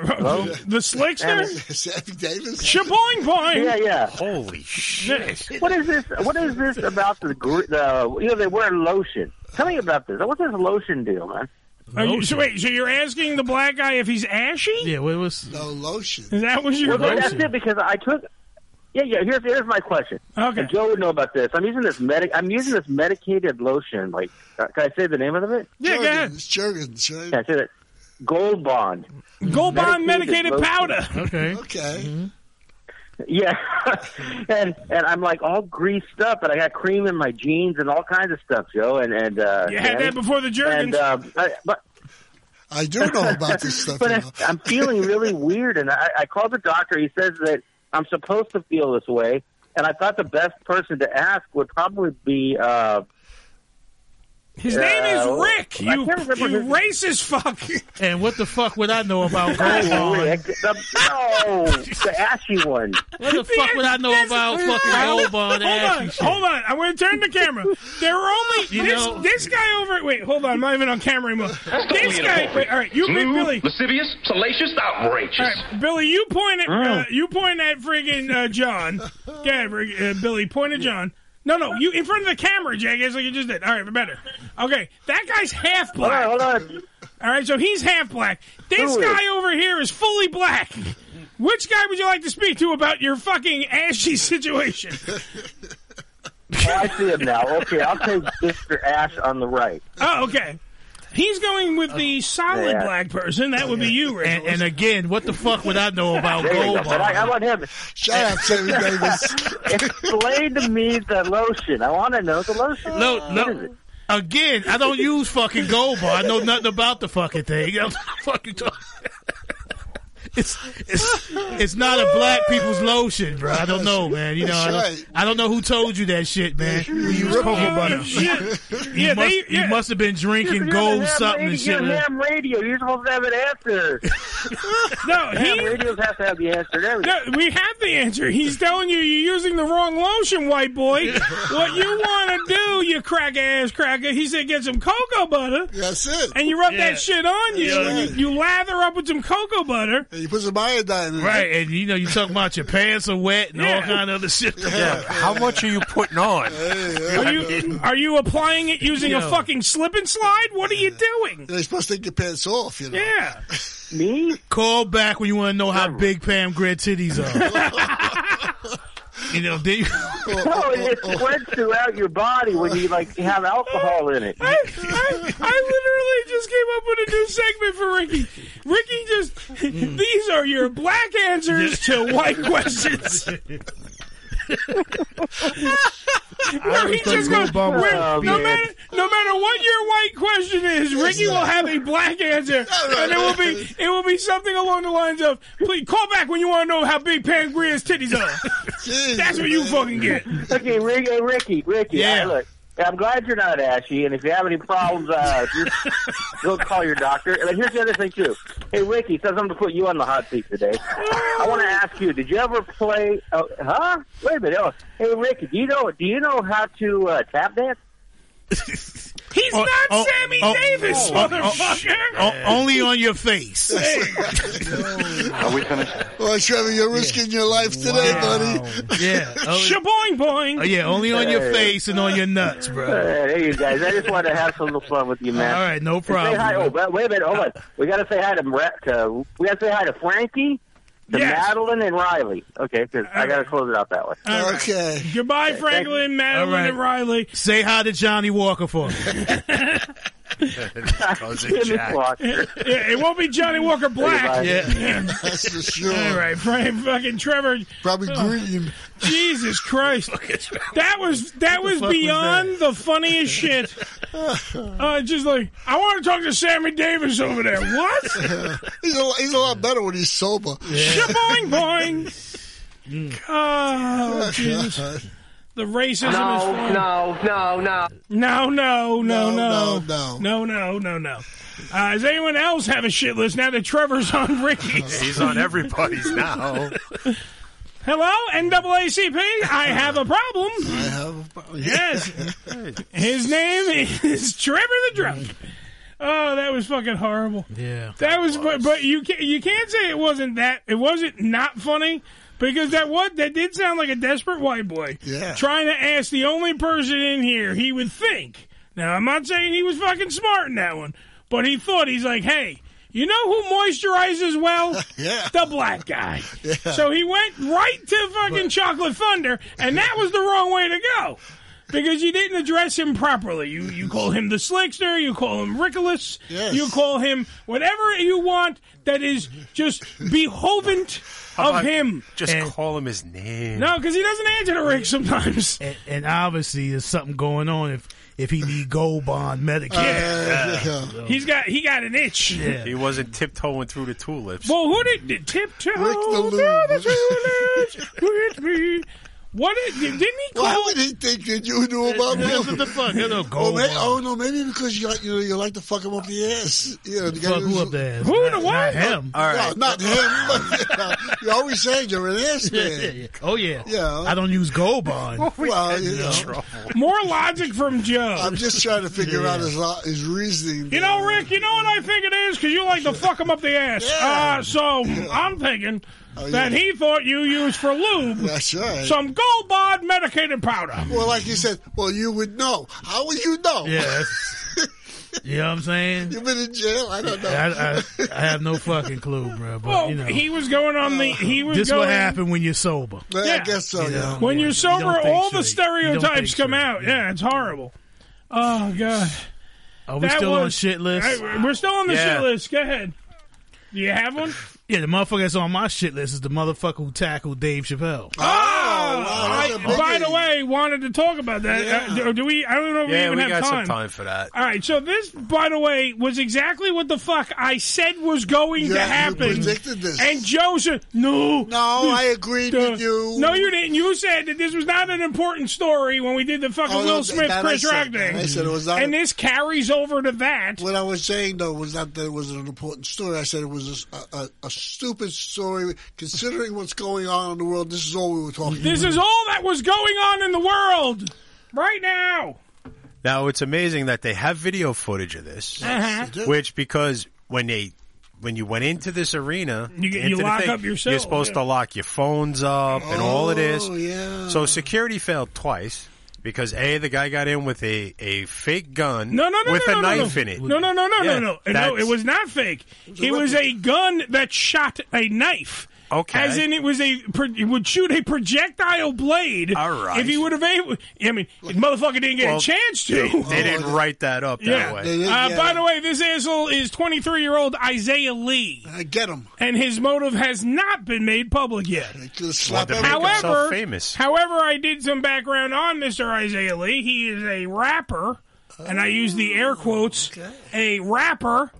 the Slickster?
Sammy Davis?
Shaboing Boing!
Yeah, yeah.
Holy shit!
What is this? What is this about the gr- the? You know, they wear lotion. Tell me about this. What's this lotion deal, man?
Are you, so wait, so you're asking the black guy if he's ashy? Yeah,
what was
no lotion?
Is that was your
well, that-
question?
That's it because I took. Yeah, yeah. Here's here's my question.
Okay.
And Joe would know about this. I'm using this medic. I'm using this medicated lotion. Like, uh, can I say the name of it?
Yeah, go ahead.
Jergens, right?
Can I say that? Gold Bond.
Gold Bond medicated
lotion. Mm-hmm.
powder.
Okay.
Okay.
Yeah, and and I'm like all greased up, and I got cream in my jeans and all kinds of stuff, Joe. And and uh,
You had
Danny.
that before the
And,
Jergens.
um, I, but
I do know about this stuff.
but I, I'm feeling really weird, and I, I called the doctor. He says that I'm supposed to feel this way, and I thought the best person to ask would probably be. Uh,
His
uh,
name is Rick.
I
You,
can't remember
you
his-
racist fuck.
And what the fuck would I know about gold
Oh,
bond?
Rick, the, no, the ashy one.
What the fuck would I know about fucking gold bond?
Hold
ashy
on,
shit?
hold on. I'm going to turn the camera. There were only
You
this,
know-
this guy over. Wait, hold on. I'm not even on camera anymore. This guy. Wait, all right. You,
Lewd,
Billy.
Lascivious, salacious, outrageous.
All right, Billy, you point at uh,
Mm.
you point at friggin' uh, John. Yeah, uh, Billy, point at John. No, no, you in front of the camera, jackass, like you just did. All right, better. Okay, that guy's half black.
Hold on,
All right, so he's half black. This
Who is?
guy over here is fully black. Which guy would you like to speak to about your fucking ashy situation?
Oh, I see him now. Okay, I'll take Mr. Ash on the right.
Oh, okay. He's going with the solid
Yeah.
black person. That would be you, Rick.
And, and again, what the fuck would I know about
There you
gold
go. But I, I
bond?
want him.
Shut up, Sammy Davis.
Explain to me the lotion. I want to know the lotion.
No,
Uh,
no. Again, I don't use fucking gold bond. I know nothing about the fucking thing. I'm fucking talking. It's, it's it's not a black people's lotion, bro. I don't know, man. You know, I
That's
don't, I don't know who told you that shit, man. You use
ripped
cocoa
off
butter.
the shit.
You,
Yeah,
must,
they- yeah.
you must have been drinking
You're
gold
the ham
something and
radio-
shit.
You're
man.
ham radio. You're supposed to have an answer.
No,
ham
he-
radios have to have the answer. to everything.
No, we have the answer. He's telling you you're using the wrong lotion, white boy. what you want to do, you crack ass cracker? He said, get some cocoa butter.
That's it.
And you rub
Yeah.
that shit on you.
That's right.
You, you lather up with some cocoa butter.
And He puts some iodine in it.
Right, and you know you talking about your pants are wet and all
Yeah.
kind of other shit.
Yeah.
How much are you putting on?
Are you are you applying it using
Yo.
a fucking slip and slide? What are you doing?
They're supposed to take your pants off, you know.
Yeah.
Me? Call back when you want to know how big Pam Grier titties are. you know, then you,
No, it it spreads throughout your body when you like have alcohol in it.
I, I, I literally just came up with a new segment for Ricky. Ricky just these are your black answers to white questions. Where he
was gonna
just
go
goes,
Obama.
where-
Oh,
no,
man.
matter, no matter what your white question is, Ricky will have a black answer, and it will be it will be something along the lines of, "Please call back when you want to know how big Pam Grier's titties are." That's what you fucking get.
Okay, Rick, hey, Ricky, Ricky,
Yeah.
yeah. look. I'm glad you're not ashy, and if you have any problems, uh, just go call your doctor. And here's the other thing too. Hey, Ricky, since I'm going to put you on the hot seat today, I want to ask you: Did you ever play? Uh, huh? Wait a minute. Oh, hey, Ricky, do you know do you know how to uh, tap dance?
He's
not
Oh,
oh,
Sammy
Davis,
motherfucker. only on your face.
Are we finished? Well, Trevor, you're risking your life today, buddy.
Yeah.
Shaboing boing.
Oh, yeah, only on your
Hey.
face and on your nuts,
Uh,
bro.
there you guys. I just wanted to have some little fun with you, man.
All right, no
And
problem,
Say hi.
man.
Oh, but wait a minute. Hold on. We got to say hi to, Mra- to we got to say hi to Frankie, to Madeline, and Riley. Okay, 'cause I got to close it out that way.
Okay.
Goodbye, Franklin, Madeline,
All right.
and Riley.
Say hi to Johnny Walker for me.
Yeah, it won't be Johnny Walker Black.
Everybody.
That's for sure.
All right, Frank, fucking Trevor. Oh,
Probably green.
Jesus Christ. That was that was
fuck was
beyond the funniest shit. Uh, just like I want to talk to Sammy Davis over there. What?
he's, a, he's a lot better when he's sober. Mm.
Shaboing boing. Oh, Jesus. The racism is
No,
fun.
no, no, no.
No, no,
No,
no, no,
no,
no, no, no, no. Uh, does anyone else have a shit list now that Trevor's on Ricky's?
He's on everybody's now.
Hello, NAACP. I have a problem. I have a problem. Yes. His name is Trevor the Drunk. Oh, that was fucking horrible.
Yeah.
That was, but, but you can't you can't say it wasn't that. It wasn't not funny because that what that did sound like a desperate white boy.
Yeah.
Trying to ask the only person in here he would think. Now I'm not saying he was fucking smart in that one, but he thought he's like, hey. You know who moisturizes well? yeah. The black guy. So he went right to fucking Chocolate Thunder, and that was the wrong way to go. Because you didn't address him properly. You you call him the slickster, you call him Rickolas, you call him whatever you want that is just beholden
How
of
about
him.
Just call him his name.
No, because he doesn't answer to Rick sometimes.
And, and obviously, there's something going on if if he need gold bond Medicare. Uh,
Yeah. He's got he got an itch.
He wasn't tiptoeing through the tulips.
Well, who did, did tiptoe through the tulips with me? What did, didn't he call?
Why would he think that you knew about me?
That's what the fuck, you know,
oh,
gold
may,
bond.
oh no, maybe because you like you, know, you like to fuck him up the ass. You know, the guy
Fuck who
who's-
up the ass?
Who
Not-
the what?
Not him.
No, not him. But, you know, you're always saying you're an ass
Yeah,
man.
yeah, yeah. Oh yeah.
Yeah.
I don't use gold bond.
Well, you know,
More logic from Joe.
I'm just trying to figure out his lo- his reasoning.
You know, Rick, you know what I think it is? Because you like to fuck him up the ass. Uh, so I'm thinking that
Oh, yeah.
he thought you used for lube
That's right.
some gold bond medicated powder.
Well, like you said, well, you would know. How would you know?
Yeah. that's- you know what I'm saying?
You've been in jail. I don't know.
I, I, I have no fucking clue, bro. But
Well,
you know,
he was going on the. He was
this
going.
what happen when you're sober.
Yeah. When you're sober,
think
all the
straight. You don't think
stereotypes come out. Yeah, it's horrible. Oh God.
Are we
That
still on
was-
shit list?
I- we're still on the
Yeah.
shit list. Go ahead. Do you have one?
Yeah, the motherfucker that's on my shit list is the motherfucker who tackled Dave Chappelle.
Oh,
I, by the way, wanted to talk about that. Uh, do, do we? I don't know if
yeah,
we even
we
have
got
time.
some time for
Uh,
that.
All right, so this, by the way, was exactly what the fuck I said was going
Yeah,
to
you
happen.
predicted this.
And Joe said, no.
No,
this-
I agreed
the-
with you.
No, you didn't. You said that this was not an important story when we did the fucking
Oh, no,
Will Smith,
that I
Chris
said,
Rock
that
thing.
I said it was not-
And this carries over to that.
What I was saying though was not that it was an important story. I said it was a, a, a stupid story considering what's going on in the world. This is all we were talking.
This
about.
is all that was going on in the world right now.
Now it's amazing that they have video footage of this,
Uh-huh.
which because when they when you went into this arena,
You get- you
into the
lock
thing,
up your cell,
You're supposed
yeah.
to lock your phones up and all of this.
Oh, yeah.
So security failed twice because a the guy got in with a, a fake gun.
No, no, no,
with
no,
a
no,
knife
no.
in it.
No, no, no, no,
Yeah,
no, no, no.
that's-
It was not fake. It was a gun that shot a knife.
Okay.
As in, it was a pro- it would shoot a projectile blade. All right. If he would have, able- I mean, motherfucker didn't get
Well,
a chance to.
They, they didn't write that up that
yeah.
way.
Uh, By the way, this asshole is 23 year old Isaiah Lee.
Uh,
I
get him.
And his motive has not been made public yet.
slap Wanted to make himself
however,
famous.
however, I did some background on Mr. Isaiah Lee. He is a rapper, and I use the air quotes, a rapper.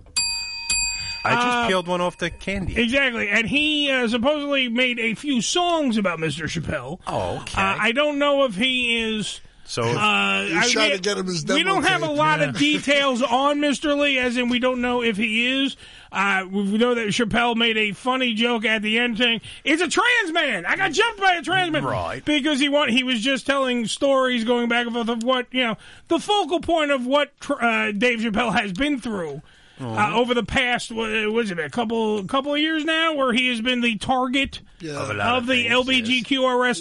I just
uh,
peeled one off the candy.
Exactly, and he uh, supposedly made a few songs about Mr. Chappelle.
Oh, okay.
Uh, I don't know if he is.
So-
uh,
He's
I-
trying
we-
to get him his
We
demo
don't have a
tape.
lot
Yeah.
of details on Mr. Lee, as in we don't know if he is. Uh, we know that Chappelle made a funny joke at the end saying, "It's a trans man. I got jumped by a trans man." Right. Because he want he was just telling stories going back and forth of what you know the focal point of what tr- uh, Dave Chappelle has been through. Uh,
Mhm.
over the past, what was it a couple couple of years now, where he has been the target
Of a lot
of the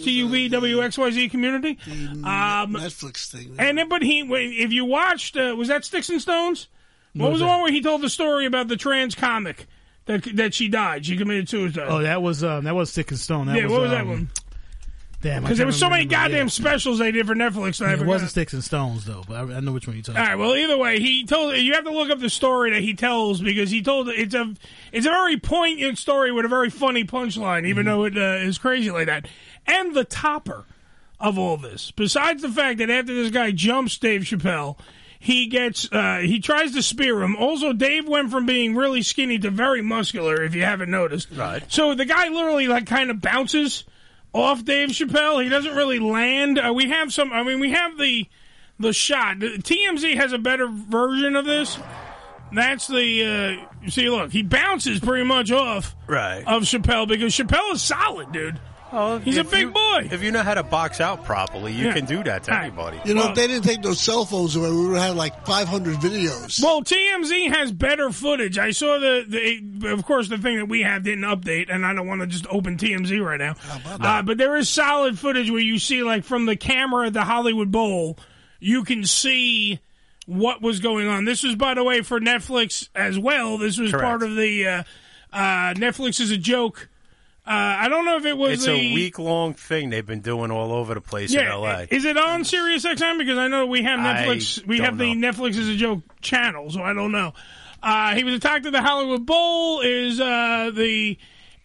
LBGQRSTUVWXYZ community. Um,
Netflix thing.
And then, but he, wait, if you watched, uh, was that Sticks and Stones? What was the one where he told the story about the trans comic that that she died? She committed suicide.
Oh, that was um, that was Stick and Stone. That
yeah, what was that
um,
one?
Damn, I
Because there
can't
was so many
remember.
goddamn specials they did for Netflix. That I
Yeah, it
forgot.
wasn't Sticks and Stones though, but I, I know which one you're talking.
All right. Well, either way, he told you have to look up the story that he tells because he told it's a it's a very poignant story with a very funny punchline, even though it uh, is crazy like that. And the topper of all this, besides the fact that after this guy jumps Dave Chappelle, he gets uh, he tries to spear him. Also, Dave went from being really skinny to very muscular. If you haven't noticed, right? So the guy literally like kind of bounces off Dave Chappelle. He doesn't really land. Uh, we have some. I mean, we have the the shot. The- TMZ has a better version of this. That's the uh, see. Look, he bounces pretty much off
Right.
of Chappelle because Chappelle is solid, dude.
Oh,
he's a
if
big
you-
boy.
If you know how to box out properly, you
Yeah.
can do that to anybody.
You know, if they didn't take those cell phones away, we would have had like 500 videos.
Well, TMZ has better footage. I saw the, the of course, the thing that we have didn't update, and I don't want to just open TMZ right now. Uh, but there is solid footage where you see, like, from the camera at the Hollywood Bowl, you can see what was going on. This was, by the way, for Netflix as well. This was
Correct.
part of the uh, uh, Netflix is a joke. Uh, I don't know if it was
It's
the,
a week long thing they've been doing all over the place in LA.
Is it on Sirius XM? Because I know we have
I
Netflix. we
don't
have the Netflix is a joke channel, so I don't know. Uh, he was attacked at the Hollywood Bowl. Is uh, the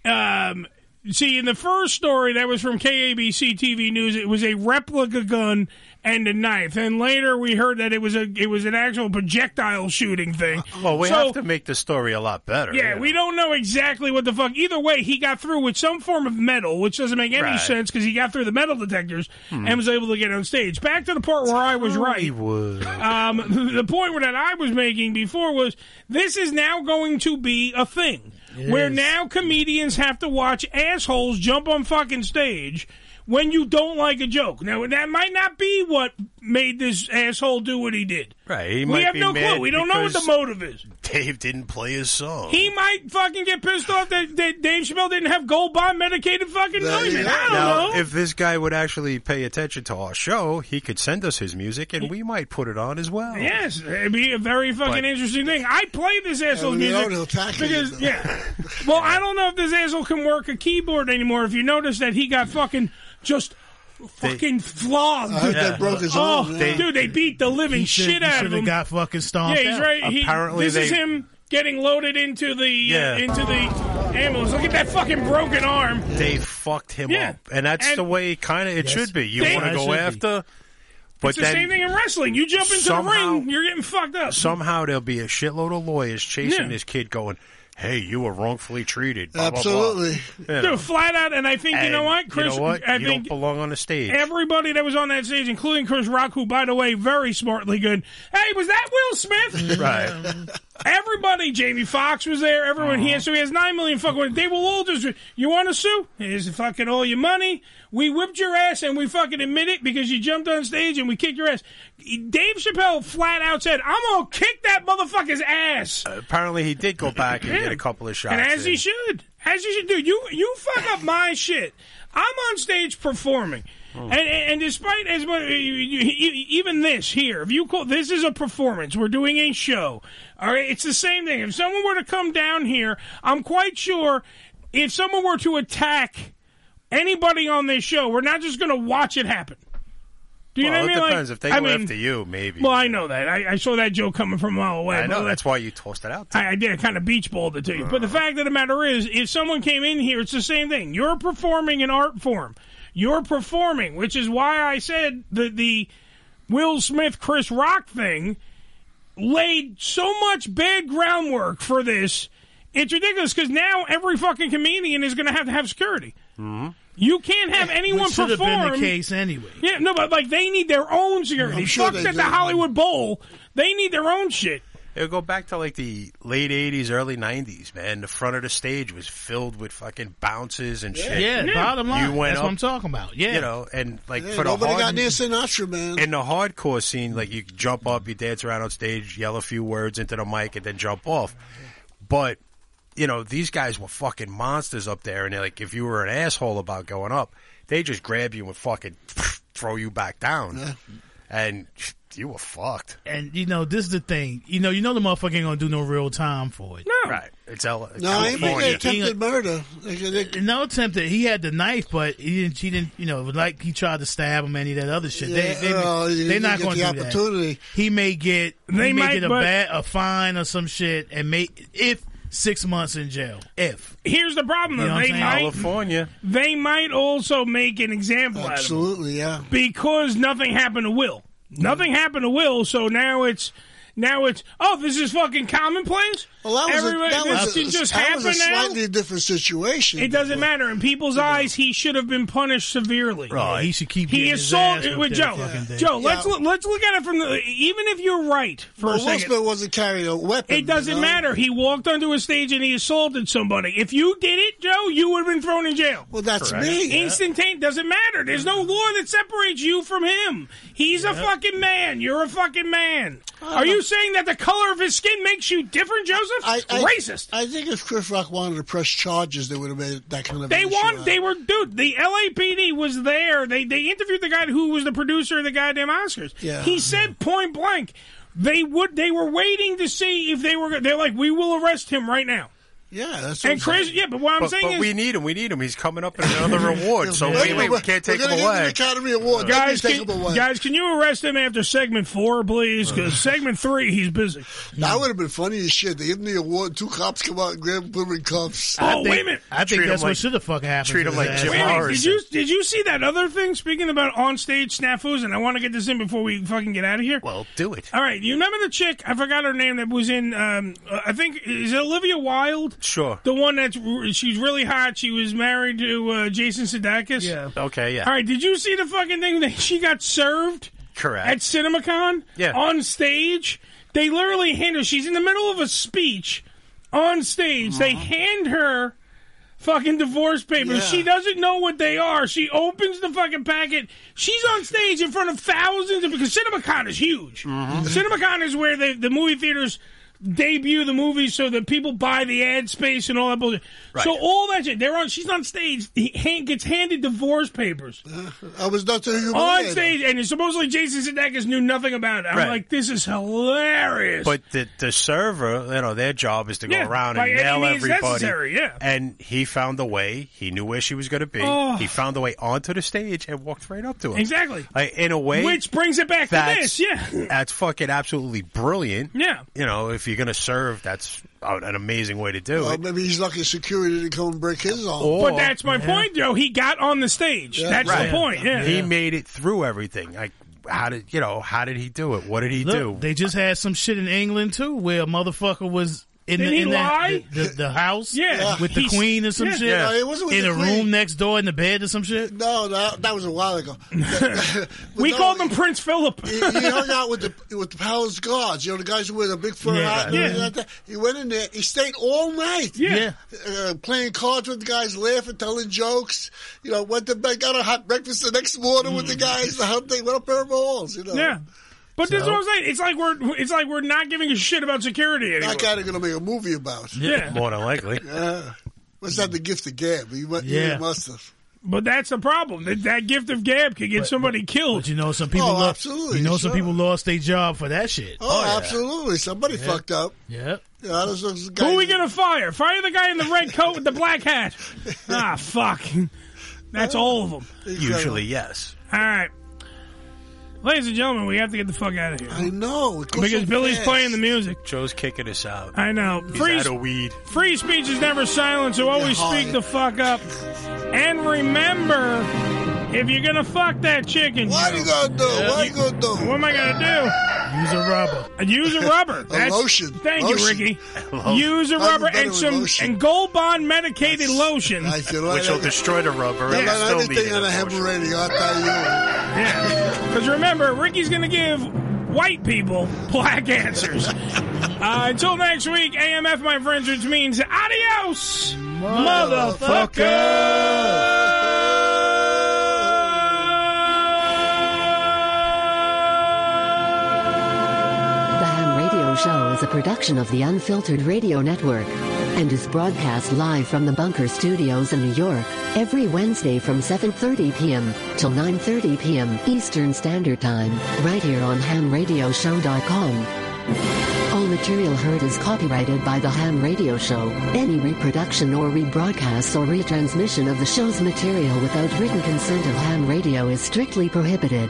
um, see in the first story that was from KABC TV News? It was a replica gun and a knife. And later we heard that it was a it was an actual projectile shooting thing.
well, we
So-
have to make the story a lot better.
yeah, we don't know exactly what the fuck. Either way, he got through with some form of metal, which doesn't make any
Right.
sense because he got through the metal detectors
Hmm.
and was able to get on stage. Back to the part where I was right.
Hollywood.
Um, the point that I was making before was this is now going to be a thing
It
where
is.
now comedians have to watch assholes jump on fucking stage when you don't like a joke. Now that might not be what made this asshole do what he did.
Right. he
we
might
have
be
no
mad
clue. We don't know what the
because
motive is.
Dave didn't play his song.
He might fucking get pissed off that, that Dave Chappelle didn't have gold bond medicated fucking Neumann. I don't
now,
know.
if this guy would actually pay attention to our show, he could send us his music and we might put it on as well.
Yes, it'd be a very fucking
But-
interesting thing. I play this asshole
we
music
know he'll tackle you,
because yeah. Well, I don't know if this asshole can work a keyboard anymore. If you notice that he got fucking just fucking flogged.
I heard they Yeah. broke his
oh,
arm, yeah.
dude, they beat the living shit out of him.
Got fucking stomped.
yeah, he's
out.
right. He, this is him getting loaded into the
Yeah.
uh, into the ambulance. Look at that fucking broken arm.
They fucked him
Yeah.
up. And that's
And-
the way kind of it
Yes.
should be. You
They-
want to
It
go
should be.
after, but
it's the
then
same thing in wrestling. You jump into the
somehow-
ring, you're getting fucked up.
somehow there'll be a shitload of lawyers chasing
Yeah.
this kid going, hey, you were wrongfully treated. Blah,
Absolutely.
Blah, blah. You know.
Dude, flat out, and I think you know
And
what, Chris.
You know what?
I
you
think
don't belong on the stage.
everybody that was on that stage, including Chris Rock, who, by the way, very smartly good. Hey, was that Will Smith?
Right.
Everybody, Jamie Foxx was there. Everyone
Uh-huh.
here, so he has nine million fucking. They will all just. You want to sue? Here's fucking all your money. We whipped your ass and we fucking admit it because you jumped on stage and we kicked your ass. Dave Chappelle flat out said, "I'm gonna kick that motherfucker's ass."
Uh, Apparently, he did go back and
Yeah.
get a couple of shots.
And as
in.
he should. As he should do. You you fuck up my shit. I'm on stage performing.
Oh.
And, and, and despite as much, even this here, if you call this is a performance, we're doing a show. All right, it's the same thing. If someone were to come down here, I'm quite sure if someone were to attack anybody on this show, we're not just going to watch it happen. Do you
well,
know what I
it
mean? Like,
depends. if they
I
go
mean-
after you, maybe.
Well, I know that. I, I saw that joke coming from a mile away.
I know.
but-
That's why you tossed it out.
I, I did. I kind of beach balled it to you. But the
Uh-huh.
fact of the matter is, if someone came in here, it's the same thing. You're performing an art form. You're performing, which is why I said the the Will Smith Chris Rock thing laid so much bad groundwork for this. It's ridiculous because now every fucking comedian is going to have to have security.
Hmm?
Mm-hmm.
You can't have anyone
Which should
perform.
have been the case anyway.
Yeah, no, but like they need their own security.
I'm sure
Fuck
they
at the
do.
Hollywood Bowl. They need their own shit.
It would go back to like the late '80s, early '90s. Man, the front of the stage was filled with fucking bounces and shit.
Yeah, bottom line.
you went
That's
up,
what I'm talking about. Yeah.
you know, and like
Yeah,
for the
nobody
hard,
got near Sinatra, man.
in the hardcore scene, like you jump up, you dance around on stage, yell a few words into the mic, and then jump off. But you know, these guys were fucking monsters up there, and they're like, if you were an asshole about going up, they just grab you and fucking throw you back down, and you were fucked.
And you know, this is the thing. You know, you know the motherfucker ain't gonna do no real time for it.
No,
right? It's L-
No, I ain't think they
California.
attempted murder.
no attempted. He had the knife, but he didn't. He didn't. You know, like he tried to stab him, any of that other shit.
Yeah,
they, they,
oh, he
they're
didn't
not
get
going to
the
do
opportunity.
That. He may get.
They
he may
might,
get a
but-
bad, a fine or some shit, and may if six months in jail. If
Here's the problem.
You know
though.
what I'm
they
saying?
might,
California.
They might also make an example
Absolutely, Mm-hmm.
out of him because nothing happened to Will. Nothing happened to Will, so now it's now it's oh this is fucking commonplace.
Well, that was,
Everybody-
a, that
this
was a,
should just
that was
happen
a
now.
slightly different situation.
It doesn't matter. In people's eyes, he should have been punished severely.
Right. He should keep
He
getting his ass
assaulted
whooped
with
every
Joe.
fucking day.
Joe,
Yeah.
let's look, let's look at it from the. Even if you're right for
But
a
Will
second,
Smith wasn't carrying a weapon.
it doesn't
you know?
matter. He walked onto a stage and he assaulted somebody. If you did it, Joe, you would have been thrown in jail. Well,
that's Correct. me.
Instantaneous doesn't matter. There's no law that separates you from him. He's a fucking man. You're a fucking man. Are you saying that the color of his skin makes you different, Joseph? Racist.
I think if Chris Rock wanted to press charges, they would have made that kind of.
They
an issue
won.
out.
They were, dude. The LAPD was there. They they interviewed the guy who was the producer of the goddamn Oscars.
Yeah.
He said point blank, they would. They were waiting to see if they were. They're like, we will arrest him right now.
Yeah, that's
and Chris. Yeah, but what I'm
but,
saying
but
is,
we need him. We need him. He's coming up in another award, so we, we can't take him away.
Guys, can, guys, can you arrest him after segment four, please? Because segment three, he's busy.
That would have been funny as shit. They give him the award. Two cops come out and grab him, put him in cuffs.
Oh, I think- wait a minute.
I think
Treat him
that's
like-
what should have fucking happened.
Treat
to
him
his
like
ass.
Wait a minute, did you did you see that other thing? Speaking about on stage snafus, and I want to get this in before we fucking get out of here.
Well, do it.
All right, you remember the chick? I forgot her name. That was in. Um, uh, I think is it Olivia Wilde.
Sure.
The one that's r- she's really hot. She was married to uh, Jason Sudeikis. Yeah.
Okay, yeah.
All right. Did you see the fucking thing that she got served?
Correct.
At CinemaCon?
Yeah.
On stage. They literally hand her, she's in the middle of a speech on stage. They hand her fucking divorce papers. She doesn't know what they are. She opens the fucking packet. She's on stage in front of thousands of, because CinemaCon is huge. Mm-hmm.
Mm-hmm.
CinemaCon is where the, the movie theaters debut the movie so that people buy the ad space and all that bullshit. So all that shit, they're on, she's on stage, he, hand, gets handed divorce papers.
I was not to
on
humiliate
stage, and supposedly Jason Sudeikis knew nothing about it. I'm
Right.
like, this is hilarious.
But the the server, you know, their job is to go
Yeah,
around
by
and
any
nail
means
everybody.
necessary, yeah.
And he found a way. He knew where she was going to be.
Oh.
He found a way onto the stage and walked right up to her.
Exactly.
Like, in a way,
Which brings it back to
that's
this, yeah.
that's fucking absolutely brilliant.
Yeah.
You know, if you're going to serve, that's uh, an amazing way to do
Well,
it.
maybe he's lucky security didn't come and break his arm.
Or-
but that's my point, though. He got on the stage. that's
Right.
the point. Oh, Yeah.
He made it through everything. Like, how did you know? How did he do it? What did he
Look,
do?
They just had some shit in England too, where a motherfucker was in
Did
the
he
in that-
lie?
the, the, the house
Yeah.
with the
He's-
queen or some
yeah,
shit
no, it wasn't with
in
the
a
queen.
room next door in the bed or some shit.
No, that, that was a while ago.
we called him Prince Philip.
he, he hung out with the with the palace guards. You know, the guys who wear the big fur
Yeah.
hat. And everything
Yeah.
like that. He went in there. He stayed all night.
Yeah.
Uh, playing cards with the guys, laughing, telling jokes. You know, went to bed, got a hot breakfast the next morning with the guys. The whole thing went up in our balls. You know.
Mm. Yeah. But this is
So-
what I'm saying. It's like we're it's like we're not giving a shit about security anymore.
That guy are gonna make a movie about.
Yeah.
More than likely.
Yeah. What's that? The gift of gab. You, mu-
Yeah.
you must have.
But that's the problem. That, that gift of gab could get somebody killed.
you know, some people lo- You know, some people lost their job for that shit.
Oh, absolutely. Somebody
Yeah.
fucked up.
Yeah.
You know, those- those
Who
guys-
are we gonna fire? Fire the guy in the red coat with the black hat. ah, fuck. That's all of them.
Usually, yes.
All right. Ladies and gentlemen, we have to get the fuck out of here. I
know.
Because Billy's playing the music.
Joe's kicking us out.
I know.
He's
Free,
out of weed.
free speech is never silent, so always
Yeah, hi.
speak the fuck up. And remember, if you're gonna fuck that chicken,
What are you gonna do? What are you gonna do?
What am I gonna do?
Use a rubber.
Use a rubber.
A
That's-
lotion.
Thank you,
Lotion.
Ricky.
Lo-
Use a
Nothing
rubber
better
and
with
some
lotion.
and Gold Bond medicated lotion,
Which will destroy the rubber.
Yeah.
and
Let
still
everything
need it,
on a
Ham
unfortunately.
radio, I tell you.
Yeah. Because remember, Ricky's going to give white people black answers. uh, until next week, AMF, my friends, which means adios, motherfucker.
The Ham Radio Show is a production of the Unfiltered Radio Network and is broadcast live from the Bunker Studios in New York every Wednesday from 7:30 p.m. till 9:30 p.m. Eastern Standard Time, right here on hamradioshow.com. All material heard is copyrighted by The Ham Radio Show. Any reproduction or rebroadcast or retransmission of the show's material without written consent of Ham Radio is strictly prohibited.